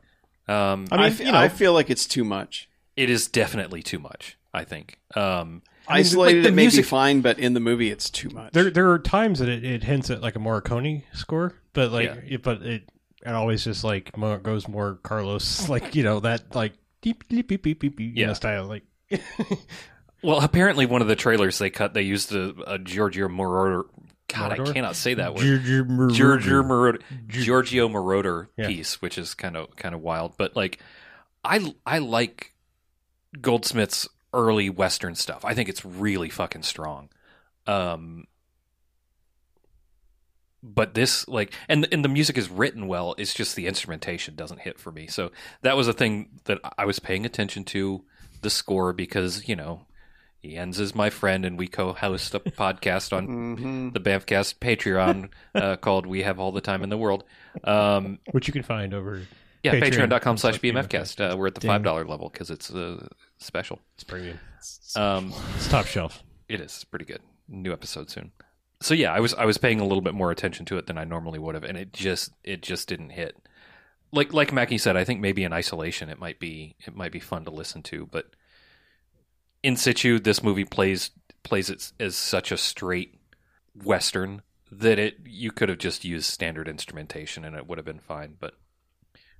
[SPEAKER 4] Um
[SPEAKER 5] Mm-hmm. I,
[SPEAKER 6] mean,
[SPEAKER 5] f-
[SPEAKER 6] you know-
[SPEAKER 5] I feel like it's too much.
[SPEAKER 4] it is definitely too much, I think. Um
[SPEAKER 5] Isolated,
[SPEAKER 4] the
[SPEAKER 5] it may
[SPEAKER 4] music-
[SPEAKER 5] be fine, but in the movie, it's too much.
[SPEAKER 3] There, there are times that it, it hints at like a Morricone score, but like,
[SPEAKER 4] Yeah.
[SPEAKER 3] it, but it it always just like more, goes more Carlos, like you know that like deep, deep, deep, deep, deep, yeah.
[SPEAKER 4] Yeah.
[SPEAKER 3] style. Like,
[SPEAKER 4] well, apparently one of the trailers they cut they used a, a Giorgio Moroder God, I
[SPEAKER 3] Moroder?
[SPEAKER 4] cannot say that word. Giorgio
[SPEAKER 6] Giorgio
[SPEAKER 4] Moroder, Giorgio Moroder
[SPEAKER 3] Yeah.
[SPEAKER 4] piece, which is kind of kind of wild. But like, I I like Goldsmith's early Western stuff. I think it's really fucking strong. Um, but this like, and and the music is written well. It's just the instrumentation doesn't hit for me. So that was a thing that I was paying attention to the score because you know. Jens is my friend, and we co-host a podcast on
[SPEAKER 5] Mhm.
[SPEAKER 4] the Bamfcast Patreon uh, called "We Have All the Time in the World." Um,
[SPEAKER 3] which you can find over.
[SPEAKER 4] yeah,
[SPEAKER 3] Patreon.
[SPEAKER 4] patreon.com slash BMFcast. Uh, we're at the
[SPEAKER 6] Ding.
[SPEAKER 4] five dollar level because it's uh, special.
[SPEAKER 3] It's premium.
[SPEAKER 4] Um,
[SPEAKER 3] It's top shelf.
[SPEAKER 4] it is pretty good. New episode soon. So yeah, I was I was paying a little bit more attention to it than I normally would have, and it just it just didn't hit. Like like Mackie said, I think maybe in isolation it might be it might be fun to listen to, but in situ this movie plays plays it as such a straight western that it you could have just used standard instrumentation and it would have been fine. But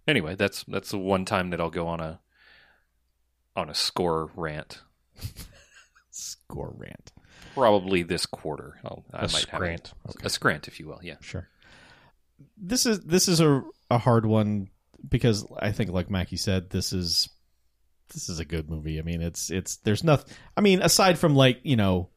[SPEAKER 4] Anyway, that's that's the one time that I'll go on a on a score rant.
[SPEAKER 6] Score rant.
[SPEAKER 4] Probably this quarter. I'll, I
[SPEAKER 3] A
[SPEAKER 4] might
[SPEAKER 3] scrant.
[SPEAKER 4] have a, a scrant, if you will. Yeah.
[SPEAKER 6] Sure. This is this is a a hard one because I think like Mackie said, this is this is a good movie. I mean, it's it's there's nothing. I mean, aside from like you know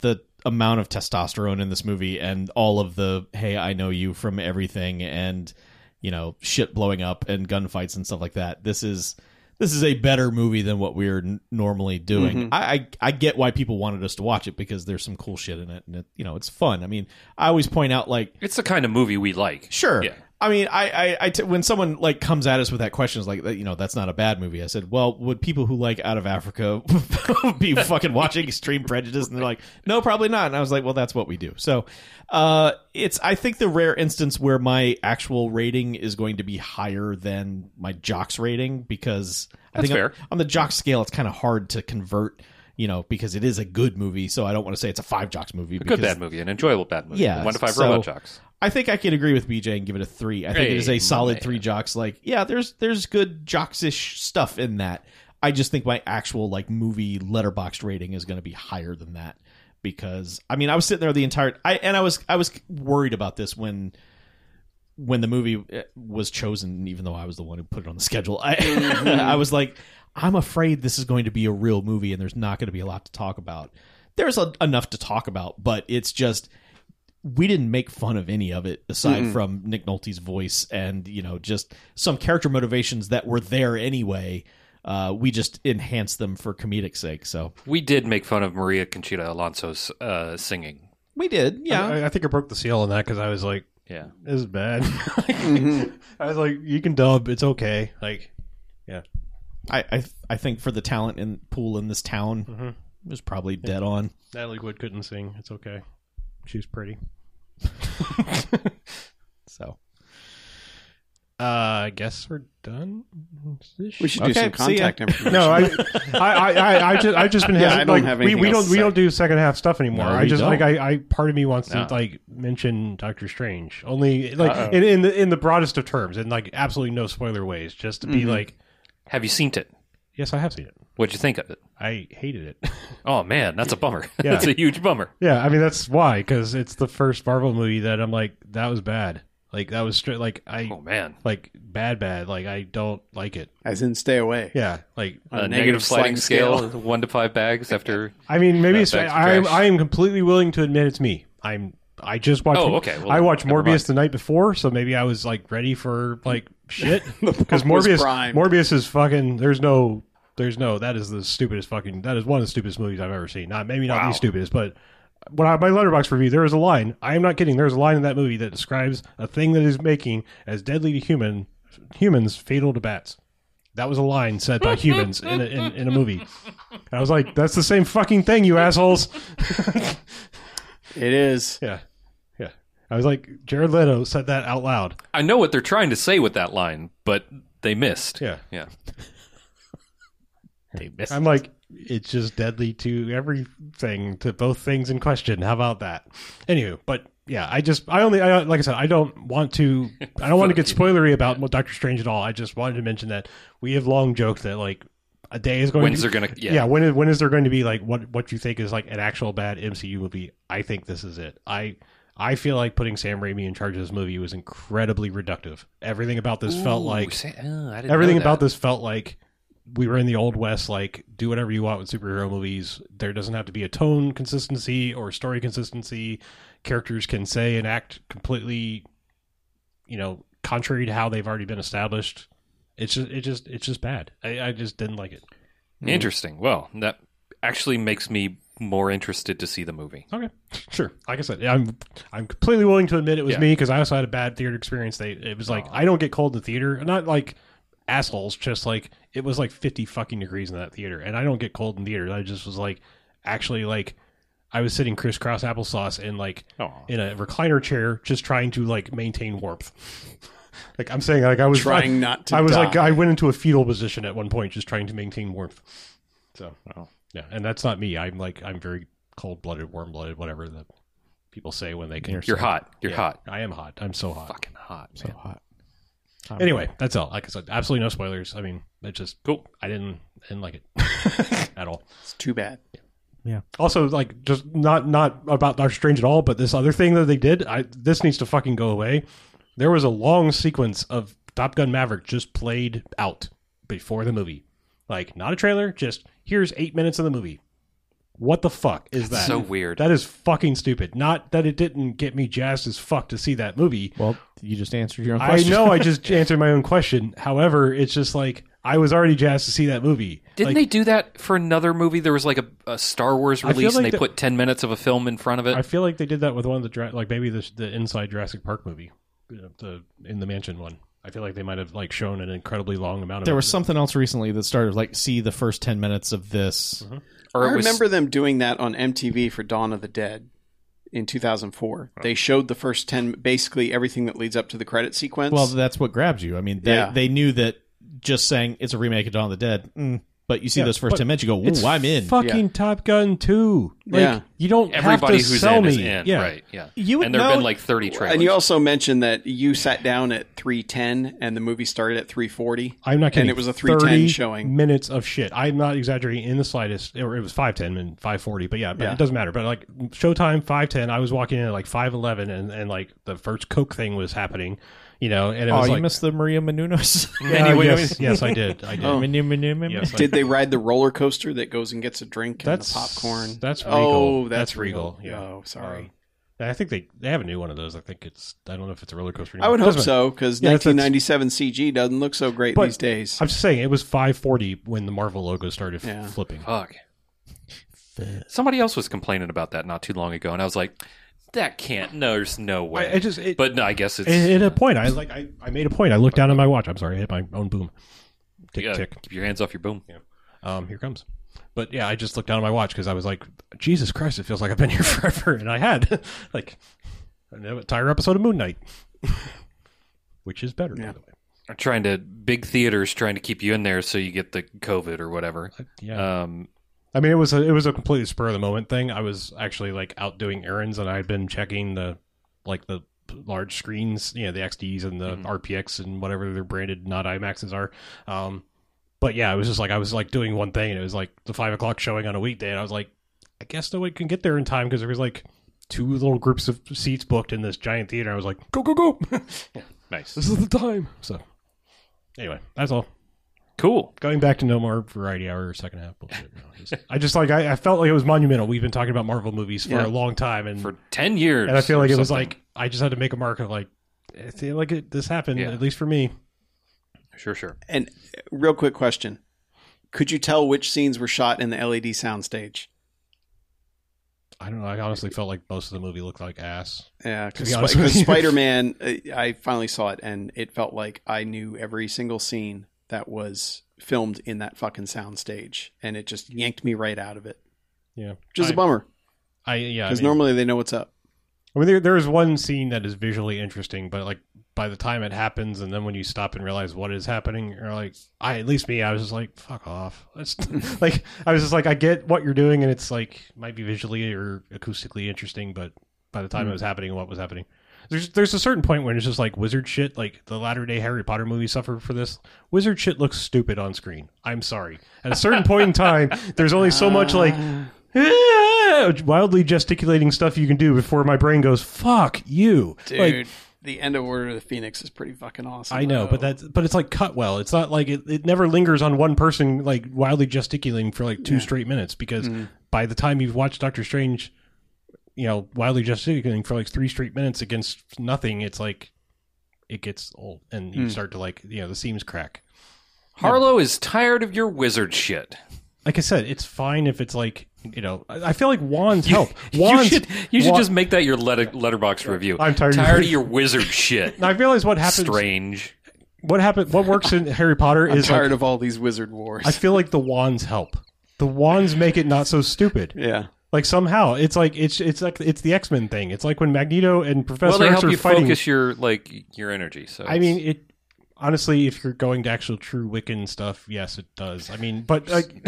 [SPEAKER 6] the amount of testosterone in this movie and all of the hey I know you from everything and you know shit blowing up and gunfights and stuff like that. This is this is a better movie than what we're n- normally doing.
[SPEAKER 5] Mhm.
[SPEAKER 6] I, I I get why people wanted us to watch it because there's some cool shit in it and it, you know it's fun. I mean, I always point out like
[SPEAKER 4] It's the kind of movie we like.
[SPEAKER 6] Sure.
[SPEAKER 4] Yeah.
[SPEAKER 6] I mean, I, I, I t- when someone like comes at us with that question, is like, you know, that's not a bad movie. I said, well, would people who like Out of Africa be fucking watching Extreme Prejudice? And they're like, no, probably not. And I was like, well, that's what we do. So, uh, it's I think the rare instance where my actual rating is going to be higher than my jocks rating because I
[SPEAKER 4] That's
[SPEAKER 6] think
[SPEAKER 4] fair.
[SPEAKER 6] on, on the jock scale, it's kind of hard to convert. You know, because it is a good movie, so I don't want to say it's a five jocks movie.
[SPEAKER 4] A good
[SPEAKER 6] because
[SPEAKER 4] bad movie, an enjoyable bad movie.
[SPEAKER 6] Yeah,
[SPEAKER 4] One to five
[SPEAKER 6] so-
[SPEAKER 4] robot jocks.
[SPEAKER 6] I think I can agree with BJ and give it a three. I think it is
[SPEAKER 4] Hey,
[SPEAKER 6] a
[SPEAKER 4] my
[SPEAKER 6] solid
[SPEAKER 4] man.
[SPEAKER 6] three jocks. Like, yeah, there's there's good jocksish stuff in that. I just think my actual like movie letterboxed rating is going to be higher than that because I mean I was sitting there the entire I and I was I was worried about this when when the movie eh, was chosen even though I was the one who put it on the schedule I
[SPEAKER 4] Mm-hmm.
[SPEAKER 6] I was like I'm afraid this is going to be a real movie and there's not going to be a lot to talk about there's a, enough to talk about but it's just we didn't make fun of any of it aside
[SPEAKER 5] Mm-mm.
[SPEAKER 6] from Nick Nolte's voice and you know just some character motivations that were there anyway uh, we just enhanced them for comedic sake so
[SPEAKER 4] We did make fun of Maria Conchita Alonso's uh, singing.
[SPEAKER 6] we did yeah
[SPEAKER 3] I, I think I broke the seal on that because I was like,
[SPEAKER 4] Yeah.
[SPEAKER 3] "This is bad." I was like, "You can dub. It's okay." Like,
[SPEAKER 6] I, Mm-hmm. I I think for the talent in pool in this town it was probably dead on.
[SPEAKER 3] Natalie Wood couldn't sing. It's okay. She's pretty.
[SPEAKER 6] So
[SPEAKER 3] Uh, I guess we're done.
[SPEAKER 5] We should do
[SPEAKER 6] Okay,
[SPEAKER 5] some
[SPEAKER 6] see ya.
[SPEAKER 5] contact information.
[SPEAKER 3] No, I, I, I, I, I just, I've just been.
[SPEAKER 5] Yeah,
[SPEAKER 3] hesitant,
[SPEAKER 5] I don't
[SPEAKER 3] like,
[SPEAKER 5] have
[SPEAKER 3] we,
[SPEAKER 5] anything
[SPEAKER 3] we
[SPEAKER 5] else
[SPEAKER 3] don't,
[SPEAKER 5] to
[SPEAKER 3] we
[SPEAKER 5] say.
[SPEAKER 3] don't do second half stuff anymore.
[SPEAKER 6] No,
[SPEAKER 3] I
[SPEAKER 6] we
[SPEAKER 3] just like,
[SPEAKER 6] don't.
[SPEAKER 3] I, I, part of me wants
[SPEAKER 4] No.
[SPEAKER 3] to like mention Doctor Strange only, like in, in the in the broadest of terms, and like absolutely no spoiler ways, just to be like,
[SPEAKER 4] Have you seen it?
[SPEAKER 3] yes, I have seen it.
[SPEAKER 4] What'd you think of it?
[SPEAKER 3] I hated it.
[SPEAKER 4] Oh man, that's a bummer.
[SPEAKER 3] Yeah.
[SPEAKER 4] that's a huge bummer.
[SPEAKER 3] Yeah, I mean that's why because it's the first Marvel movie that I'm like that was bad. Like that was straight. Like I
[SPEAKER 4] Oh man.
[SPEAKER 3] like bad bad. Like I don't like it.
[SPEAKER 5] As in, stay away.
[SPEAKER 3] Yeah, like
[SPEAKER 5] On
[SPEAKER 4] a negative sliding scale, one to five bags after.
[SPEAKER 3] I mean maybe it's
[SPEAKER 4] That's
[SPEAKER 3] I am
[SPEAKER 4] trash.
[SPEAKER 3] I am completely willing to admit it's me. I'm I just watched.
[SPEAKER 4] Oh, okay. Well,
[SPEAKER 3] I watched
[SPEAKER 4] never
[SPEAKER 3] Morbius
[SPEAKER 4] mind.
[SPEAKER 3] the night before, so maybe I was like ready for like shit because
[SPEAKER 5] pump was
[SPEAKER 3] Morbius
[SPEAKER 5] primed.
[SPEAKER 3] Morbius is fucking. There's no. There's no. That is the stupidest fucking. That is one of the stupidest movies I've ever seen. Not maybe not
[SPEAKER 4] Wow.
[SPEAKER 3] the stupidest, but when I my letterbox review, there is a line. I am not kidding. There's a line in that movie that describes a thing that is making as deadly to human humans fatal to bats. That was a line said by humans in a, in, in a movie. And I was like, "That's the same fucking thing, you assholes."
[SPEAKER 5] It is.
[SPEAKER 3] Yeah, yeah. I was like, Jared Leto said that out loud.
[SPEAKER 4] I know what they're trying to say with that line, but they missed.
[SPEAKER 3] Yeah.
[SPEAKER 4] Yeah.
[SPEAKER 3] I'm like, it's just deadly to everything, to both things in question. How about that? Anywho, but yeah, I just, I only, I, like I said, I don't want to, I don't want to get spoilery about what Doctor Strange at all. I just wanted to mention that we have long joked that like a day is going
[SPEAKER 4] When's
[SPEAKER 3] to
[SPEAKER 4] there
[SPEAKER 3] be,
[SPEAKER 4] gonna? Yeah.
[SPEAKER 3] yeah. when is when is there going to be like what what you think is like an actual bad MCU movie? I think this is it. I I feel like putting Sam Raimi in charge of this movie was incredibly reductive. Everything about this felt
[SPEAKER 4] Ooh,
[SPEAKER 3] like
[SPEAKER 4] say- oh, I didn't know
[SPEAKER 3] everything
[SPEAKER 4] that.
[SPEAKER 3] about this felt like we were in the old west like do whatever you want with superhero movies there doesn't have to be a tone consistency or story consistency characters can say and act completely you know contrary to how they've already been established it's just it just it's just bad i, I just didn't like it
[SPEAKER 4] Interesting. Well, that actually makes me more interested to see the movie.
[SPEAKER 3] okay sure like i said i'm i'm completely willing to admit it was
[SPEAKER 4] Yeah.
[SPEAKER 3] me because i also had a bad theater experience they it was like i don't get cold in the theater not like assholes just like it was like 50 fucking degrees in that theater and i don't get cold in theaters i just was like actually like i was sitting crisscross applesauce in like in a recliner chair just trying to like maintain warmth like i'm saying like i was
[SPEAKER 5] Trying
[SPEAKER 3] I-
[SPEAKER 5] not to
[SPEAKER 3] i was like
[SPEAKER 5] die.
[SPEAKER 3] i went into a fetal position at one point just trying to maintain warmth so yeah and that's not me i'm like i'm very cold-blooded warm-blooded whatever that people say when they can
[SPEAKER 4] You're hot. You're
[SPEAKER 3] Yeah,
[SPEAKER 4] hot.
[SPEAKER 3] i am hot i'm so hot
[SPEAKER 4] Fucking hot.
[SPEAKER 6] so hot. Tom
[SPEAKER 3] Anyway, that's all. Like I said, absolutely no spoilers. I mean, it just cool. I didn't didn't like it at all.
[SPEAKER 5] It's too bad.
[SPEAKER 3] Also, like just not not about Doctor Strange at all, but this other thing that they did, I this needs to fucking go away. There was a long sequence of Top Gun Maverick just played out before the movie. Like not a trailer, just here's 8 minutes of the movie. What the fuck is that?
[SPEAKER 4] so weird.
[SPEAKER 3] That is fucking stupid. Not that it didn't get me jazzed as fuck to see that movie.
[SPEAKER 6] Well, you just answered your own
[SPEAKER 3] I
[SPEAKER 6] question.
[SPEAKER 3] know I just answered my own question. However, it's just like I was already jazzed to see that movie.
[SPEAKER 4] Didn't
[SPEAKER 3] Like,
[SPEAKER 4] they do that for another movie? There was like a, a Star Wars
[SPEAKER 3] I feel
[SPEAKER 4] release, and
[SPEAKER 3] like
[SPEAKER 4] they
[SPEAKER 3] the-
[SPEAKER 4] put ten minutes of a film in front of it.
[SPEAKER 3] I feel like they did that with one of the Jura- like maybe the the Inside Jurassic Park movie, uh, the in the mansion one. I feel like they might have like shown an incredibly long amount of.
[SPEAKER 6] There was something else recently that started like see the first ten minutes of this.
[SPEAKER 4] or
[SPEAKER 5] I
[SPEAKER 4] it was
[SPEAKER 5] remember them doing that on MTV for Dawn of the Dead in 2004. They showed the first 10, basically everything that leads up to the credit sequence.
[SPEAKER 6] Well, that's what grabs you. I mean, they,
[SPEAKER 5] Yeah.
[SPEAKER 6] they knew that just saying it's a remake of Dawn of the Dead, mm, but you see
[SPEAKER 3] Yeah,
[SPEAKER 6] those first
[SPEAKER 3] but
[SPEAKER 6] ten minutes, you go,
[SPEAKER 3] It's
[SPEAKER 6] "Ooh, I'm in."
[SPEAKER 3] Fucking Top Gun two. Like,
[SPEAKER 5] Yeah.
[SPEAKER 3] you don't
[SPEAKER 4] everybody
[SPEAKER 3] have to
[SPEAKER 4] who's
[SPEAKER 3] sell
[SPEAKER 4] in
[SPEAKER 3] me.
[SPEAKER 4] is in.
[SPEAKER 3] yeah,
[SPEAKER 4] Right? Yeah.
[SPEAKER 6] You would
[SPEAKER 4] and there have been
[SPEAKER 6] know-
[SPEAKER 4] like thirty trailers.
[SPEAKER 5] and you also mentioned that you sat down at 310 and the movie started at 340.
[SPEAKER 3] I'm not kidding.
[SPEAKER 5] And it was a 310
[SPEAKER 3] 30
[SPEAKER 5] showing.
[SPEAKER 3] minutes of shit. I'm not exaggerating in the slightest. Or it was 510 and 540, but yeah, but
[SPEAKER 5] Yeah.
[SPEAKER 3] it doesn't matter. But like Showtime 510, I was walking in at like 511 and, and like the first Coke thing was happening, you know, and it
[SPEAKER 6] Oh,
[SPEAKER 3] was
[SPEAKER 6] you
[SPEAKER 3] like,
[SPEAKER 6] missed the Maria Menounos.
[SPEAKER 3] Yeah,
[SPEAKER 6] Anyway,
[SPEAKER 3] yes, yes, I did. I did.
[SPEAKER 5] Oh.
[SPEAKER 6] Menu, menu, menu.
[SPEAKER 3] Yes, I
[SPEAKER 5] Did they ride the roller coaster that goes and gets a drink and
[SPEAKER 3] That's-
[SPEAKER 5] the popcorn?
[SPEAKER 3] that's
[SPEAKER 5] Oh,
[SPEAKER 3] Regal.
[SPEAKER 5] that's,
[SPEAKER 3] That's
[SPEAKER 5] Regal.
[SPEAKER 3] Regal, yeah.
[SPEAKER 5] Oh, sorry.
[SPEAKER 3] Um, I think they, they have a new one of those. I think it's, I don't know if it's a roller coaster.
[SPEAKER 5] I would
[SPEAKER 3] anymore.
[SPEAKER 5] hope
[SPEAKER 3] Doesn't matter.
[SPEAKER 5] so because
[SPEAKER 3] Yeah, that's-
[SPEAKER 5] 1997 CG doesn't look so great
[SPEAKER 3] But-
[SPEAKER 5] these days.
[SPEAKER 3] I'm just saying it was 540 when the Marvel logo started f-
[SPEAKER 5] Yeah.
[SPEAKER 3] flipping.
[SPEAKER 4] Fuck. Somebody else was complaining about that not too long ago, and I was like, "That can't. No, there's no way."
[SPEAKER 3] I, I just, it,
[SPEAKER 4] but no, I guess it's
[SPEAKER 3] it, uh, it a point. I like, I, I made a point. I looked down at my watch. I'm sorry. I hit my own boom. Tick,
[SPEAKER 4] yeah,
[SPEAKER 3] tick.
[SPEAKER 4] Keep your hands off your boom.
[SPEAKER 3] um, here it comes. But yeah, I just looked down at my watch because I was like, Jesus Christ, it feels like I've been here forever, and I had like an entire episode of Moon Knight, which is better,
[SPEAKER 5] Yeah.
[SPEAKER 3] by the way.
[SPEAKER 4] Are Trying to big theaters trying to keep you in there so you get the COVID or whatever.
[SPEAKER 3] Yeah,
[SPEAKER 4] Um,
[SPEAKER 3] I mean, it was a, it was a completely spur of the moment thing. I was actually like out doing errands, and I had been checking the like the large screens, you know, the XDs and the
[SPEAKER 4] Mhm.
[SPEAKER 3] RPX and whatever their branded not IMAXs are. Um, but yeah, it was just like I was like doing one thing, and it was like the five o'clock showing on a weekday, and I was like, I guess no one can get there in time because there was like two little groups of seats booked in this giant theater. I was like, go go go!
[SPEAKER 4] nice,
[SPEAKER 3] this is the time. So anyway, that's all
[SPEAKER 4] cool.
[SPEAKER 3] going back to no more variety hour or second half bullshit. No, just- I just like I, I felt like it was monumental. We've been talking about Marvel movies for
[SPEAKER 5] Yeah.
[SPEAKER 3] a long time, and
[SPEAKER 4] For ten years,
[SPEAKER 3] Mm. and I feel like
[SPEAKER 4] or
[SPEAKER 3] it was
[SPEAKER 4] something.
[SPEAKER 3] like I just had to make a mark of like I feel like it, this happened
[SPEAKER 4] Yeah.
[SPEAKER 3] at least for me.
[SPEAKER 4] sure, sure.
[SPEAKER 5] And uh, real quick question. Could you tell which scenes were shot in the LED soundstage?
[SPEAKER 3] I don't know. I honestly felt like most of the movie looked like ass.
[SPEAKER 5] Yeah, because
[SPEAKER 3] be honest with you.
[SPEAKER 5] Spider Man, uh, I finally saw it and it felt like I knew every single scene that was filmed in that fucking soundstage, and it just yanked me right out of it,
[SPEAKER 3] Yeah,
[SPEAKER 5] which is a
[SPEAKER 3] I-
[SPEAKER 5] bummer
[SPEAKER 3] I yeah. I
[SPEAKER 5] because
[SPEAKER 3] mean-
[SPEAKER 5] normally they know what's up.
[SPEAKER 3] I mean, there there is one scene that is visually interesting, but like by the time it happens, and then when you stop and realize what is happening, you're like, I at least me, I was just like, fuck off. That's like I was just like, I get what you're doing, and it's like might be visually or acoustically interesting, but by the time it was happening and what was happening, there's there's a certain point when it's just like wizard shit. Like the latter day Harry Potter movies suffer for this. Wizard shit looks stupid on screen. I'm sorry. At a certain point in time, there's only so much like wildly gesticulating stuff you can do before my brain goes fuck you like
[SPEAKER 5] the end of Order of the Phoenix is pretty fucking awesome.
[SPEAKER 3] i know but that's but it's like cut well it's not like it, it never lingers on one person like wildly gesticulating for like two straight minutes because
[SPEAKER 4] Mm-hmm.
[SPEAKER 3] by the time you've watched doctor strange you know wildly gesticulating for like three straight minutes against nothing it's like it gets old and
[SPEAKER 4] Hmm.
[SPEAKER 3] you start to like you know the seams crack
[SPEAKER 4] Harlow is tired of your wizard shit.
[SPEAKER 3] like i said it's fine if it's like you know i, I feel like wands help
[SPEAKER 4] you
[SPEAKER 3] wands
[SPEAKER 4] should, you should
[SPEAKER 3] wa-
[SPEAKER 4] just make that your letter, letterbox review.
[SPEAKER 3] I'm tired of your-
[SPEAKER 4] tired of your wizard shit.
[SPEAKER 3] i realize what happens
[SPEAKER 4] Strange.
[SPEAKER 3] what happened what works in harry potter
[SPEAKER 5] I'm
[SPEAKER 3] is like,
[SPEAKER 5] tired of all these wizard wars.
[SPEAKER 3] i feel like the wands help the wands make it not so stupid
[SPEAKER 5] yeah,
[SPEAKER 3] like somehow it's like it's it's like it's the x-men thing it's like when magneto and
[SPEAKER 4] Well,
[SPEAKER 3] professor
[SPEAKER 4] they
[SPEAKER 3] x
[SPEAKER 4] help
[SPEAKER 3] are
[SPEAKER 4] you
[SPEAKER 3] fighting
[SPEAKER 4] focus your like your energy. So
[SPEAKER 3] i mean it honestly if you're going to actual true wiccan stuff yes it does i mean but like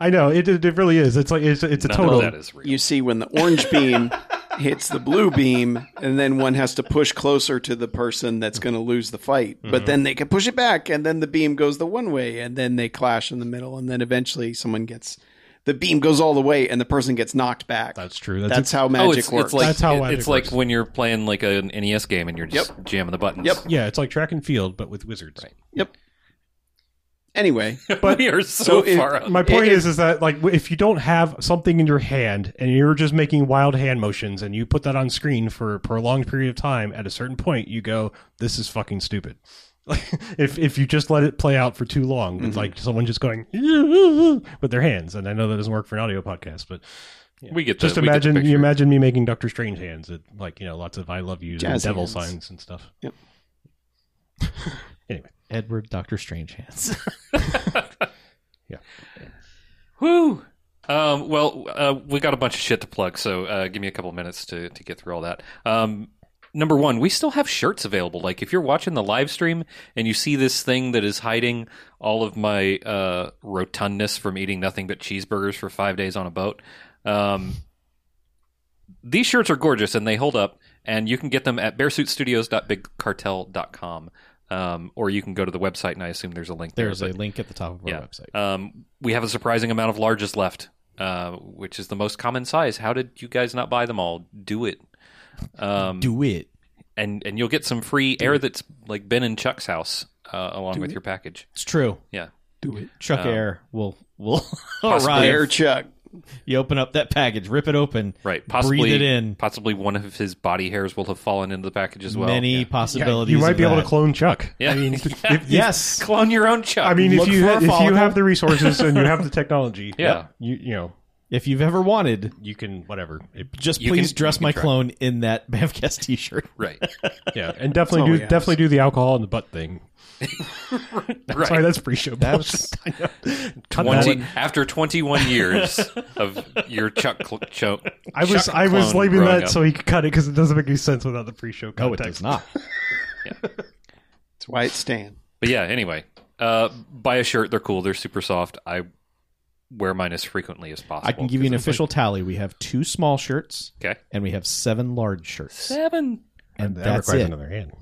[SPEAKER 3] i know it, it, it really is it's like it's, it's a
[SPEAKER 4] none
[SPEAKER 3] total
[SPEAKER 4] of that is real.
[SPEAKER 5] you see when the orange beam hits the blue beam, and then one has to push closer to the person that's going to lose the fight. But
[SPEAKER 4] Mm-hmm.
[SPEAKER 5] then they can push it back, and then the beam goes the one way, and then they clash in the middle, and then eventually someone gets the beam goes all the way, and the person gets knocked back. That's,
[SPEAKER 3] That's true. That's,
[SPEAKER 5] how magic
[SPEAKER 4] Oh, it's,
[SPEAKER 5] works.
[SPEAKER 4] it's like
[SPEAKER 3] That's how
[SPEAKER 4] it-
[SPEAKER 3] magic
[SPEAKER 4] it's like
[SPEAKER 3] works.
[SPEAKER 4] when you're playing like an NES game and you're just jamming the buttons.
[SPEAKER 5] Yep.
[SPEAKER 3] yeah, it's like track and field, but with wizards.
[SPEAKER 5] anyway,
[SPEAKER 4] But we are so,
[SPEAKER 5] So it-
[SPEAKER 4] far. out.
[SPEAKER 3] My point
[SPEAKER 5] It-
[SPEAKER 3] is, is that like if you don't have something in your hand and you're just making wild hand motions and you put that on screen for a prolonged period of time, at a certain point you go, "This is fucking stupid." Like if if you just let it play out for too long,
[SPEAKER 4] Mm-hmm.
[SPEAKER 3] with like someone just going with their hands, and I know that doesn't work for an audio podcast, but
[SPEAKER 4] we get the,
[SPEAKER 3] just
[SPEAKER 4] we get the
[SPEAKER 3] imagine
[SPEAKER 4] picture.
[SPEAKER 3] you imagine me making Doctor Strange hands, at, like you know, lots of "I love you" and
[SPEAKER 5] Jazz
[SPEAKER 3] devil
[SPEAKER 5] hands.
[SPEAKER 3] signs and stuff.
[SPEAKER 6] Edward Doctor Strange hands.
[SPEAKER 4] Woo. Um, well, uh, we got a bunch of shit to plug, so uh, give me a couple minutes to, to get through all that. Um, number one, we still have shirts available. Like, if you're watching the live stream and you see this thing that is hiding all of my uh, rotundness from eating nothing but cheeseburgers for five days on a boat, um, these shirts are gorgeous and they hold up, and you can get them at bearsuitstudios.bigcartel.com. Um, or you can go to the website, and I assume there's a link there.
[SPEAKER 6] There's
[SPEAKER 4] but-
[SPEAKER 6] a link at the top of our
[SPEAKER 4] Yeah.
[SPEAKER 6] website.
[SPEAKER 4] um, we have a surprising amount of larges left, uh, which is the most common size. How did you guys not buy them all? Do it, um,
[SPEAKER 6] Do it.
[SPEAKER 4] and and you'll get some free air that's like Ben and Chuck's house uh, along with your package.
[SPEAKER 6] It's true.
[SPEAKER 4] Yeah,
[SPEAKER 6] Do it. Chuck
[SPEAKER 4] Um,
[SPEAKER 6] Air will will
[SPEAKER 4] Possibly
[SPEAKER 5] Air
[SPEAKER 6] arrive.
[SPEAKER 5] Chuck.
[SPEAKER 6] You open up that package, rip it open,
[SPEAKER 4] right. Possibly
[SPEAKER 6] breathe it in.
[SPEAKER 4] Possibly one of his body hairs will have fallen into the package as well.
[SPEAKER 6] Many
[SPEAKER 4] Yeah.
[SPEAKER 3] Yeah,
[SPEAKER 6] possibilities.
[SPEAKER 3] you might
[SPEAKER 6] of
[SPEAKER 3] be able to
[SPEAKER 6] that.
[SPEAKER 3] clone Chuck.
[SPEAKER 4] Yeah.
[SPEAKER 3] I mean,
[SPEAKER 4] Yeah.
[SPEAKER 3] if- if-
[SPEAKER 6] Yes.
[SPEAKER 4] clone your own Chuck.
[SPEAKER 3] I mean, if
[SPEAKER 6] Look
[SPEAKER 3] you
[SPEAKER 6] for a
[SPEAKER 3] if you
[SPEAKER 6] follicle.
[SPEAKER 3] have the resources and you have the technology,
[SPEAKER 4] Yeah.
[SPEAKER 3] you you know
[SPEAKER 6] if you've ever wanted,
[SPEAKER 3] you can whatever. It-
[SPEAKER 6] just
[SPEAKER 4] You
[SPEAKER 6] please
[SPEAKER 4] can-
[SPEAKER 6] dress
[SPEAKER 4] you can
[SPEAKER 6] my
[SPEAKER 4] try.
[SPEAKER 6] clone in that Bamfcast T-shirt.
[SPEAKER 4] right,
[SPEAKER 3] yeah, and definitely
[SPEAKER 5] all
[SPEAKER 3] do
[SPEAKER 5] we ask.
[SPEAKER 3] definitely do the alcohol and the butt thing.
[SPEAKER 4] right.
[SPEAKER 3] Sorry, that's pre-show.
[SPEAKER 6] That's
[SPEAKER 4] Twenty after twenty-one years of your Chuck cl- cho-
[SPEAKER 3] I was
[SPEAKER 4] Chuck
[SPEAKER 3] I was
[SPEAKER 4] clone
[SPEAKER 3] leaving
[SPEAKER 4] growing
[SPEAKER 3] that
[SPEAKER 4] up.
[SPEAKER 3] so he could cut it because it doesn't make any sense without the pre-show
[SPEAKER 6] no, it
[SPEAKER 3] context.
[SPEAKER 6] does not.
[SPEAKER 5] That's why it's Stan.
[SPEAKER 4] But yeah, anyway, uh, buy a shirt. They're cool. They're super soft. I wear mine as frequently as possible.
[SPEAKER 6] I can give you an
[SPEAKER 4] 'cause
[SPEAKER 6] official tally. We have two small shirts,
[SPEAKER 4] it's- okay.
[SPEAKER 6] and we have seven large shirts,
[SPEAKER 4] Seven.
[SPEAKER 6] and
[SPEAKER 1] That
[SPEAKER 6] that's
[SPEAKER 1] requires
[SPEAKER 6] it.
[SPEAKER 1] another hand.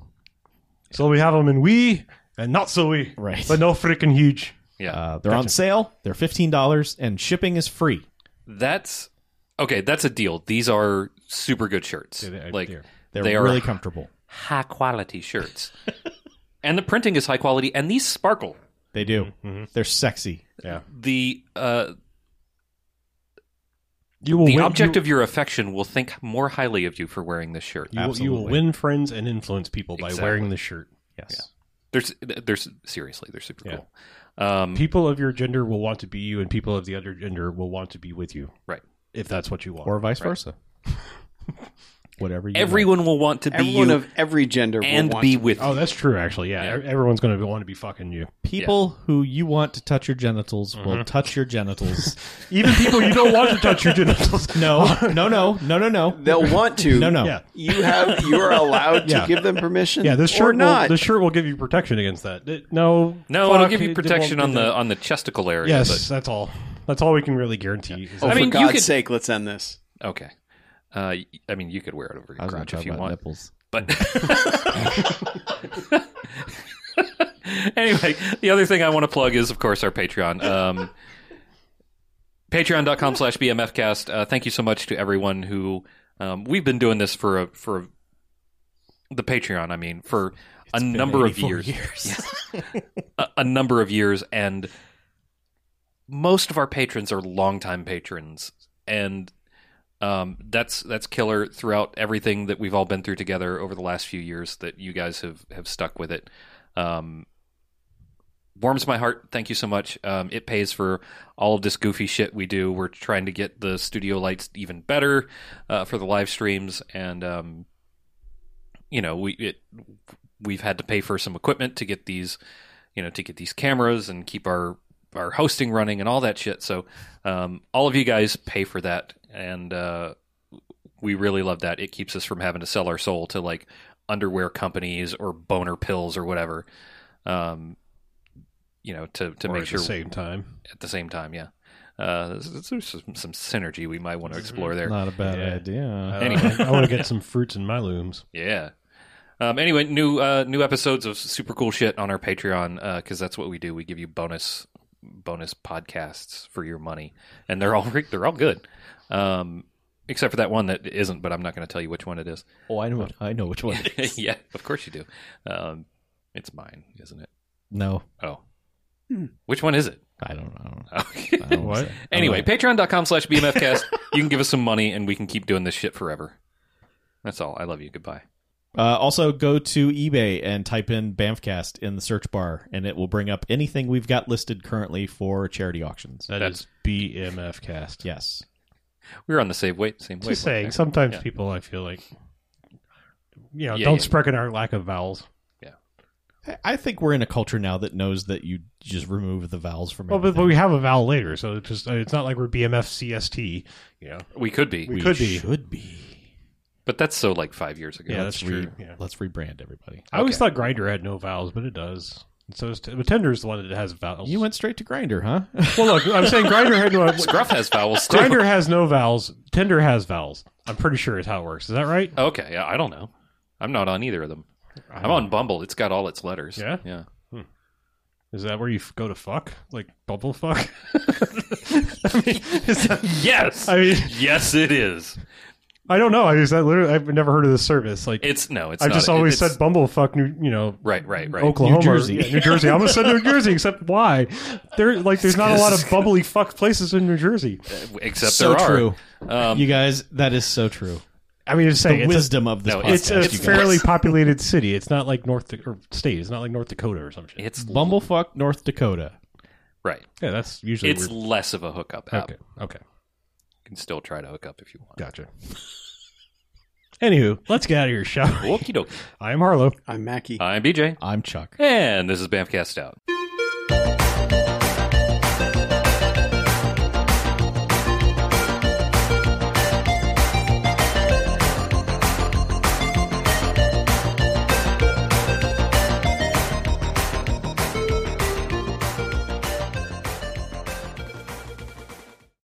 [SPEAKER 3] So we have them in we and not so we,
[SPEAKER 6] Right.
[SPEAKER 3] But no freaking huge.
[SPEAKER 4] Yeah.
[SPEAKER 6] Uh, they're on sale. They're fifteen dollars, and shipping is free.
[SPEAKER 4] that's okay. That's a deal. These are super good shirts. like
[SPEAKER 6] They're
[SPEAKER 4] They are-
[SPEAKER 6] really comfortable.
[SPEAKER 4] high quality shirts. and the printing is high quality, and these sparkle.
[SPEAKER 6] They do. They're sexy.
[SPEAKER 4] The uh,
[SPEAKER 3] You will
[SPEAKER 4] the
[SPEAKER 3] win,
[SPEAKER 4] object
[SPEAKER 3] you,
[SPEAKER 4] of your affection will think more highly of you for wearing this shirt.
[SPEAKER 3] you, will- you will
[SPEAKER 6] Absolutely.
[SPEAKER 3] win friends and influence people by
[SPEAKER 4] Exactly.
[SPEAKER 3] wearing the shirt.
[SPEAKER 6] Yes.
[SPEAKER 4] There's, there's seriously, they're super
[SPEAKER 3] Yeah.
[SPEAKER 4] cool. Um,
[SPEAKER 3] People of your gender will want to be you, and people of the other gender will want to be with you.
[SPEAKER 4] Right.
[SPEAKER 3] If that's what you want.
[SPEAKER 6] Or vice versa. Whatever. You
[SPEAKER 4] everyone will want to be
[SPEAKER 5] Everyone
[SPEAKER 4] you
[SPEAKER 5] of every gender will
[SPEAKER 4] and
[SPEAKER 5] want
[SPEAKER 4] be
[SPEAKER 5] to-
[SPEAKER 4] with
[SPEAKER 3] Oh, that's true. Actually, yeah,
[SPEAKER 4] Yeah.
[SPEAKER 3] E- everyone's going to want to be fucking you.
[SPEAKER 6] like. people who you want to touch your genitals will touch your genitals.
[SPEAKER 3] Even people you don't want to touch your genitals.
[SPEAKER 6] no, no, no, no, no, no,
[SPEAKER 5] They'll want to.
[SPEAKER 6] no, no.
[SPEAKER 3] Yeah,
[SPEAKER 5] You have. You are allowed to
[SPEAKER 3] Yeah.
[SPEAKER 5] give them permission.
[SPEAKER 3] yeah. This
[SPEAKER 5] or
[SPEAKER 3] shirt, will,
[SPEAKER 5] not.
[SPEAKER 3] this shirt will give you protection against that. It- no,
[SPEAKER 4] No,
[SPEAKER 3] fuck,
[SPEAKER 4] it'll give
[SPEAKER 3] it-
[SPEAKER 4] you
[SPEAKER 3] it won't
[SPEAKER 4] protection
[SPEAKER 3] do
[SPEAKER 4] on the
[SPEAKER 3] that.
[SPEAKER 4] on the chesticle area.
[SPEAKER 3] Yes, that's all. That's all we can really guarantee. is
[SPEAKER 5] oh,
[SPEAKER 3] that-
[SPEAKER 5] for
[SPEAKER 4] mean, you
[SPEAKER 5] God's
[SPEAKER 4] could-
[SPEAKER 5] sake, let's end this.
[SPEAKER 4] But, okay. Uh, y- I mean, you could wear it over your
[SPEAKER 6] I was going
[SPEAKER 4] crotch
[SPEAKER 6] to
[SPEAKER 4] if
[SPEAKER 6] talk
[SPEAKER 4] you
[SPEAKER 6] about
[SPEAKER 4] want,
[SPEAKER 6] nipples.
[SPEAKER 4] but. anyway, the other thing I want to plug is, of course, our Patreon. Um, Patreon.com slash BMFcast. Uh, thank you so much to everyone who. Um, we've been doing this for a, for a, the Patreon, I mean, for a
[SPEAKER 6] It's been
[SPEAKER 4] number of
[SPEAKER 6] 84
[SPEAKER 4] years. a, a number of years, and most of our patrons are longtime patrons, and um, that's that's killer throughout everything that we've all been through together over the last few years. That you guys have have stuck with it. Um, warms my heart. Thank you so much. Um, it pays for all of this goofy shit we do. We're trying to get the studio lights even better uh, for the live streams, and um, you know we it, we've had to pay for some equipment to get these, you know, to get these cameras and keep our our hosting running and all that shit. So um, all of you guys pay for that, and uh, we really love that. It keeps us from having to sell our soul to like underwear companies or boner pills or whatever. Um, you know, to to
[SPEAKER 3] or
[SPEAKER 4] make
[SPEAKER 3] at
[SPEAKER 4] sure
[SPEAKER 3] the same time.
[SPEAKER 4] at the same time, yeah. Uh, there's, there's some, some synergy we might want to explore there.
[SPEAKER 6] Not a bad
[SPEAKER 3] Yeah.
[SPEAKER 6] idea.
[SPEAKER 4] Anyway.
[SPEAKER 3] Uh, I want to get some fruits in my looms.
[SPEAKER 4] Yeah. Um, anyway, new uh, new episodes of super cool shit on our Patreon because that's what we do. We give you bonus bonus podcasts for your money, and they're all re- they're all good, um, except for that one that isn't. But I'm not going to tell you which one it is.
[SPEAKER 6] Oh, I know. I know which one.
[SPEAKER 4] yeah, of course you do. Um, it's mine, isn't it?
[SPEAKER 6] no,
[SPEAKER 4] Oh, which one is it?
[SPEAKER 6] I don't. I don't,
[SPEAKER 4] Okay.
[SPEAKER 6] I don't
[SPEAKER 3] What?
[SPEAKER 6] say. I don't
[SPEAKER 4] anyway,
[SPEAKER 6] know.
[SPEAKER 4] patreon.com slash bmfcast. you can give us some money, and we can keep doing this shit forever. That's all. I love you. Goodbye.
[SPEAKER 6] Uh, also, go to eBay and type in Bamfcast in the search bar, and it will bring up anything we've got listed currently for charity auctions.
[SPEAKER 3] That's BMF cast.
[SPEAKER 6] Yes.
[SPEAKER 4] We were on the same wait, same wait.
[SPEAKER 3] Just saying, sometimes
[SPEAKER 4] Yeah.
[SPEAKER 3] people I feel like you know,
[SPEAKER 4] Yeah,
[SPEAKER 3] don't
[SPEAKER 4] yeah.
[SPEAKER 3] spread our lack of vowels.
[SPEAKER 6] I- I think we're in a culture now that knows that you just remove the vowels from
[SPEAKER 3] Well, but, but
[SPEAKER 6] everything.
[SPEAKER 3] we have a vowel later, so it's just it's not like we're BMF CST. You know,
[SPEAKER 4] We could be,
[SPEAKER 3] we could be.
[SPEAKER 6] Should be.
[SPEAKER 4] but that's so like five years ago.
[SPEAKER 3] Yeah,
[SPEAKER 6] Let's
[SPEAKER 3] that's true.
[SPEAKER 6] re-
[SPEAKER 3] Yeah.
[SPEAKER 6] Let's rebrand everybody.
[SPEAKER 3] I always thought Grinder had no vowels, but it does. And so is t- but Tinder is the one that has vowels.
[SPEAKER 6] You went straight to Grinder, huh?
[SPEAKER 3] well, look, I'm saying Grinder had no.
[SPEAKER 4] Scruff has vowels too.
[SPEAKER 3] Grinder has no vowels. Tinder has vowels. I'm pretty sure is how it works. Is that right?
[SPEAKER 4] Okay, yeah, I don't know. I'm not on either of them. I'm on Bumble. It's got all its letters.
[SPEAKER 3] Yeah?
[SPEAKER 4] yeah.
[SPEAKER 3] Is that where you f- go to fuck? Like bubble fuck? I mean, is that,
[SPEAKER 4] Yes,
[SPEAKER 3] I mean,
[SPEAKER 4] yes, it is.
[SPEAKER 3] I don't know. I is that literally? I've never heard of this service. Like,
[SPEAKER 4] It's no, it's.
[SPEAKER 3] I've
[SPEAKER 4] not.
[SPEAKER 3] just
[SPEAKER 4] It-
[SPEAKER 3] always
[SPEAKER 4] it's-
[SPEAKER 3] said bumble fuck. New, you know,
[SPEAKER 4] Right, right, right.
[SPEAKER 3] Oklahoma,
[SPEAKER 6] New Jersey.
[SPEAKER 3] Yeah, New Jersey. I almost said New Jersey, except why? There, like, there's not a lot of bubbly fuck places in New Jersey.
[SPEAKER 4] Except
[SPEAKER 6] so
[SPEAKER 4] there are.
[SPEAKER 6] true.
[SPEAKER 4] Um,
[SPEAKER 6] you guys, that is so true.
[SPEAKER 3] I mean, just
[SPEAKER 6] The
[SPEAKER 3] saying, it's a,
[SPEAKER 6] wisdom of this
[SPEAKER 4] no,
[SPEAKER 6] podcast.
[SPEAKER 3] it's a
[SPEAKER 4] It's-
[SPEAKER 6] you guys.
[SPEAKER 3] fairly populated city. It's not like North Da- or state. It's not like North Dakota or some shit.
[SPEAKER 4] It's
[SPEAKER 6] Bumblefuck, North Dakota.
[SPEAKER 4] right.
[SPEAKER 3] yeah, that's usually
[SPEAKER 4] It's
[SPEAKER 3] weird.
[SPEAKER 4] less of a hookup app.
[SPEAKER 3] Okay, okay,
[SPEAKER 4] You can still try to hook up if you want.
[SPEAKER 3] gotcha. Anywho, let's get out of here, shall we?
[SPEAKER 4] Okie dokie.
[SPEAKER 3] I'm Harlow.
[SPEAKER 5] I'm Mackie.
[SPEAKER 4] I'm BJ,
[SPEAKER 6] I'm Chuck.
[SPEAKER 4] and this is Bamfcast out.